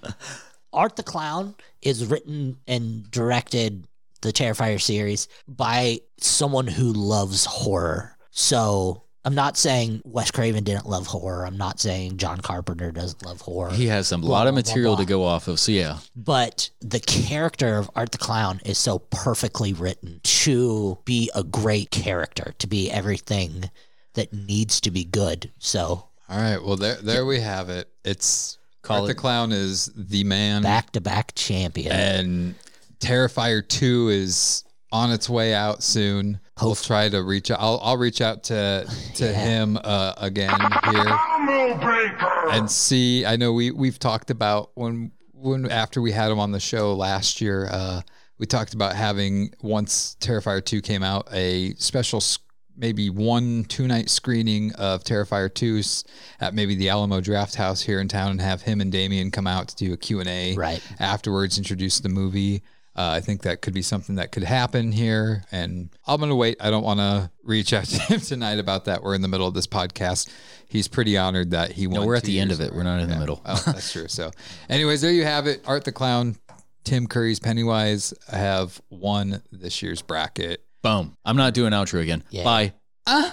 Speaker 7: Art the Clown is written and directed the Terrifier series by someone who loves horror. So I'm not saying Wes Craven didn't love horror. I'm not saying John Carpenter doesn't love horror.
Speaker 8: He has a
Speaker 7: Blah,
Speaker 8: lot of
Speaker 7: blah, blah,
Speaker 8: material
Speaker 7: blah.
Speaker 8: to go off of. So yeah,
Speaker 7: but the character of Art the Clown is so perfectly written to be a great character, to be everything that needs to be good. So
Speaker 9: All right, well there there we have it. It's
Speaker 7: Call
Speaker 9: Art the
Speaker 7: it-
Speaker 9: Clown is the man,
Speaker 7: back to back champion.
Speaker 9: Mm. and Terrifier Two is on its way out soon. We'll try to reach out. I'll I'll reach out to to him uh, again here and see. I know we we've talked about when when after we had him on the show last year. Uh, we talked about having once Terrifier Two came out a special s- maybe one two night screening of Terrifier 2 at maybe the Alamo Draft House here in town and have him and Damien come out to do a Q&A
Speaker 19: Right.
Speaker 9: afterwards introduce the movie. Uh, I think that could be something that could happen here and I'm going to wait. I don't want to reach out to him tonight about that. We're in the middle of this podcast. He's pretty honored that he won.
Speaker 8: No, we're at
Speaker 9: two
Speaker 8: the end
Speaker 9: years
Speaker 8: of it. We're not in the middle.
Speaker 9: Oh, that's true. So, anyways, there you have it. Art the Clown, Tim Curry's Pennywise have won this year's bracket.
Speaker 8: Boom. I'm not doing outro again. Bye.
Speaker 9: Uh,